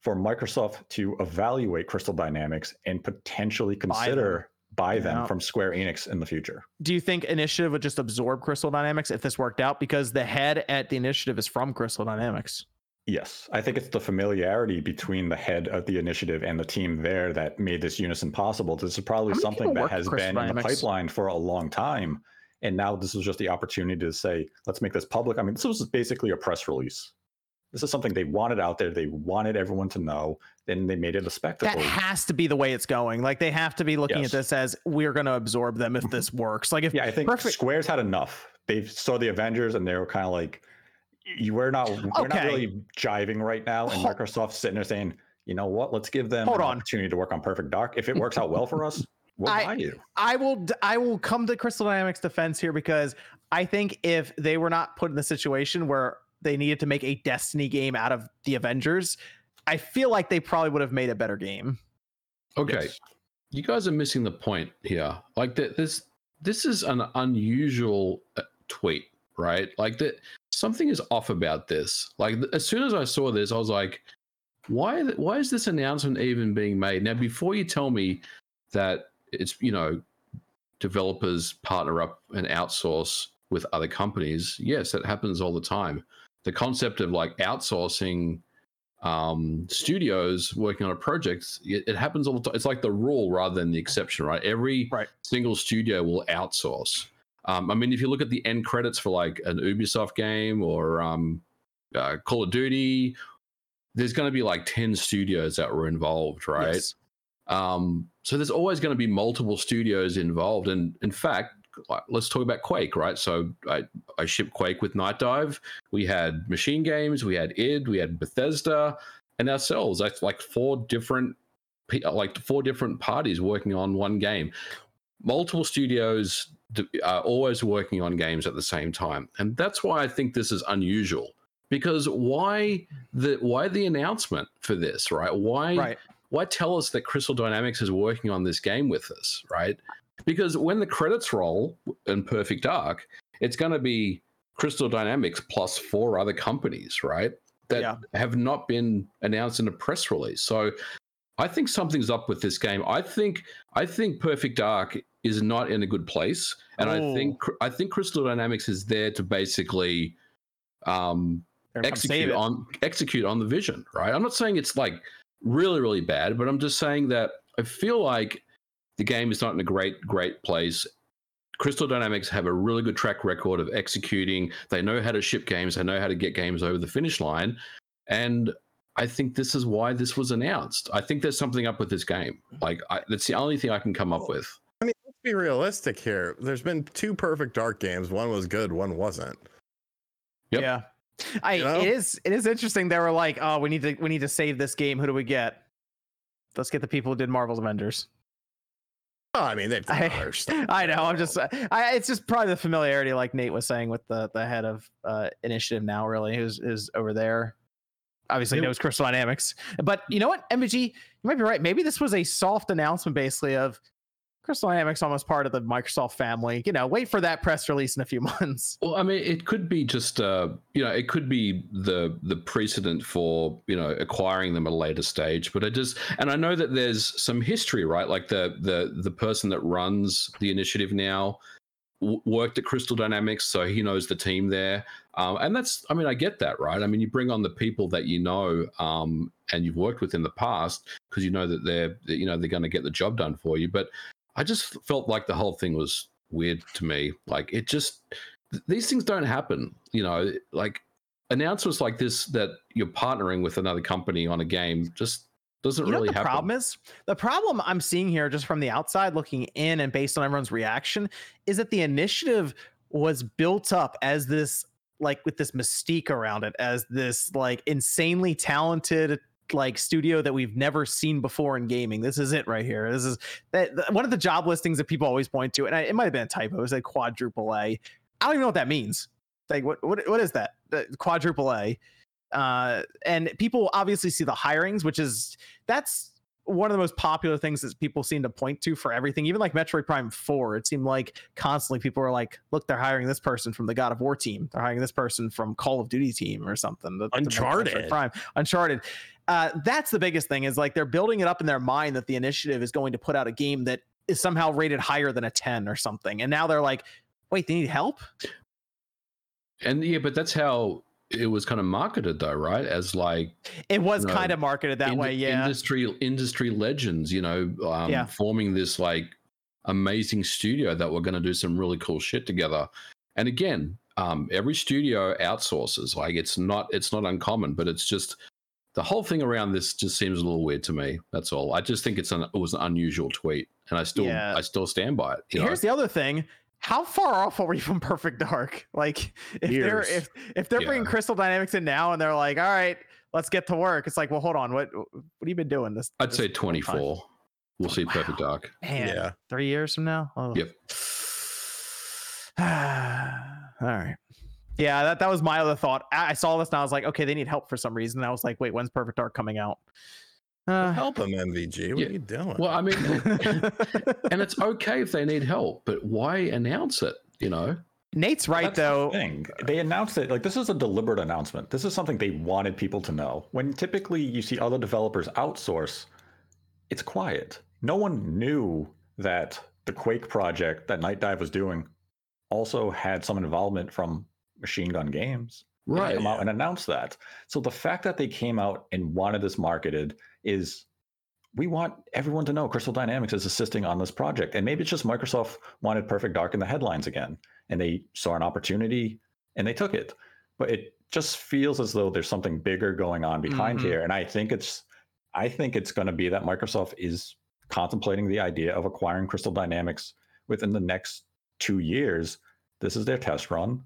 G: for Microsoft to evaluate Crystal Dynamics and potentially consider buy them,
A: Yeah.
G: from Square Enix in the future.
A: do you think initiative would just absorb crystal dynamics if this worked out because the head at the initiative is from crystal dynamics
G: Yes, I think it's the familiarity between the head of the initiative and the team there that made this unison possible. This is probably
A: How many
G: something
A: people
G: that
A: work at
G: has
A: Crystal
G: been in the
A: Dynamics?
G: pipeline for a long time. And now this is just the opportunity to say, let's make this public. I mean, this was basically a press release. This is something they wanted out there. They wanted everyone to know. Then they made it a
A: that
G: spectacle.
A: has to be the way it's going like they have to be looking at
G: Yes.
A: this as we're going to absorb them if this works like if
G: yeah, I think
A: perfect-
G: Square's had enough. They saw the Avengers and they were kind of like, you we're not we're not
A: Okay.
G: really jiving right now. And
A: Hol-
G: Microsoft's sitting there saying, you know what? Let's give them
A: Hold
G: an
A: on.
G: opportunity to work on Perfect Dark. If it works out well for us, we'll
A: I-
G: buy you.
A: I will d- I will come to Crystal Dynamics defense here because I think if they were not put in the situation where they needed to make a Destiny game out of the Avengers, I feel like they probably would have made a better game.
D: Okay. You guys are missing the point here. Like that this this is an unusual uh, tweet, right? Like that something is off about this. Like th- as soon as I saw this, I was like why th- why is this announcement even being made? Now before you tell me that it's, you know, developers partner up and outsource with other companies. Yes, that happens all the time. The concept of like outsourcing um, studios working on a project, it, it happens all the time. It's like the rule rather than the exception, right? Every
A: Right.
D: single studio will outsource. Um, I mean, if you look at the end credits for like an Ubisoft game or um, uh, Call of Duty, there's going to be like 10 studios that were involved, right?
A: Yes.
D: Um, so there's always going to be multiple studios involved. And in fact, like, let's talk about Quake, right? So I, I shipped Quake with Night Dive. We had Machine Games, we had id, we had Bethesda, and ourselves. That's like four different, pe- like four different parties working on one game. Multiple studios d- are always working on games at the same time, and that's why I think this is unusual. Because why the why the announcement for this, right? Why
A: Right.
D: why tell us that Crystal Dynamics is working on this game with us, right? Because when the credits roll in Perfect Dark, it's going to be Crystal Dynamics plus four other companies, right? That
A: Yeah.
D: have not been announced in a press release. So I think something's up with this game. I think I think Perfect Dark is not in a good place, and I
A: Oh.
D: think I think Crystal Dynamics is there to basically um,
A: They're gonna save
D: execute
A: it.
D: on execute on the vision, right? I'm not saying it's like really really bad, but I'm just saying that I feel like the game is not in a great great place. Crystal Dynamics have a really good track record of executing. They know how to ship games, they know how to get games over the finish line, and I think this is why this was announced. I think there's something up with this game. Like I, that's the only thing I can come up with.
E: be realistic here. There's been two perfect dark games. One was good, one wasn't.
D: Yep.
A: Yeah. I
E: You know?
A: it is it is interesting. They were like, oh, we need to we need to save this game. Who do we get? Let's get the people who did Marvel's Avengers.
E: Oh, I mean, they've done
A: I,
E: other stuff.
A: I know. I'm
E: uh,
A: just. I, it's just probably the familiarity, like Nate was saying, with the the head of uh, initiative now. Really, who's is over there. Obviously
D: Yeah.
A: knows Crystal Dynamics, but you know what, MBG, you might be right. Maybe this was a soft announcement, basically, of Crystal Dynamics almost part of the Microsoft family. You know, wait for that press release in a few months.
D: Well, I mean, it could be just uh, you know, it could be the the precedent for you know acquiring them at a later stage. But I just and I know that there's some history, right? Like the the the person that runs the initiative now w- worked at Crystal Dynamics, so he knows the team there. Um, and that's, I mean, I get that, right? I mean, you bring on the people that you know um, and you've worked with in the past because you know that they're, that, you know, they're going to get the job done for you. But I just felt like the whole thing was weird to me. Like it just, th- these things don't happen, you know, like announcements like this that you're partnering with another company on a game just doesn't
A: You know
D: really
A: what the
D: happen.
A: problem is? The problem I'm seeing here, just from the outside looking in and based on everyone's reaction, is that the initiative was built up as this, like, with this mystique around it, as this, like, insanely talented, like, studio that we've never seen before in gaming. This is it right here. This is that that- one of the job listings that people always point to, and I, it might have been a typo. It was like quadruple A. I don't even know what that means. Like, what, what, what is that? Uh, Quadruple A. Uh, and people obviously see the hirings, which is that's one of the most popular things that people seem to point to for everything. Even like Metroid Prime 4, it seemed like constantly people are like, look, they're hiring this person from the God of War team. They're hiring this person from Call of Duty team or something. to- to make Metroid
E: Uncharted.
A: Prime. Uncharted. Uh, that's the biggest thing is like they're building it up in their mind that the initiative is going to put out a game that is somehow rated higher than a 10 or something. And now they're like, wait, they need help?
D: And yeah, but that's how it was kind of marketed though, right? As like
A: It was
D: No.
A: kind of marketed that
D: ind-
A: way. Yeah.
D: industry industry legends, you know, um,
A: Yeah.
D: forming this like amazing studio that we're going to do some really cool shit together. And again, um, every studio outsources. Like it's not it's not uncommon, but it's just the whole thing around this just seems a little weird to me. That's all. I just think it's an it was an unusual tweet, and I still
A: Yeah.
D: I still stand by it. You know?
A: Here's the other thing. How far off are we from Perfect Dark? Like if
E: Years.
A: they're if if they're bringing
D: Yeah.
A: Crystal Dynamics in now and they're like, all right, let's get to work. It's like, well, hold on, what what have you been doing this?
D: I'd
A: this
D: say
A: whole time?
D: twenty four. We'll see
A: Wow.
D: Perfect Dark.
A: Man,
E: Yeah.
A: three years from now. Oh.
D: Yep.
A: all right. Yeah, that, that was my other thought. I, I saw this and I was like, okay, they need help for some reason. And I was like, wait, when's Perfect Dark coming out? Uh,
E: Help him, MVG. What
D: Yeah.
E: are you doing?
D: Well, I mean, and it's okay if they need help, but why announce it? You know,
A: Nate's right
G: That's the
A: though.
G: thing. They announced it like this is a deliberate announcement. This is something they wanted people to know. When typically you see other developers outsource, it's quiet. No one knew that the Quake project that Night Dive was doing also had some involvement from Machine Gun Games. They didn't
D: Right.
G: Come out and announce that. So the fact that they came out and wanted this marketed is we want everyone to know Crystal Dynamics is assisting on this project. And maybe it's just Microsoft wanted Perfect Dark in the headlines again and they saw an opportunity and they took it. But it just feels as though there's something bigger going on behind
A: Mhm.
G: here. And I think it's I think it's gonna be that Microsoft is contemplating the idea of acquiring Crystal Dynamics within the next two years. This is their test run.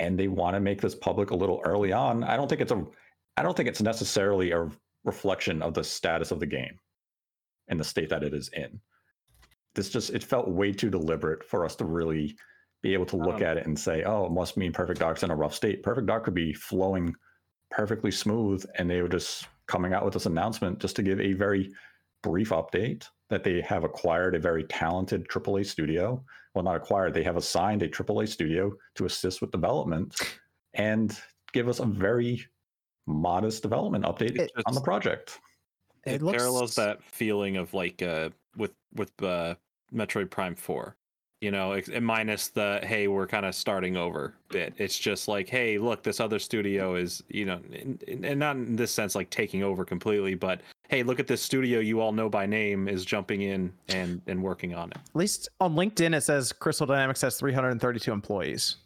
G: And they want to make this public a little early on. I don't think it's a I don't think it's necessarily a reflection of the status of the game and the state that it is in. This just it felt way too deliberate for us to really be able to look
F: Um,
G: at it and say, "Oh, it must mean Perfect Dark's in a rough state." Perfect Dark could be flowing perfectly smooth, and they were just coming out with this announcement just to give a very brief update that they have acquired a very talented AAA studio. Well, not acquired; they have assigned a AAA studio to assist with development and give us a very modest development update
A: It-
G: on the project.
F: It,
A: It looks-
F: parallels that feeling of like uh with with uh Metroid Prime 4. You know, ex- and minus the hey, we're kind of starting over bit. It's just like, hey, look, this other studio is, you know, and- and and not in this sense like taking over completely, but hey, look at this studio you all know by name is jumping in and and working on it.
A: At least on LinkedIn, it says Crystal Dynamics has 332 employees.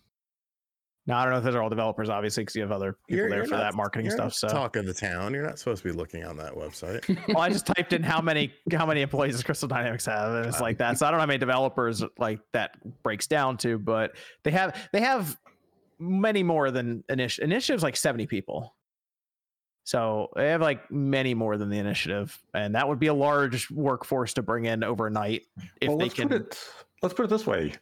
A: Now, I don't know if those are all developers, obviously, because you have other people there for that marketing
E: you're
A: stuff.
E: not
A: So,
E: talk of the town. You're not supposed to be looking on that website.
A: well, I just typed in how many how many employees does Crystal Dynamics have, and
G: Uh,
A: it's like that. So I don't know how many developers like that breaks down to, but they have they have many more than initiative. Initiative's like 70 people. So they have like many more than the initiative, and that would be a large workforce to bring in overnight if
G: well,
A: they
G: let's
A: can.
G: put it let's put it this way.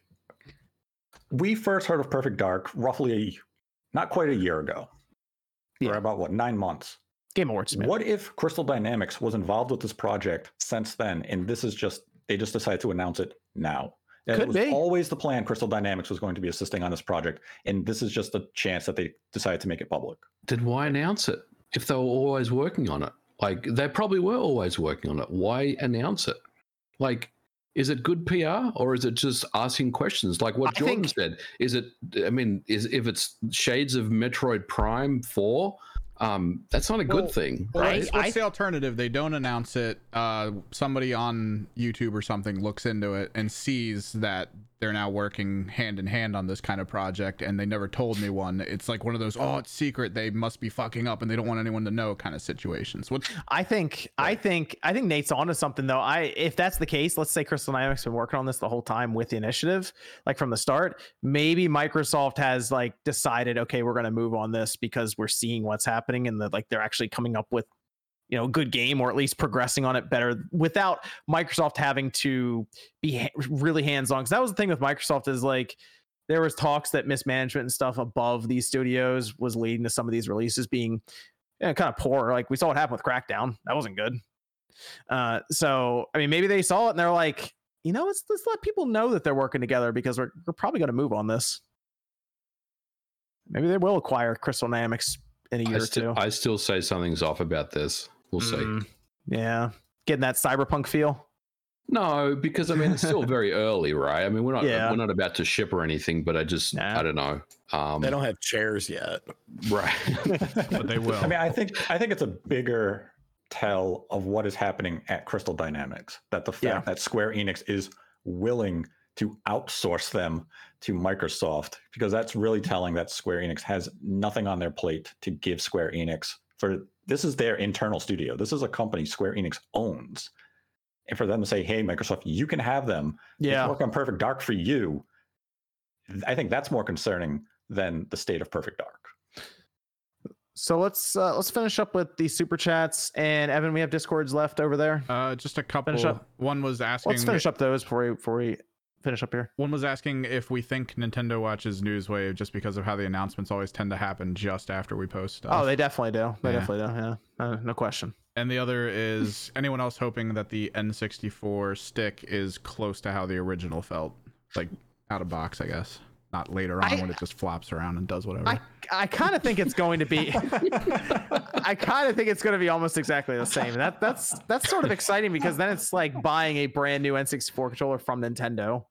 G: We first heard of Perfect Dark roughly not quite a year ago.
A: Yeah.
G: Or about what, nine months.
A: Game Awards, man.
G: What if Crystal Dynamics was involved with this project since then and this is just they just decided to announce it now? That
A: Could
G: it was
A: be.
G: always the plan Crystal Dynamics was going to be assisting on this project, and this is just a chance that they decided to make it public.
D: then why announce it if they were always working on it? Like they probably were always working on it. Why announce it? Like Is it good PR or is it just asking questions like what
A: I
D: Jordan
A: think-
D: said? Is it? I mean, is if it's shades of Metroid Prime Four, um, that's not a
H: Well,
D: good thing,
H: Well,
D: right?
H: what's, what's the alternative? They don't announce it. Uh, somebody on YouTube or something looks into it and sees that they're now working hand in hand on this kind of project, and they never told me one. It's like one of those, oh, it's secret. They must be fucking up, and they don't want anyone to know kind of situations. What?
A: I think I think I think Nate's onto something though. I if that's the case, let's say Crystal Dynamics been working on this the whole time with the initiative, like from the start. Maybe Microsoft has like decided, okay, we're gonna move on this because we're seeing what's happening and that like they're actually coming up with you know a good game or at least progressing on it better without Microsoft having to be ha- really hands on. Because that was the thing with Microsoft is like there was talks that mismanagement and stuff above these studios was leading to some of these releases being yeah, kind of poor. Like we saw what happened with Crackdown. That wasn't good. Uh, so I mean, maybe they saw it and they're like, you know, let's let's let people know that they're working together because we're we're probably going to move on this. Maybe they will acquire Crystal Dynamics in a year
D: I,
A: or
D: still
A: two.
D: I still say something's off about this. We'll see.
A: Mm, yeah, getting that cyberpunk feel.
D: No, because I mean it's still very early, right? I mean we're not
A: Yeah.
D: we're not about to ship or anything, but I just
A: Nah.
D: I don't know. Um,
E: They don't have chairs yet.
D: right.
H: But they will.
G: I mean, I think I think it's a bigger tell of what is happening at Crystal Dynamics that the fact
A: Yeah.
G: that Square Enix is willing to outsource them to Microsoft because that's really telling that Square Enix has nothing on their plate to give Square Enix for this is their internal studio. This is a company Square Enix owns. And for them to say, "Hey Microsoft, you can have them. Let's
A: Yeah,
G: work on Perfect Dark for you." I think that's more concerning than the state of Perfect Dark.
A: so let's uh, let's finish up with the super chats and Evan. We have discords left over there.
H: Uh, just a couple.
A: Finish up.
H: One was asking.
A: Let's finish up those before we before we finish up here.
H: One was asking if we think Nintendo watches Newswave just because of how the announcements always tend to happen just after we post stuff.
A: Oh, they definitely do. They
H: Yeah.
A: definitely do. Yeah, uh, no question.
H: And the other is anyone else hoping that the N64 stick is close to how the original felt, like out of box, I guess. Not later on
A: I-
H: when it just flops around and does whatever.
A: I, I kind of think it's going to be. I kind of think it's going to be almost exactly the same. That that's that's sort of exciting because then it's like buying a brand new N64 controller from Nintendo.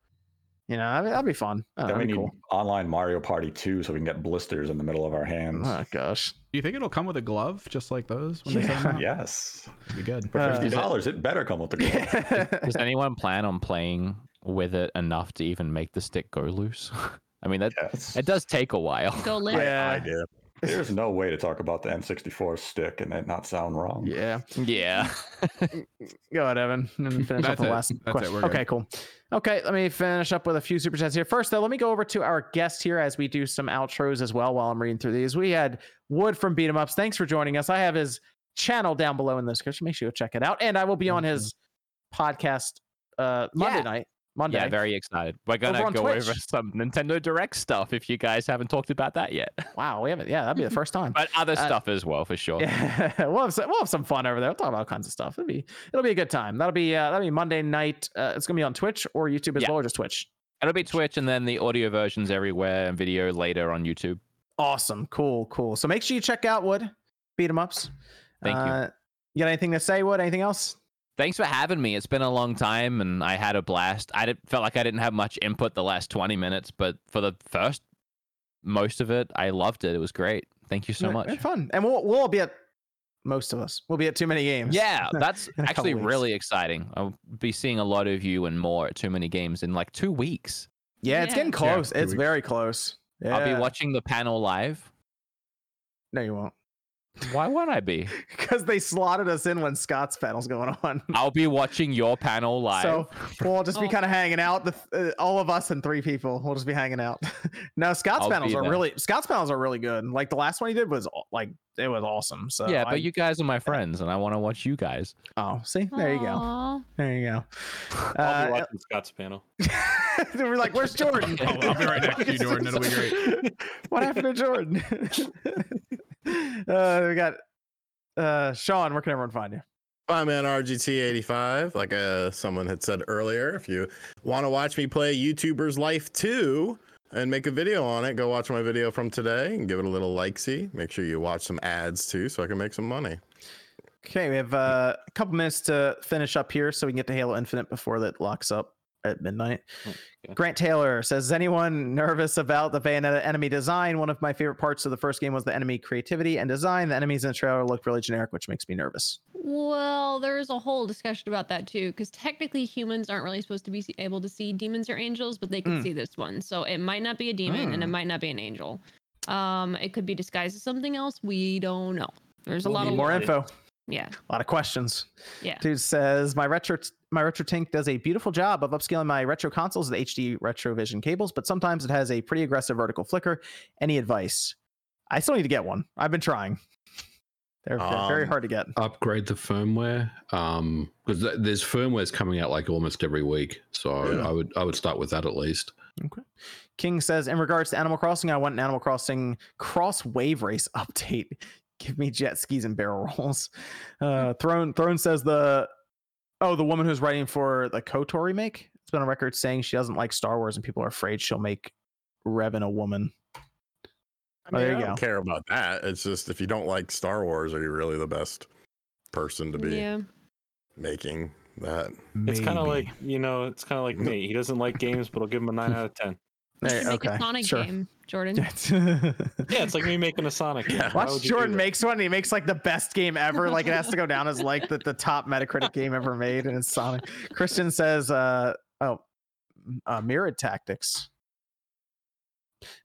A: You know, that'd, that'd be fun. I don't know,
G: Then we
A: That'd be
G: need
A: cool.
G: online Mario Party 2 so we can get blisters in the middle of our hands.
A: Oh gosh.
H: Do you think it'll come with a glove just like those when they
A: Yeah.
H: send them out?
G: Yes.
H: Be good.
G: For
A: Uh,
G: $50, it better come with the glove.
B: Does anyone plan on playing with it enough to even make the stick go loose? I mean that
G: yes.
B: it does take a while.
C: Go live.
E: I
A: yeah.
E: do.
G: There's no way to talk about the N64 stick and it not sound wrong.
A: Yeah.
B: Yeah.
A: Go ahead, Evan, and finish up
H: That's
A: the
H: it.
A: last
H: That's it.
A: question.
H: We're good.
A: Okay, cool. Okay, let me finish up with a few super chats here. First, though, let me go over to our guest here as we do some outros as well while I'm reading through these. We had Wood from Beat 'em Ups. Thanks for joining us. I have his channel down below in the description. Make sure you go check it out. And I will be on his
H: Mm-hmm.
A: podcast uh Monday
B: Yeah.
A: night. Monday.
B: Yeah, very excited. We're gonna
A: Over on
B: go over
A: Twitch.
B: some Nintendo Direct stuff if you guys haven't talked about that yet.
A: wow, we haven't. Yeah, that'd be the first time.
B: But other
A: Uh,
B: stuff as well for sure.
A: Yeah, we'll have some, we'll have some fun over there. We'll talk about all kinds of stuff. It'll be it'll be a good time. That'll be uh, that'll be Monday night. Uh, it's gonna be on Twitch or YouTube as
B: Yeah.
A: well, or just Twitch.
B: It'll be Twitch and then the audio versions everywhere and video later on YouTube.
A: Awesome. Cool. Cool. So make sure you check out Wood. Beat 'em ups. Uh,
B: Thank you.
A: you. got anything to say, Wood? Anything else?
B: Thanks for having me. It's been a long time and I had a blast. I did, felt like I didn't have much input the last 20 minutes, but for the first most of it, I loved it. It was great. Thank you so
A: Yeah,
B: much.
A: yeah, Fun. And we'll we'll all be at most of us. We'll be at too many games.
B: Yeah, that's
A: in a couple
B: actually
A: weeks.
B: really exciting. I'll be seeing a lot of you and more at Too Many Games in like two weeks.
A: Yeah, it's
C: Yeah.
A: getting
H: Yeah,
A: close.
H: two
A: it's
H: weeks.
A: very close. Yeah.
B: I'll be watching the panel live.
A: No, you won't.
B: Why won't I be?
A: Because they slotted us in when Scott's panel's going on.
B: I'll be watching your panel live.
A: So we'll all just be
C: Oh.
A: kind of hanging out. The th- uh, all of us and three people, we'll just be hanging out. no, Scott's
B: I'll
A: panels
B: be
A: are
B: there.
A: really Scott's panels are really good. Like the last one he did was aw- like it was awesome. So
B: yeah,
A: I-
B: but you guys are my friends, and I want to watch you guys.
A: oh see there you go
C: Aw.
A: there you go.
F: I'll be
A: Uh,
F: watching Scott's panel.
A: They we're like, "Where's Jordan?"
H: I'll- I'll be right next to you, Jordan. It'll be
A: great. what happened to Jordan? uh, we got uh, Sean. Where can everyone find you?
E: I'm at RGT85, like uh, someone had said earlier. If you want to watch me play YouTuber's Life 2 and make a video on it, go watch my video from today and give it a little likesy. Make sure you watch some ads too so I can make some money.
A: Okay, we have uh, a couple minutes to finish up here so we can get to Halo Infinite before that locks up at midnight.
F: Oh, yeah.
A: Grant Taylor says, Is anyone nervous about the Bayonetta enemy design? One of my favorite parts of the first game was the enemy creativity and design. The enemies in the trailer look really generic, which makes me nervous.
C: Well, there's a whole discussion about that too, because technically humans aren't really supposed to be se- able to see demons or angels, but they can
A: Mm.
C: see this one. So it might not be a demon and it
A: Mm.
C: might not be an angel. Um, it could be disguised as something else. We don't know. There's a
F: We'll
C: lot
F: need
C: of
A: More
F: Yeah.
A: info,
C: yeah,
A: a lot of questions.
C: yeah.
A: Dude says my retro my retro tank does a beautiful job of upscaling my retro consoles with HD retrovision cables, but sometimes it has a pretty aggressive vertical flicker. Any advice? I still need to get one. I've been trying. They're, they're very
E: Um,
A: hard to get.
D: upgrade the firmware um because th- there's firmwares coming out like almost every week so
E: Yeah.
D: i would i would start with that at least
A: King says in regards to Animal Crossing, I want an Animal Crossing cross wave race update. Give me jet skis and barrel rolls.
E: Hmm.
A: Uh, Throne Throne says the oh the woman who's writing for the KOTOR remake. It's been on record saying she doesn't like Star Wars and people are afraid she'll make Revan a woman. Oh,
E: I, mean,
A: there you
E: I don't
A: go.
E: care about that. It's just if you don't like Star Wars, are you really the best person to be
C: Yeah.
E: making that?
F: It's kind of like
H: Maybe.
F: you know, it's kind of like me. He doesn't like games, but I'll give him a nine out of ten.
A: There-
C: You should make
A: okay,
C: a Sonic
A: sure.
C: game, Jordan.
F: Yeah, it's like me making a Sonic. Game. Why
A: Watch
F: would you do
A: Jordan
F: that?
A: makes one. And he makes like the best game ever. Like it has to go down as like the, the top Metacritic game ever made, and it's Sonic. Christian says, uh, "Oh, m- uh, mirrored tactics."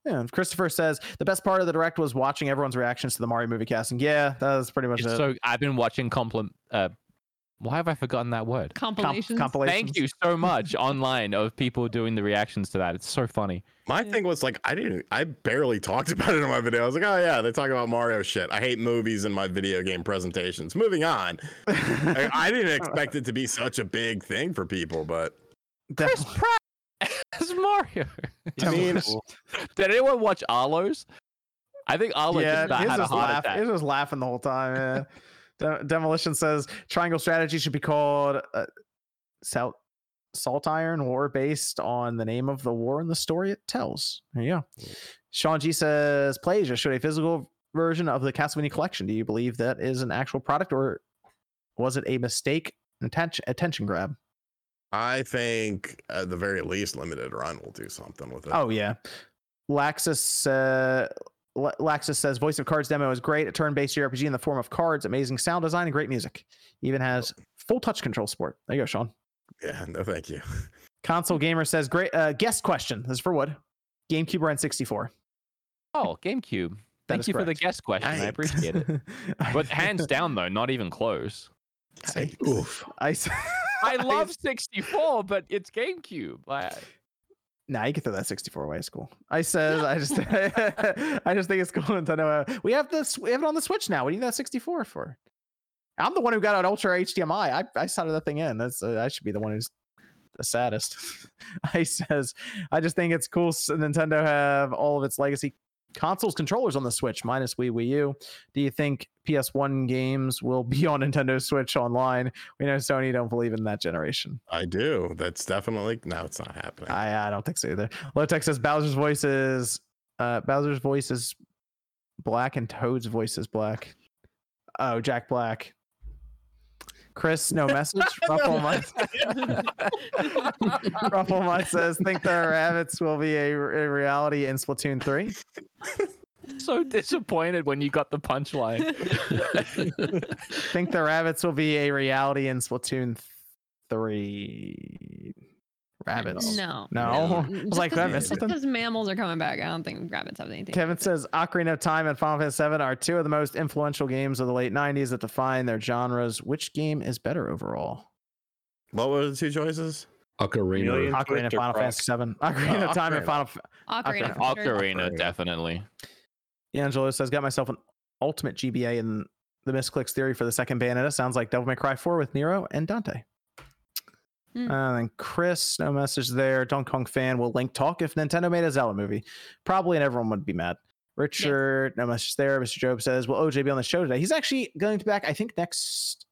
A: Yeah, and Christopher says the best part of the direct was watching everyone's reactions to the Mario movie casting. Yeah, that was pretty much
B: It's
A: it.
B: so I've been watching compliment. Uh, why have I forgotten that word?
A: Comp-
C: Compilations.
A: compilations.
B: Thank you so much online of people doing the reactions to that. It's so funny.
E: My
C: Yeah.
E: thing was like I didn't I barely talked about it in my video. I was like, oh yeah, they talk about Mario shit. I hate movies in my video game presentations. Moving on. I, I didn't expect it to be such a big thing for people, but
B: Chris
A: Definitely.
B: Pratt as Mario.
E: I mean,
B: Did anyone watch Arlo's? I think Arlo
A: yeah,
B: just about
A: his
B: had a
A: was
B: heart
A: laugh-
B: attack.
A: his was laughing the whole time. Yeah. De- Demolition says triangle strategy should be called uh, salt, salt iron war based on the name of the war and the story it tells. There you go.
B: Mm.
A: Sean G says Plagia showed a physical version of the Castlevania collection. Do you believe that is an actual product or was it a mistake? Attention, attention grab.
E: I think at the very least, limited run will do something with it.
A: Oh yeah, Laxus. Uh, La- Laxus says voice of cards demo is great. A turn-based RPG in the form of cards, amazing sound design, and great music. Even has full touch control support. There you go, Sean.
E: yeah, no, thank you.
A: Console gamer says great. Uh, guest question. This is for Wood. GameCube or N64.
B: Oh, GameCube. Thank
A: is
B: you for the
A: correct.
B: guest question. I appreciate it. But hands down though, not even close.
A: I,
D: oof
A: I s-
B: I love 64, but it's GameCube. Like,
A: Nah, you can throw that 64 away. It's cool. I says I just I just think it's cool Nintendo. Uh, we have this we have it on the Switch now. What do you need that 64 for? I'm the one who got an ultra HDMI. I I soldered that thing in. That's uh, I should be the one who's the saddest. I says I just think it's cool s- Nintendo have all of its legacy consoles controllers on the Switch minus Wii Wii U. Do you think PS1 games will be on Nintendo Switch online? We know Sony don't believe in that generation.
E: I do. That's definitely no, it's not happening.
A: I, I don't think so either. Lotex says Bowser's voice is uh, Bowser's voice is black and Toad's voice is black. Oh, Jack Black. Chris, no message. Ruffle Mutt. Ruffle Mutt says, "Think the rabbits will be a, a reality in Splatoon 3.
B: so disappointed when you got the punchline.
A: Think the rabbits will be a reality in Splatoon 3. Rabbits.
C: No.
A: No? I was
C: Just
A: like, did I
C: 'cause-
A: miss
C: just
A: something?
C: because mammals are coming back, I don't think rabbits have anything. to do
A: Kevin
C: with it.
A: says Ocarina of Time and Final Fantasy VII are two of the most influential games of the late 90s that define their genres. Which game is better overall?
E: what were the two choices?
D: ocarina
F: Million-
D: of-
A: Ocarina of
F: Twitch or
A: Final Fantasy VII. Ocarina
E: Oh,
A: of Time and
E: Ocarina.
A: Final F-
C: Ocarina.
A: Ocarina.
C: for sure.
B: Ocarina,
E: Ocarina.
B: definitely.
A: Angelo says, got myself an ultimate GBA in the Misclicks theory for the second Bayonetta. Sounds like Devil May Cry 4 with Nero and Dante.
C: Hmm.
A: And then Chris, no message there. Donkey Kong fan will link talk if Nintendo made a Zelda movie. Probably, and everyone would be mad. Richard, no message there. Mr. Job says, will OJ be on the show today? He's actually going to be back, I think, next,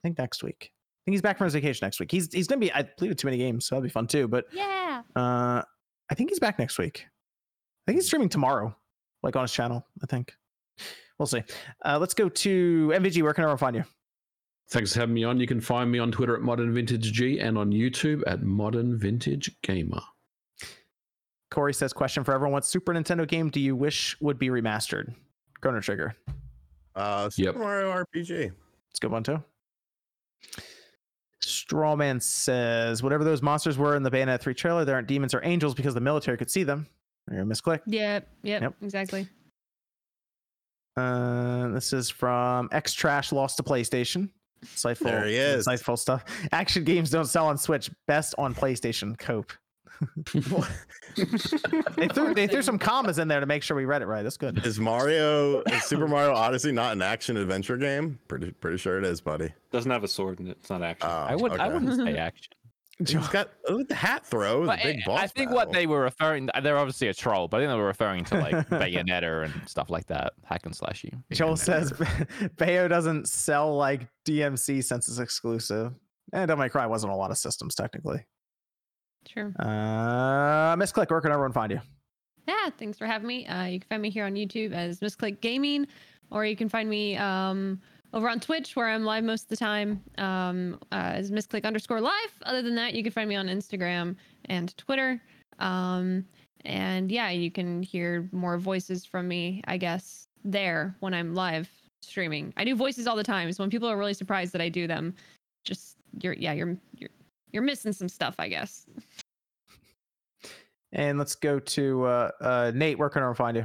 A: I think next week. I think he's back from his vacation next week. He's, he's going to be, I believe, at too many games, so that'll be fun too. But
C: Yeah.
A: uh, I think he's back next week. I think he's streaming tomorrow, like on his channel. I think. We'll see. Uh, let's go to MVG. Where can everyone find you?
D: Thanks for having me on. You can find me on Twitter at Modern Vintage G and on YouTube at Modern Vintage Gamer.
A: Corey says, question for everyone: What Super Nintendo game do you wish would be remastered? Chrono Trigger.
E: Uh, Super
D: Yep.
E: Mario RPG.
A: It's a good one too. Strawman says, whatever those monsters were in the Bayonetta 3 trailer, they aren't demons or angels because the military could see them. You're gonna misclick.
C: Yep, yep,
A: Yep.
C: exactly.
A: Uh, this is from X Trash Lost to PlayStation. Insightful,
E: There he is.
A: insightful stuff. Action games don't sell on Switch. Best on PlayStation. Cope. They threw, they threw some commas in there to make sure we read it right. That's good.
E: Is Mario is Super Mario Odyssey not an action adventure game? Pretty pretty sure it is, buddy.
F: Doesn't have a sword in it. It's not action.
E: Uh,
B: I would I wouldn't say action.
E: He's got look at the hat throw. The
B: But
E: big
B: I-
E: boss.
B: I think
E: battle.
B: what they were referring they're obviously a troll, but I think they were referring to like Bayonetta and stuff like that, hack and slash you.
A: Joel says Bayo doesn't sell like DMC since it's exclusive. Eh, And Devil May Cry wasn't on a lot of systems technically.
C: Sure.
A: Uh, misclick. Where can everyone find you?
C: Yeah, thanks for having me. Uh, you can find me here on YouTube as Misclick Gaming, or you can find me um, over on Twitch where I'm live most of the time um, uh, as Misclick underscore live. Other than that, you can find me on Instagram and Twitter. Um, and yeah, you can hear more voices from me, I guess, there when I'm live streaming. I do voices all the time, so when people are really surprised that I do them, just you're yeah you're you're you're missing some stuff, I guess.
A: And let's go to uh, uh, Nate. Where can everyone find you?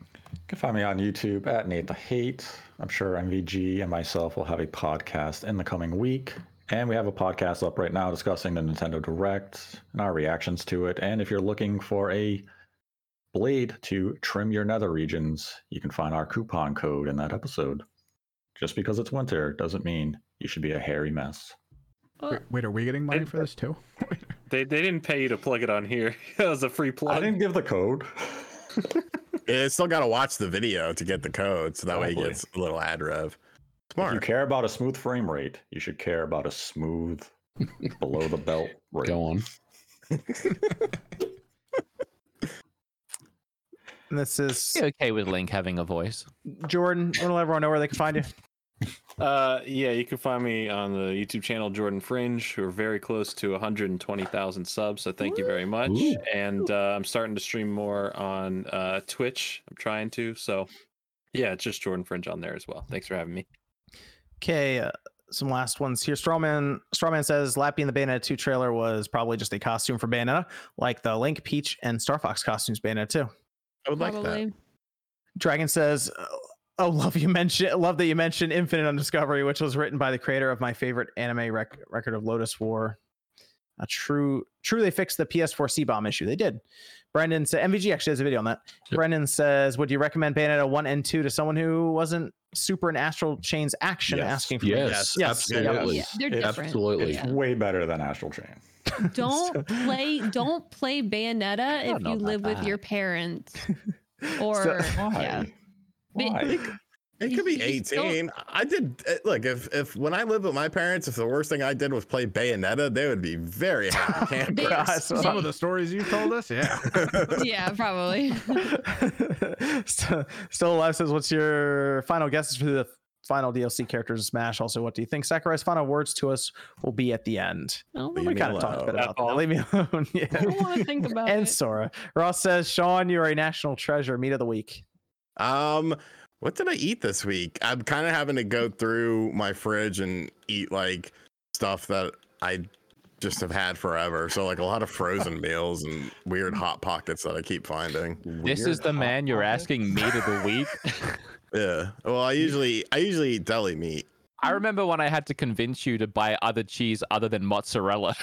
G: You can find me on YouTube at Nate the Hate. I'm sure MVG and myself will have a podcast in the coming week. And we have a podcast up right now discussing the Nintendo Direct and our reactions to it. And if you're looking for a blade to trim your nether regions, you can find our coupon code in that episode. Just because it's winter doesn't mean you should be a hairy mess.
C: Well,
I: Wait, are we getting money for this too?
F: They, they didn't pay you to plug it on here. that was a free
G: I
F: plug.
G: didn't give the code.
E: It's still got to watch the video to get the code, so that way he
G: Probably.
E: gets a little ad rev.
G: If you
E: Smart.
G: care about a smooth frame rate, you should care about a smooth below the belt rate.
D: Go on.
A: And this is
B: Be okay with Link having a voice.
A: Jordan. Want to let everyone know where they can find you?
F: Uh, yeah, you can find me on the YouTube channel Jordan Fringe. We're very close to 120,000 subs, so thank you very much.
D: Ooh.
F: And uh, I'm starting to stream more on uh, Twitch. I'm trying to, so yeah, it's just Jordan Fringe on there as well. Thanks for having me.
A: Okay, uh, some last ones here. Strawman Strawman says Lappy in the Bayonetta 2 trailer was probably just a costume for Bayonetta, like the Link, Peach, and Star Fox costumes Bayonetta 2.
E: I would like that.
C: probably.
A: Dragon says, "Oh, love you mention, love that you mentioned Infinite on Discovery, which was written by the creator of my favorite anime rec- record of Lotus War. A true, true, they fixed the PS4 C bomb issue. They did. Brendan said, MVG actually has a video on that.
D: Yep.
A: Brendan says, would you recommend Bayonetta one and two to someone who wasn't super in Astral Chain's action,
G: Yes.
A: asking for
D: Yes,
A: Yes,
D: absolutely.
C: Yeah, they're
G: It's
C: different.
D: Absolutely.
C: Yeah.
G: It's way better than Astral Chain.
A: So-
C: don't play don't play bayonetta
B: don't
C: if
B: know
C: you
B: about
C: live with
B: that.
C: your parents
A: So-
C: or
G: Why?
C: yeah But-
G: Why?
E: It could be
C: You just don't-
E: 18. I did eh, look if if when I lived with my parents, if the worst thing I did was play Bayonetta, they would be very happy
C: They-
E: campers.
A: God, so-
I: Some of the stories you told us, yeah.
C: yeah probably
A: So- Still alive says, "What's your final guesses for the final DLC characters of Smash? Also, what do you think Sakurai's final words to us will be at the end?"
C: Oh,
E: Leave
A: we
E: me
A: kind of talked a
E: alone.
A: bit about that.
F: Apple.
A: Leave me alone.
C: i don't
A: yeah.
C: want to think about
A: And
C: it
A: Sora Ross says, "Sean, you are a national treasure. Meat of the week."
E: Um, what did I eat this week? I'm kind of having to go through my fridge and eat like stuff that I just have had forever. So like a lot of frozen meals and weird hot pockets that I keep finding.
B: This is the man you're asking me to the week.
E: Yeah. Well, I usually I usually eat deli meat.
B: I remember when I had to convince you to buy other cheese other than mozzarella.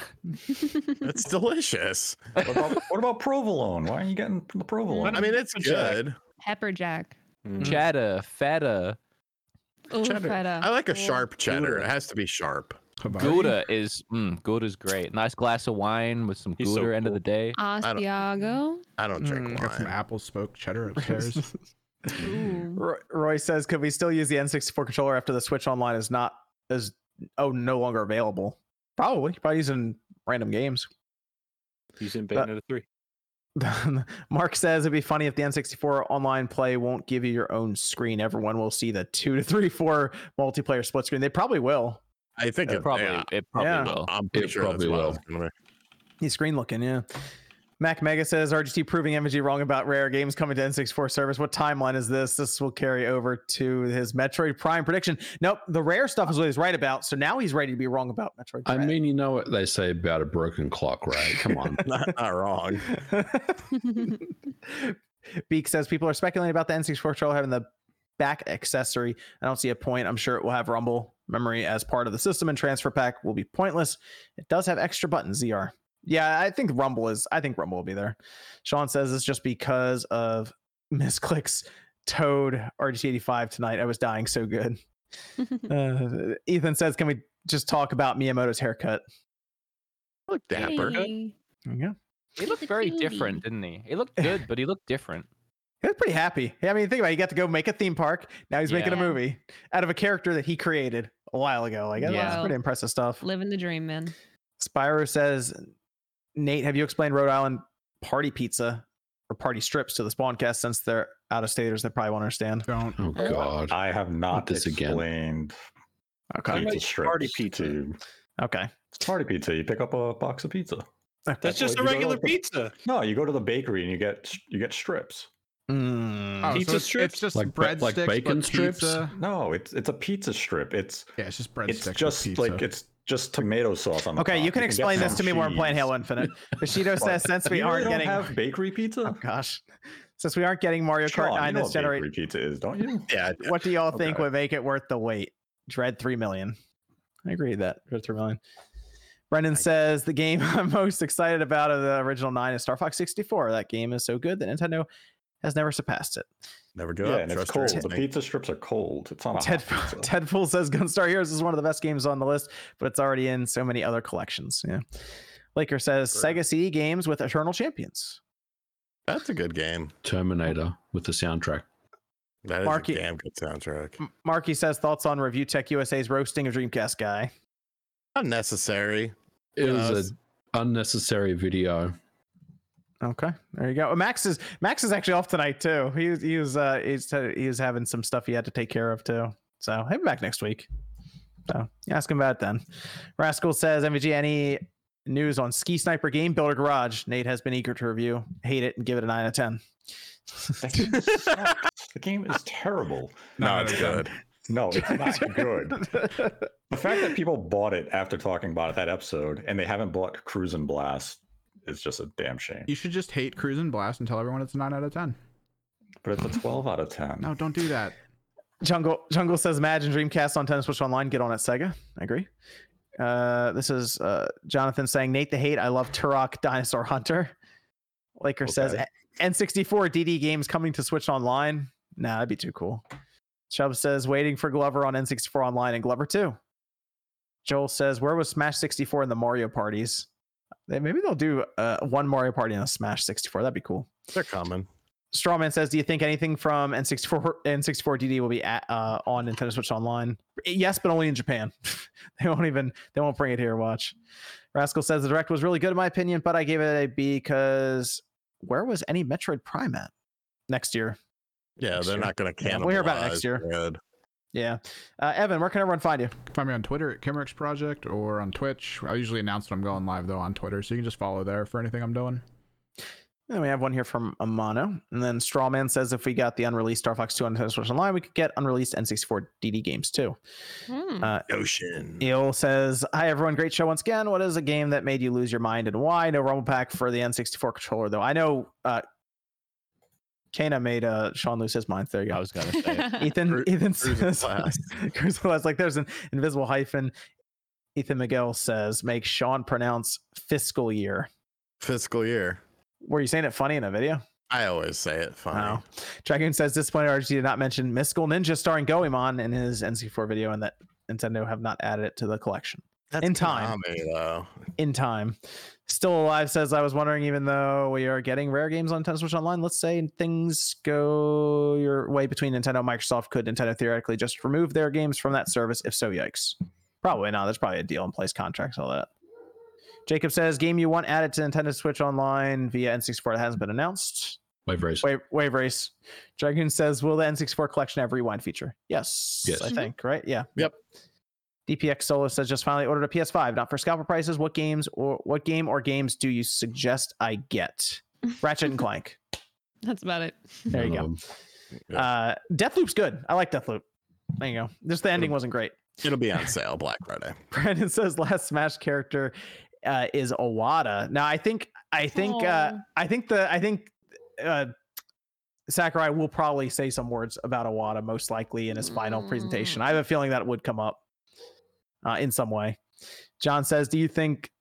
E: It's delicious.
G: What about, what about provolone? Why are you getting the provolone?
E: I mean, it's
F: Check.
E: good.
C: pepper jack
B: Mm. Cheddar, feta,
C: Ooh,
E: Cheddar.
C: feta.
E: I like
C: Ooh.
E: a sharp cheddar. It has to be sharp.
B: gouda is mm, gouda's great. Nice glass of wine with some
F: He's
B: gouda
F: so
B: end of the day.
E: don't-
C: Asiago.
E: I don't drink
A: Mm,
E: wine.
I: Got some apple spoke cheddar upstairs.
C: Ooh.
A: Roy, Roy says, "Could we still use the N64 controller after the Switch Online is not is oh no longer available?" Probably. Probably using random games.
F: Using Bayonetta 3.
A: Mark says it'd be funny if the N64 online play won't give you your own screen. Everyone will see the two to three, four multiplayer split screen. They probably will.
E: I think
B: It probably,
E: yeah,
B: it probably
A: Yeah.
B: will.
E: I'm pretty
D: It
E: sure that's
D: probably
E: what I
D: will.
E: was gonna-
A: He's screen looking, yeah. Mac Mega says RGT proving MG wrong about rare games coming to N64 service. What timeline is this? This will carry over to his Metroid Prime prediction. Nope, the rare stuff is what he's right about. So now he's ready to be wrong about Metroid.
D: I
A: Dread.
D: mean, you know what they say about a broken clock, right? Come on.
E: Not, not wrong.
A: Beak says people are speculating about the N64 controller having the back accessory. I don't see a point. I'm sure it will have Rumble memory as part of the system, and transfer pack will be pointless. It does have extra buttons, ZR. Yeah, I think Rumble is. I think Rumble will be there. Sean says it's just because of misclicks. Toad RGT85 tonight. I was dying so good. Uh, Ethan says, "Can we just talk about Miyamoto's haircut?"
E: Look dapper.
C: Hey.
A: There you go.
B: He looked
C: Look at
B: very
C: you.
B: different, didn't he? He looked good, but he looked different.
A: He was pretty happy. I mean, think about it. He got to go make a theme park. Now he's making a
C: Yeah.
A: movie out of a character that he created a while ago. Like, that's
B: Yeah.
A: pretty impressive stuff.
C: Living the dream, man.
A: Spyro says, Nate, have you explained Rhode Island party pizza or party strips to the spawncast since they're out of staters? They probably won't understand.
H: Don't.
D: Oh God.
G: I have not
D: this again.
G: explained
A: Okay.
G: pizza
F: Somebody-
G: strips.
F: party pizza.
G: to-
A: Okay.
G: it's party pizza. You pick up a box of pizza.
F: That's just a
G: what you go
F: regular
G: to the-
F: pizza.
G: No, you go to the bakery and you get you get strips.
A: Mm.
H: Oh,
F: Pizza
H: so it's,
F: strips?
H: it's just
D: Like ba-
H: breadsticks,
D: like bacon
H: but
D: strips?
H: pizza.
G: No, it's it's a pizza strip. It's
H: Yeah, it's just breadsticks.
G: it's
H: with
G: just
H: pizza.
G: like it's just tomato sauce on the
A: Okay,
G: top.
A: you can
G: get
A: explain this
G: some
A: to me while I'm playing
G: cheese.
A: Halo Infinite. Bushido
G: But
A: says, since we
G: you really
A: aren't
G: don't
A: getting,
G: have bakery pizza.
A: oh gosh, since we aren't getting Mario Kart
G: Sean, you
A: 9
G: know
A: this
G: what
A: generation,
G: bakery pizza is, don't you?
E: Yeah.
A: what do y'all think
G: Okay.
A: would make it worth the wait? Dread three million. I agree with that. Dread three million. Brendan says the game I'm most excited about of the original nine is Star Fox 64. That game is so good that Nintendo has never surpassed it.
E: Never go
G: yeah,
E: up.
G: and
E: trust
G: it's cold.
E: your
G: The
E: instinct.
G: pizza strips are cold. It's not a
A: Ted
G: hot pizza.
A: Ted Fool says Gunstar Heroes is one of the best games on the list, but it's already in so many other collections. Yeah. Laker says
E: True.
A: Sega CD games with Eternal Champions.
E: That's a good game.
D: Terminator with the soundtrack.
E: That is
A: Marky-
E: a damn good soundtrack.
A: M- Marky says thoughts on Review Tech USA's roasting of Dreamcast guy.
E: Unnecessary.
D: It
E: Yeah,
D: was
E: that's-
D: an unnecessary video.
A: Okay, there you go. Max is Max is actually off tonight too. He was- he was uh he's he was having some stuff he had to take care of too. So he'll be back next week. So ask him about it then. Rascal says MVG any news on Ski Sniper Game Builder Garage? Nate has been eager to review. Hate it and give it a nine out of ten.
G: That game sucks. the game is terrible.
E: No, it's good.
G: No, it's not good. The fact that people bought it after talking about it that episode and they haven't bought Cruise and Blast is just a damn shame.
H: You should just hate Cruise and Blast and tell everyone it's a 9 out of 10.
G: But it's a 12 out of 10.
H: No, don't do that.
A: Jungle Jungle says Imagine Dreamcast on 10 Switch Online. Get on it, Sega. I agree. Uh, this is uh, Jonathan saying Nate the Hate. I love Turok Dinosaur Hunter. Laker says
G: Okay.
A: N64 DD games coming to Switch Online. Nah, that'd be too cool. Chubb says waiting for Glover on N64 Online and Glover 2. Joel says where was Smash 64 in the Mario parties? They- Maybe they'll do uh, one Mario party and a Smash 64. That'd be cool.
E: They're coming.
A: Strawman says, "Do you think anything from N64 N64 DD will be at, uh, on Nintendo Switch Online?" Yes, but only in Japan. they won't even they won't bring it here. Watch. Rascal says the direct was really good in my opinion, but I gave it a B because where was any Metroid Prime at next year?
E: Yeah,
A: Next
E: they're
A: year.
E: not going to
A: Yeah,
E: cannibalize.
A: we'll hear about it next year.
E: Good.
A: Yeah, uh, Evan, where can everyone find you?
H: Find me on Twitter at Kimrix Project or on Twitch. I usually announce when I'm going live though on Twitter, so you can just follow there for anything I'm doing.
A: And we have one here from Amano, and then Strawman says if we got the unreleased Star Fox 2 on Nintendo Switch Online, we could get unreleased N64 DD games too.
C: Hmm.
A: Uh,
E: Ocean.
A: Eel says, Hi everyone, great show once again. What is a game that made you lose your mind and why? No rumble pack for the N64 controller though. I know uh Kana made uh Sean lose his mind. There you
B: I
A: go.
B: was gonna say. it.
A: Ethan
E: Cru-
A: Ethan
E: Cruise
A: says
E: Blast.
A: Cruise Blast, like there's an invisible hyphen. Ethan Miguel says, make Sean pronounce fiscal year.
E: Fiscal year.
A: Were you saying it funny in a video?
E: I always say it funny.
A: Wow. Dragoon says disappointed RG did not mention Mystical Ninja starring Goemon in his NC4 video and that Nintendo have not added it to the collection.
E: That's
A: In time.
E: Konami, though.
A: in time. Still alive says I was wondering, even though we are getting rare games on Nintendo Switch Online, let's say things go your way between Nintendo and Microsoft. Could Nintendo theoretically just remove their games from that service? If so, yikes. Probably not. There's probably a deal in place, contracts, all that. Jacob says game you want added to Nintendo Switch Online via N64 that hasn't been announced.
D: Wave race.
A: Wave, wave race. Dragoon says, will the N64 collection have rewind feature? Yes.
D: Yes.
A: I think, right? Yeah.
E: Yep.
A: DPX Solo says just finally ordered a PS5, not for scalper prices. What games or what game or games do you suggest I get? Ratchet and Clank.
C: That's about it.
A: There you
D: None
A: go.
D: of 'em.
E: Yeah.
A: Uh Deathloop's good. I like Deathloop. There you go. Just the ending wasn't great.
E: It'll be on sale Black Friday.
A: Brandon says last Smash character uh, is Awada. Now I think I think uh,
C: Aw.
A: I think the I think uh, Sakurai will probably say some words about Awada most likely in his final presentation. I have a feeling that would come up uh, in some way. John says, "Do you think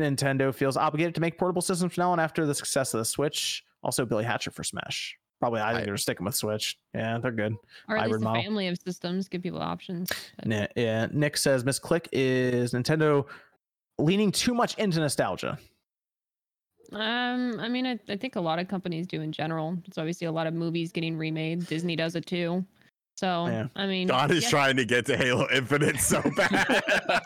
A: Nintendo feels obligated to make portable systems from now on after the success of the Switch?" Also, Billy Hatcher for Smash. Probably, I think
E: I-
A: they're sticking with Switch. Yeah, they're good.
C: Or at
A: Hybrid
C: least a
A: model.
C: family of systems give people options. but-
A: Ni- yeah, Nick says Miss Click is Nintendo leaning too much into nostalgia.
C: Um, I mean, I, I think a lot of companies do in general. It's obviously a lot of movies getting remade. Disney does it too. So
A: Yeah.
C: I mean,
E: God is
C: yeah.
E: trying to get to Halo Infinite so bad.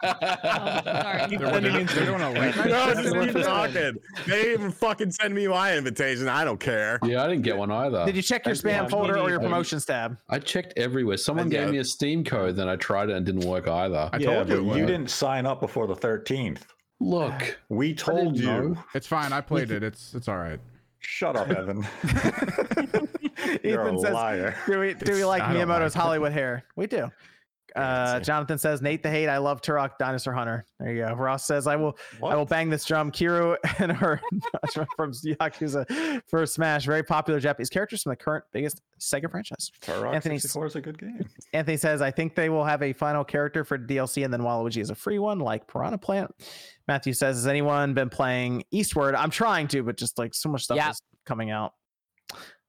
C: Oh, sorry.
H: They're, doing- they're doing a late night
E: no,
H: shift.
E: just keep talking. They didn't even fucking send me my invitation. I don't care.
D: Yeah, I didn't get one either.
A: Did you check your
D: thank you.
A: spam
D: I'm
A: folder or
D: really-
A: your
D: I'm-
A: promotions tab?
D: I checked everywhere. Someone gave
E: yeah.
D: me a Steam code, then I tried it and didn't work either.
H: I
G: yeah,
H: told you.
G: but
H: it
G: you
H: would.
G: didn't sign up before the 13th.
D: Look,
G: We told you.
D: know.
H: It's fine. I played it. It's it's all right.
G: Shut up, Evan. You're
A: Ethan
G: a
A: says,
G: liar.
A: "Do we do we
H: It's-
A: like
H: I don't
A: Miyamoto's
H: like it.
A: Hollywood hair? We do." Uh, Jonathan says, "Nate the hate. I love Turok, Dinosaur Hunter." There you go. Ross says, "I will I will bang this drum." Kiru and her from Yakuza for Smash, very popular Japanese characters from the current biggest Sega franchise.
G: Turok
A: Anthony-
G: 64 is a good game.
A: Anthony says, I think they will have a final character for DLC and then Waluigi is a free one, like Piranha Plant. Matthew says, Has anyone been playing Eastward? I'm trying to, but just like so much stuff
B: Yeah.
A: is coming out.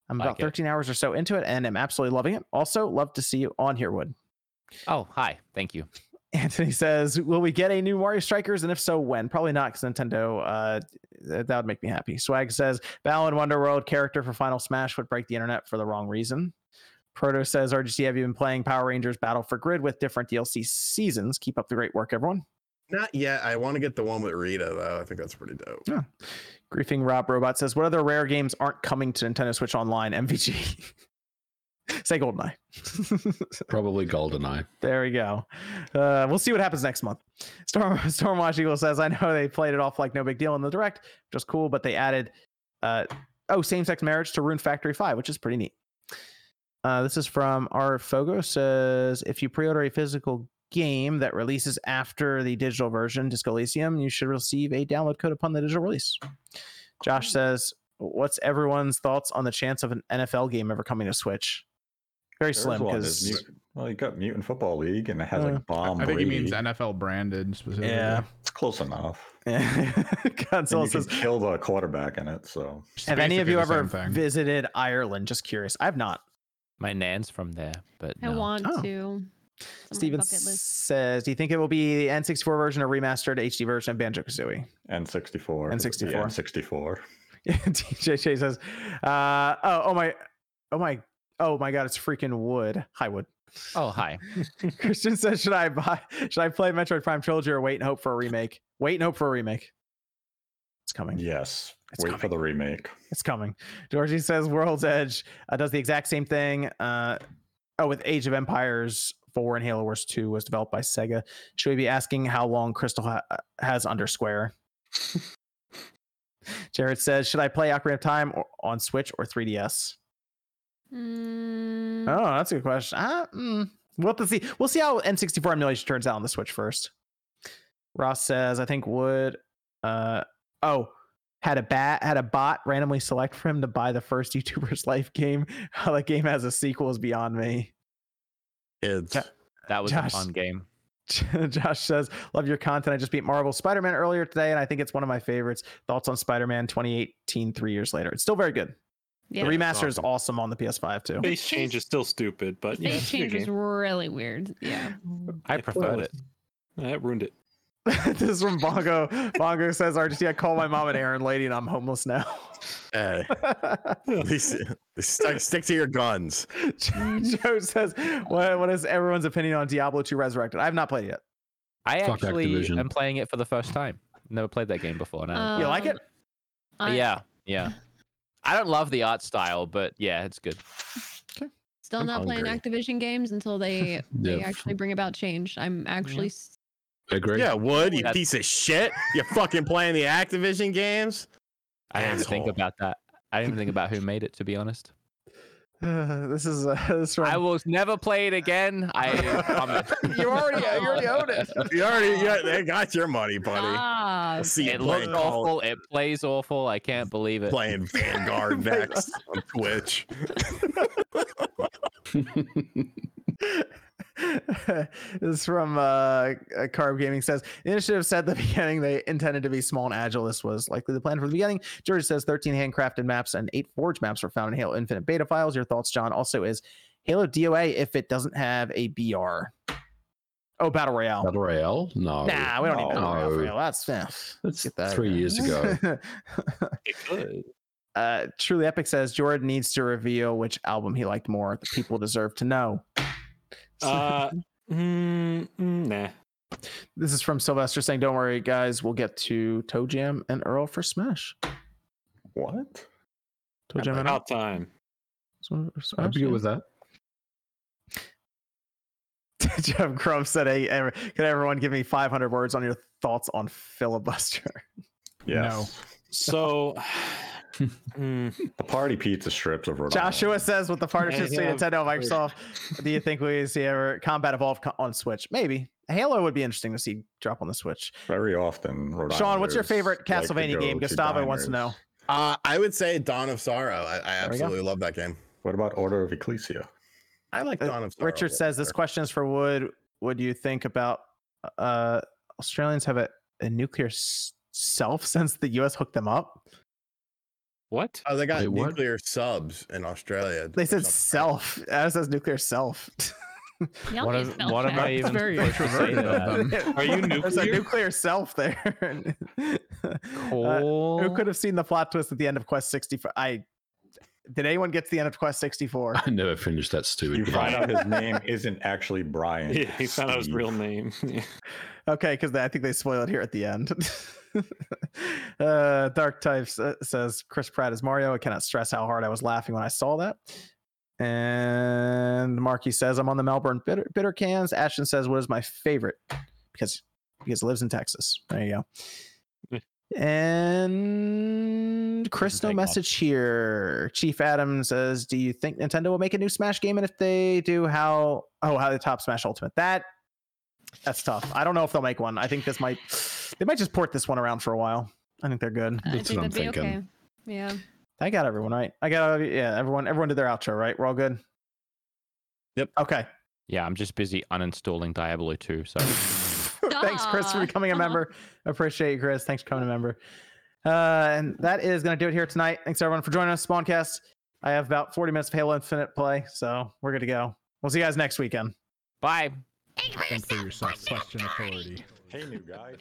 A: I'm
B: Like
A: about
B: it.
A: 13 hours or so into it and am absolutely loving it. Also, love to see you on here, Wood.
B: Oh, hi. Thank you.
A: Anthony says, Will we get a new Mario Strikers? And if so, when? Probably not, because Nintendo, uh, th- that would make me happy. Swag says, Val and Wonder World character for Final Smash would break the internet for the wrong reason. Proto says, RGC, have you been playing Power Rangers Battle for Grid with different DLC seasons? Keep up the great work, everyone.
E: Not yet. I want to get the one with Rita though. I think that's pretty dope.
A: Griefing Rob Robot says, What other rare games aren't coming to Nintendo Switch Online? MVG. Say Goldeneye.
D: probably Goldeneye.
A: There we go. Uh, we'll see what happens next month. Storm Stormwatch Eagle says, I know they played it off like no big deal in the direct, which is cool, but they added uh, oh, same sex marriage to Rune Factory 5, which is pretty neat. Uh, this is from R Fogo says if you pre-order a physical game that releases after the digital version, Disco Elysium, you should receive a download code upon the digital release. Josh says, What's everyone's thoughts on the chance of an NFL game ever coming to Switch? Very
G: There is
A: slim
G: one, there's
A: because
G: Mut- well, you got Mutant Football League, and it has
A: Uh,
G: like bomb.
H: I think he means
G: Brady.
H: NFL branded specifically.
A: Yeah.
G: It's close enough.
A: Yeah.
G: And
A: Gonzalo
G: you can
A: says,
G: kill the quarterback in it. So
H: It's
A: Have any of
H: basically
A: you
H: the same
A: ever
H: thing.
A: visited Ireland? Just curious. I've not.
B: My nan's from there, but
C: I
B: no.
C: want
A: Oh.
C: to. It's on my
A: Steven
C: bucket list.
A: says, Do you think it will be the N64 version or remastered HD version of Banjo Kazooie?
G: N64.
A: N64.
G: Yeah, N64.
A: DJ Shay says, uh, oh, oh my, oh my, oh my God, it's freaking Wood. Hi, Wood.
B: Oh, hi.
A: Christian says, Should I buy, should I play Metroid Prime Trilogy or wait and hope for a remake? Wait and hope for a remake. It's coming.
G: Yes.
A: It's
G: Wait for
A: coming.
G: the remake.
A: It's coming. Georgie says World's Edge uh, does the exact same thing. Uh, oh, with Age of Empires 4 and Halo Wars 2 was developed by Sega. Should we be asking how long Crystal ha- uh, has under Square? Jared says, should I play Ocarina of Time or, on Switch or 3DS?
C: Mm,
A: Oh, that's a good question. Uh, mm, we'll have to see. We'll see how N64 emulation turns out on the Switch first. Ross says, I think would uh oh had a bat had a bot randomly select for him to buy the first YouTuber's life game. How that game has a sequel is beyond me.
E: It's
A: Yeah.
B: That was
A: Josh.
B: a fun game.
A: Josh says, Love your content. I just beat Marvel Spider Man earlier today, and I think it's one of my favorites. Thoughts on Spider Man 2018, three years later. It's still very good.
C: yeah.
A: the
E: it's
A: remaster is
E: awesome.
A: awesome on the PS5 too.
F: Face change is still stupid, but yeah,
C: Face
F: it's a good
C: change was
F: game.
C: really weird. Yeah.
B: I
F: It
B: preferred
F: was.
B: it.
F: Yeah, That ruined it.
A: this is from Bongo. Bongo says, RGC, I call my mom an errand lady and I'm homeless now.
E: hey, at least- at least stick, stick to your guns.
A: Joe says, what, what is everyone's opinion on Diablo 2 Resurrected? I have not played it yet.
B: I
D: Fuck
B: actually
D: Activision.
B: am playing it for the first time. Never played that game before. No.
A: You like it?
C: Um, I
B: Uh, yeah, yeah. I don't love the art style, but yeah, it's good.
C: Still
D: I'm
C: not playing
D: hungry.
C: Activision games until they they
D: Yeah.
C: actually bring about change. I'm actually s-
D: Agree.
E: Yeah, Wood, you
B: That's-
E: piece of shit. You fucking playing the Activision games?
B: I didn't even think
E: Asshole.
B: about that. I didn't even think about who made it. To be honest,
A: Uh, this is uh, this
B: I
A: right.
B: will never play it again. I promise.
A: you already you already own it.
E: You already you, they got your money, buddy.
C: Ah,
E: I'll see you
B: it looks
E: playing, Call-
B: awful. It plays awful. I can't believe it.
E: playing Vanguard Vex on Twitch.
A: this is from uh, uh, Carb Gaming says the initiative said at the beginning they intended to be small and agile. This was likely the plan from the beginning. George says 13 handcrafted maps and eight forge maps were found in Halo Infinite beta files. Your thoughts, John? Also, is Halo DOA if it doesn't have a BR? Oh, battle royale.
D: Battle Royale? No.
A: nah, we don't need battle royale. for
D: No.
A: Halo. That's yeah.
D: That's
A: Get that out of
D: three
A: here.
D: years ago.
F: It could.
A: uh, Truly Epic says Jordan needs to reveal which album he liked more. The people deserve to know.
F: Uh, mm, mm, nah.
A: This is from Sylvester saying, "Don't worry, guys. We'll get to Toe Jam and Earl for Smash.
G: What?
A: Toe Jam and Earl.
F: About time.
A: So- for
D: I'd
A: Smash,
D: be
A: yeah.
D: good with that.
A: Jeff Crump said, "Hey, ever- can everyone give me 500 words on your thoughts on filibuster?
G: Yes.
F: So, mm,
G: The party pizza strips of Rhode
A: Joshua says, "With the partnerships between
F: Yeah,
A: Nintendo and Microsoft, do you think we see ever Combat Evolve co- on Switch? Maybe." Halo would be interesting to see drop on the Switch.
G: Island. Very often, Rhode
A: Sean, what's your
G: Islanders
A: favorite
G: like to
A: Castlevania
G: go
A: game?
G: to
A: Gustavo wants to know.
G: diners.
E: Uh, I would say Dawn of Sorrow. I, I
A: There we go.
E: absolutely love that game.
G: What about Order of Ecclesia?
E: I like
A: Uh,
E: Dawn of Sorrow.
A: Richard says this
E: better.
A: question is for Wood. What do you think about uh, Australians have a, a nuclear s- self since the U.S. hooked them up?
F: what?
E: Oh, they got
D: Wait, what?
E: nuclear subs in Australia.
A: They
E: or
A: said
E: something.
A: self. As says nuclear self.
C: y'all
B: What
C: need
B: am,
C: spell
B: what am
C: check.
B: I even
H: very
B: supposed to say to
H: introverted of
B: that?
H: them.
A: Are
F: you
A: There's a
F: nuclear?
A: nuclear self there. Uh,
B: Cool.
A: who could have seen the plot twist at the end of Quest 64? I did. Anyone get to the end of Quest 64?
D: I never finished that stupid
G: You
D: game.
G: find out his name isn't actually Brian.
F: Yeah, he found out his
G: Steve.
F: real name.
A: Okay, because I think they spoil it here at the end. uh, Dark Types uh, says Chris Pratt is Mario. I cannot stress how hard I was laughing when I saw that. And Marky says I'm on the Melbourne bitter, bitter cans. Ashton says what is my favorite because because he lives in Texas. There you go. And Chris, no
B: take off.
A: message here. Chief Adam says, "Do you think Nintendo will make a new Smash game? And if they do, how? Oh, how they top Smash Ultimate? That that's tough. I don't know if they'll make one. I think this might they might just port this one around for a while. I think they're good.
C: I
D: That's
C: think
D: what I'm
C: that'd be okay.
D: thinking.
C: Yeah.
A: I got everyone right. I got yeah, everyone everyone did their outro, right? We're all good.
E: Yep.
A: Okay.
B: Yeah, I'm just busy uninstalling Diablo 2. So
A: Thanks, Chris, for
C: Duh.
A: becoming a member. Appreciate you, Chris. Thanks for becoming a member. Uh, and that is going to do it here tonight. Thanks everyone for joining us, Spawncast. I have about 40 minutes of Halo Infinite play, so we're good to go. We'll see you guys next weekend.
B: bye.
H: Think for yourself. Question authority.
G: Hey, new guy.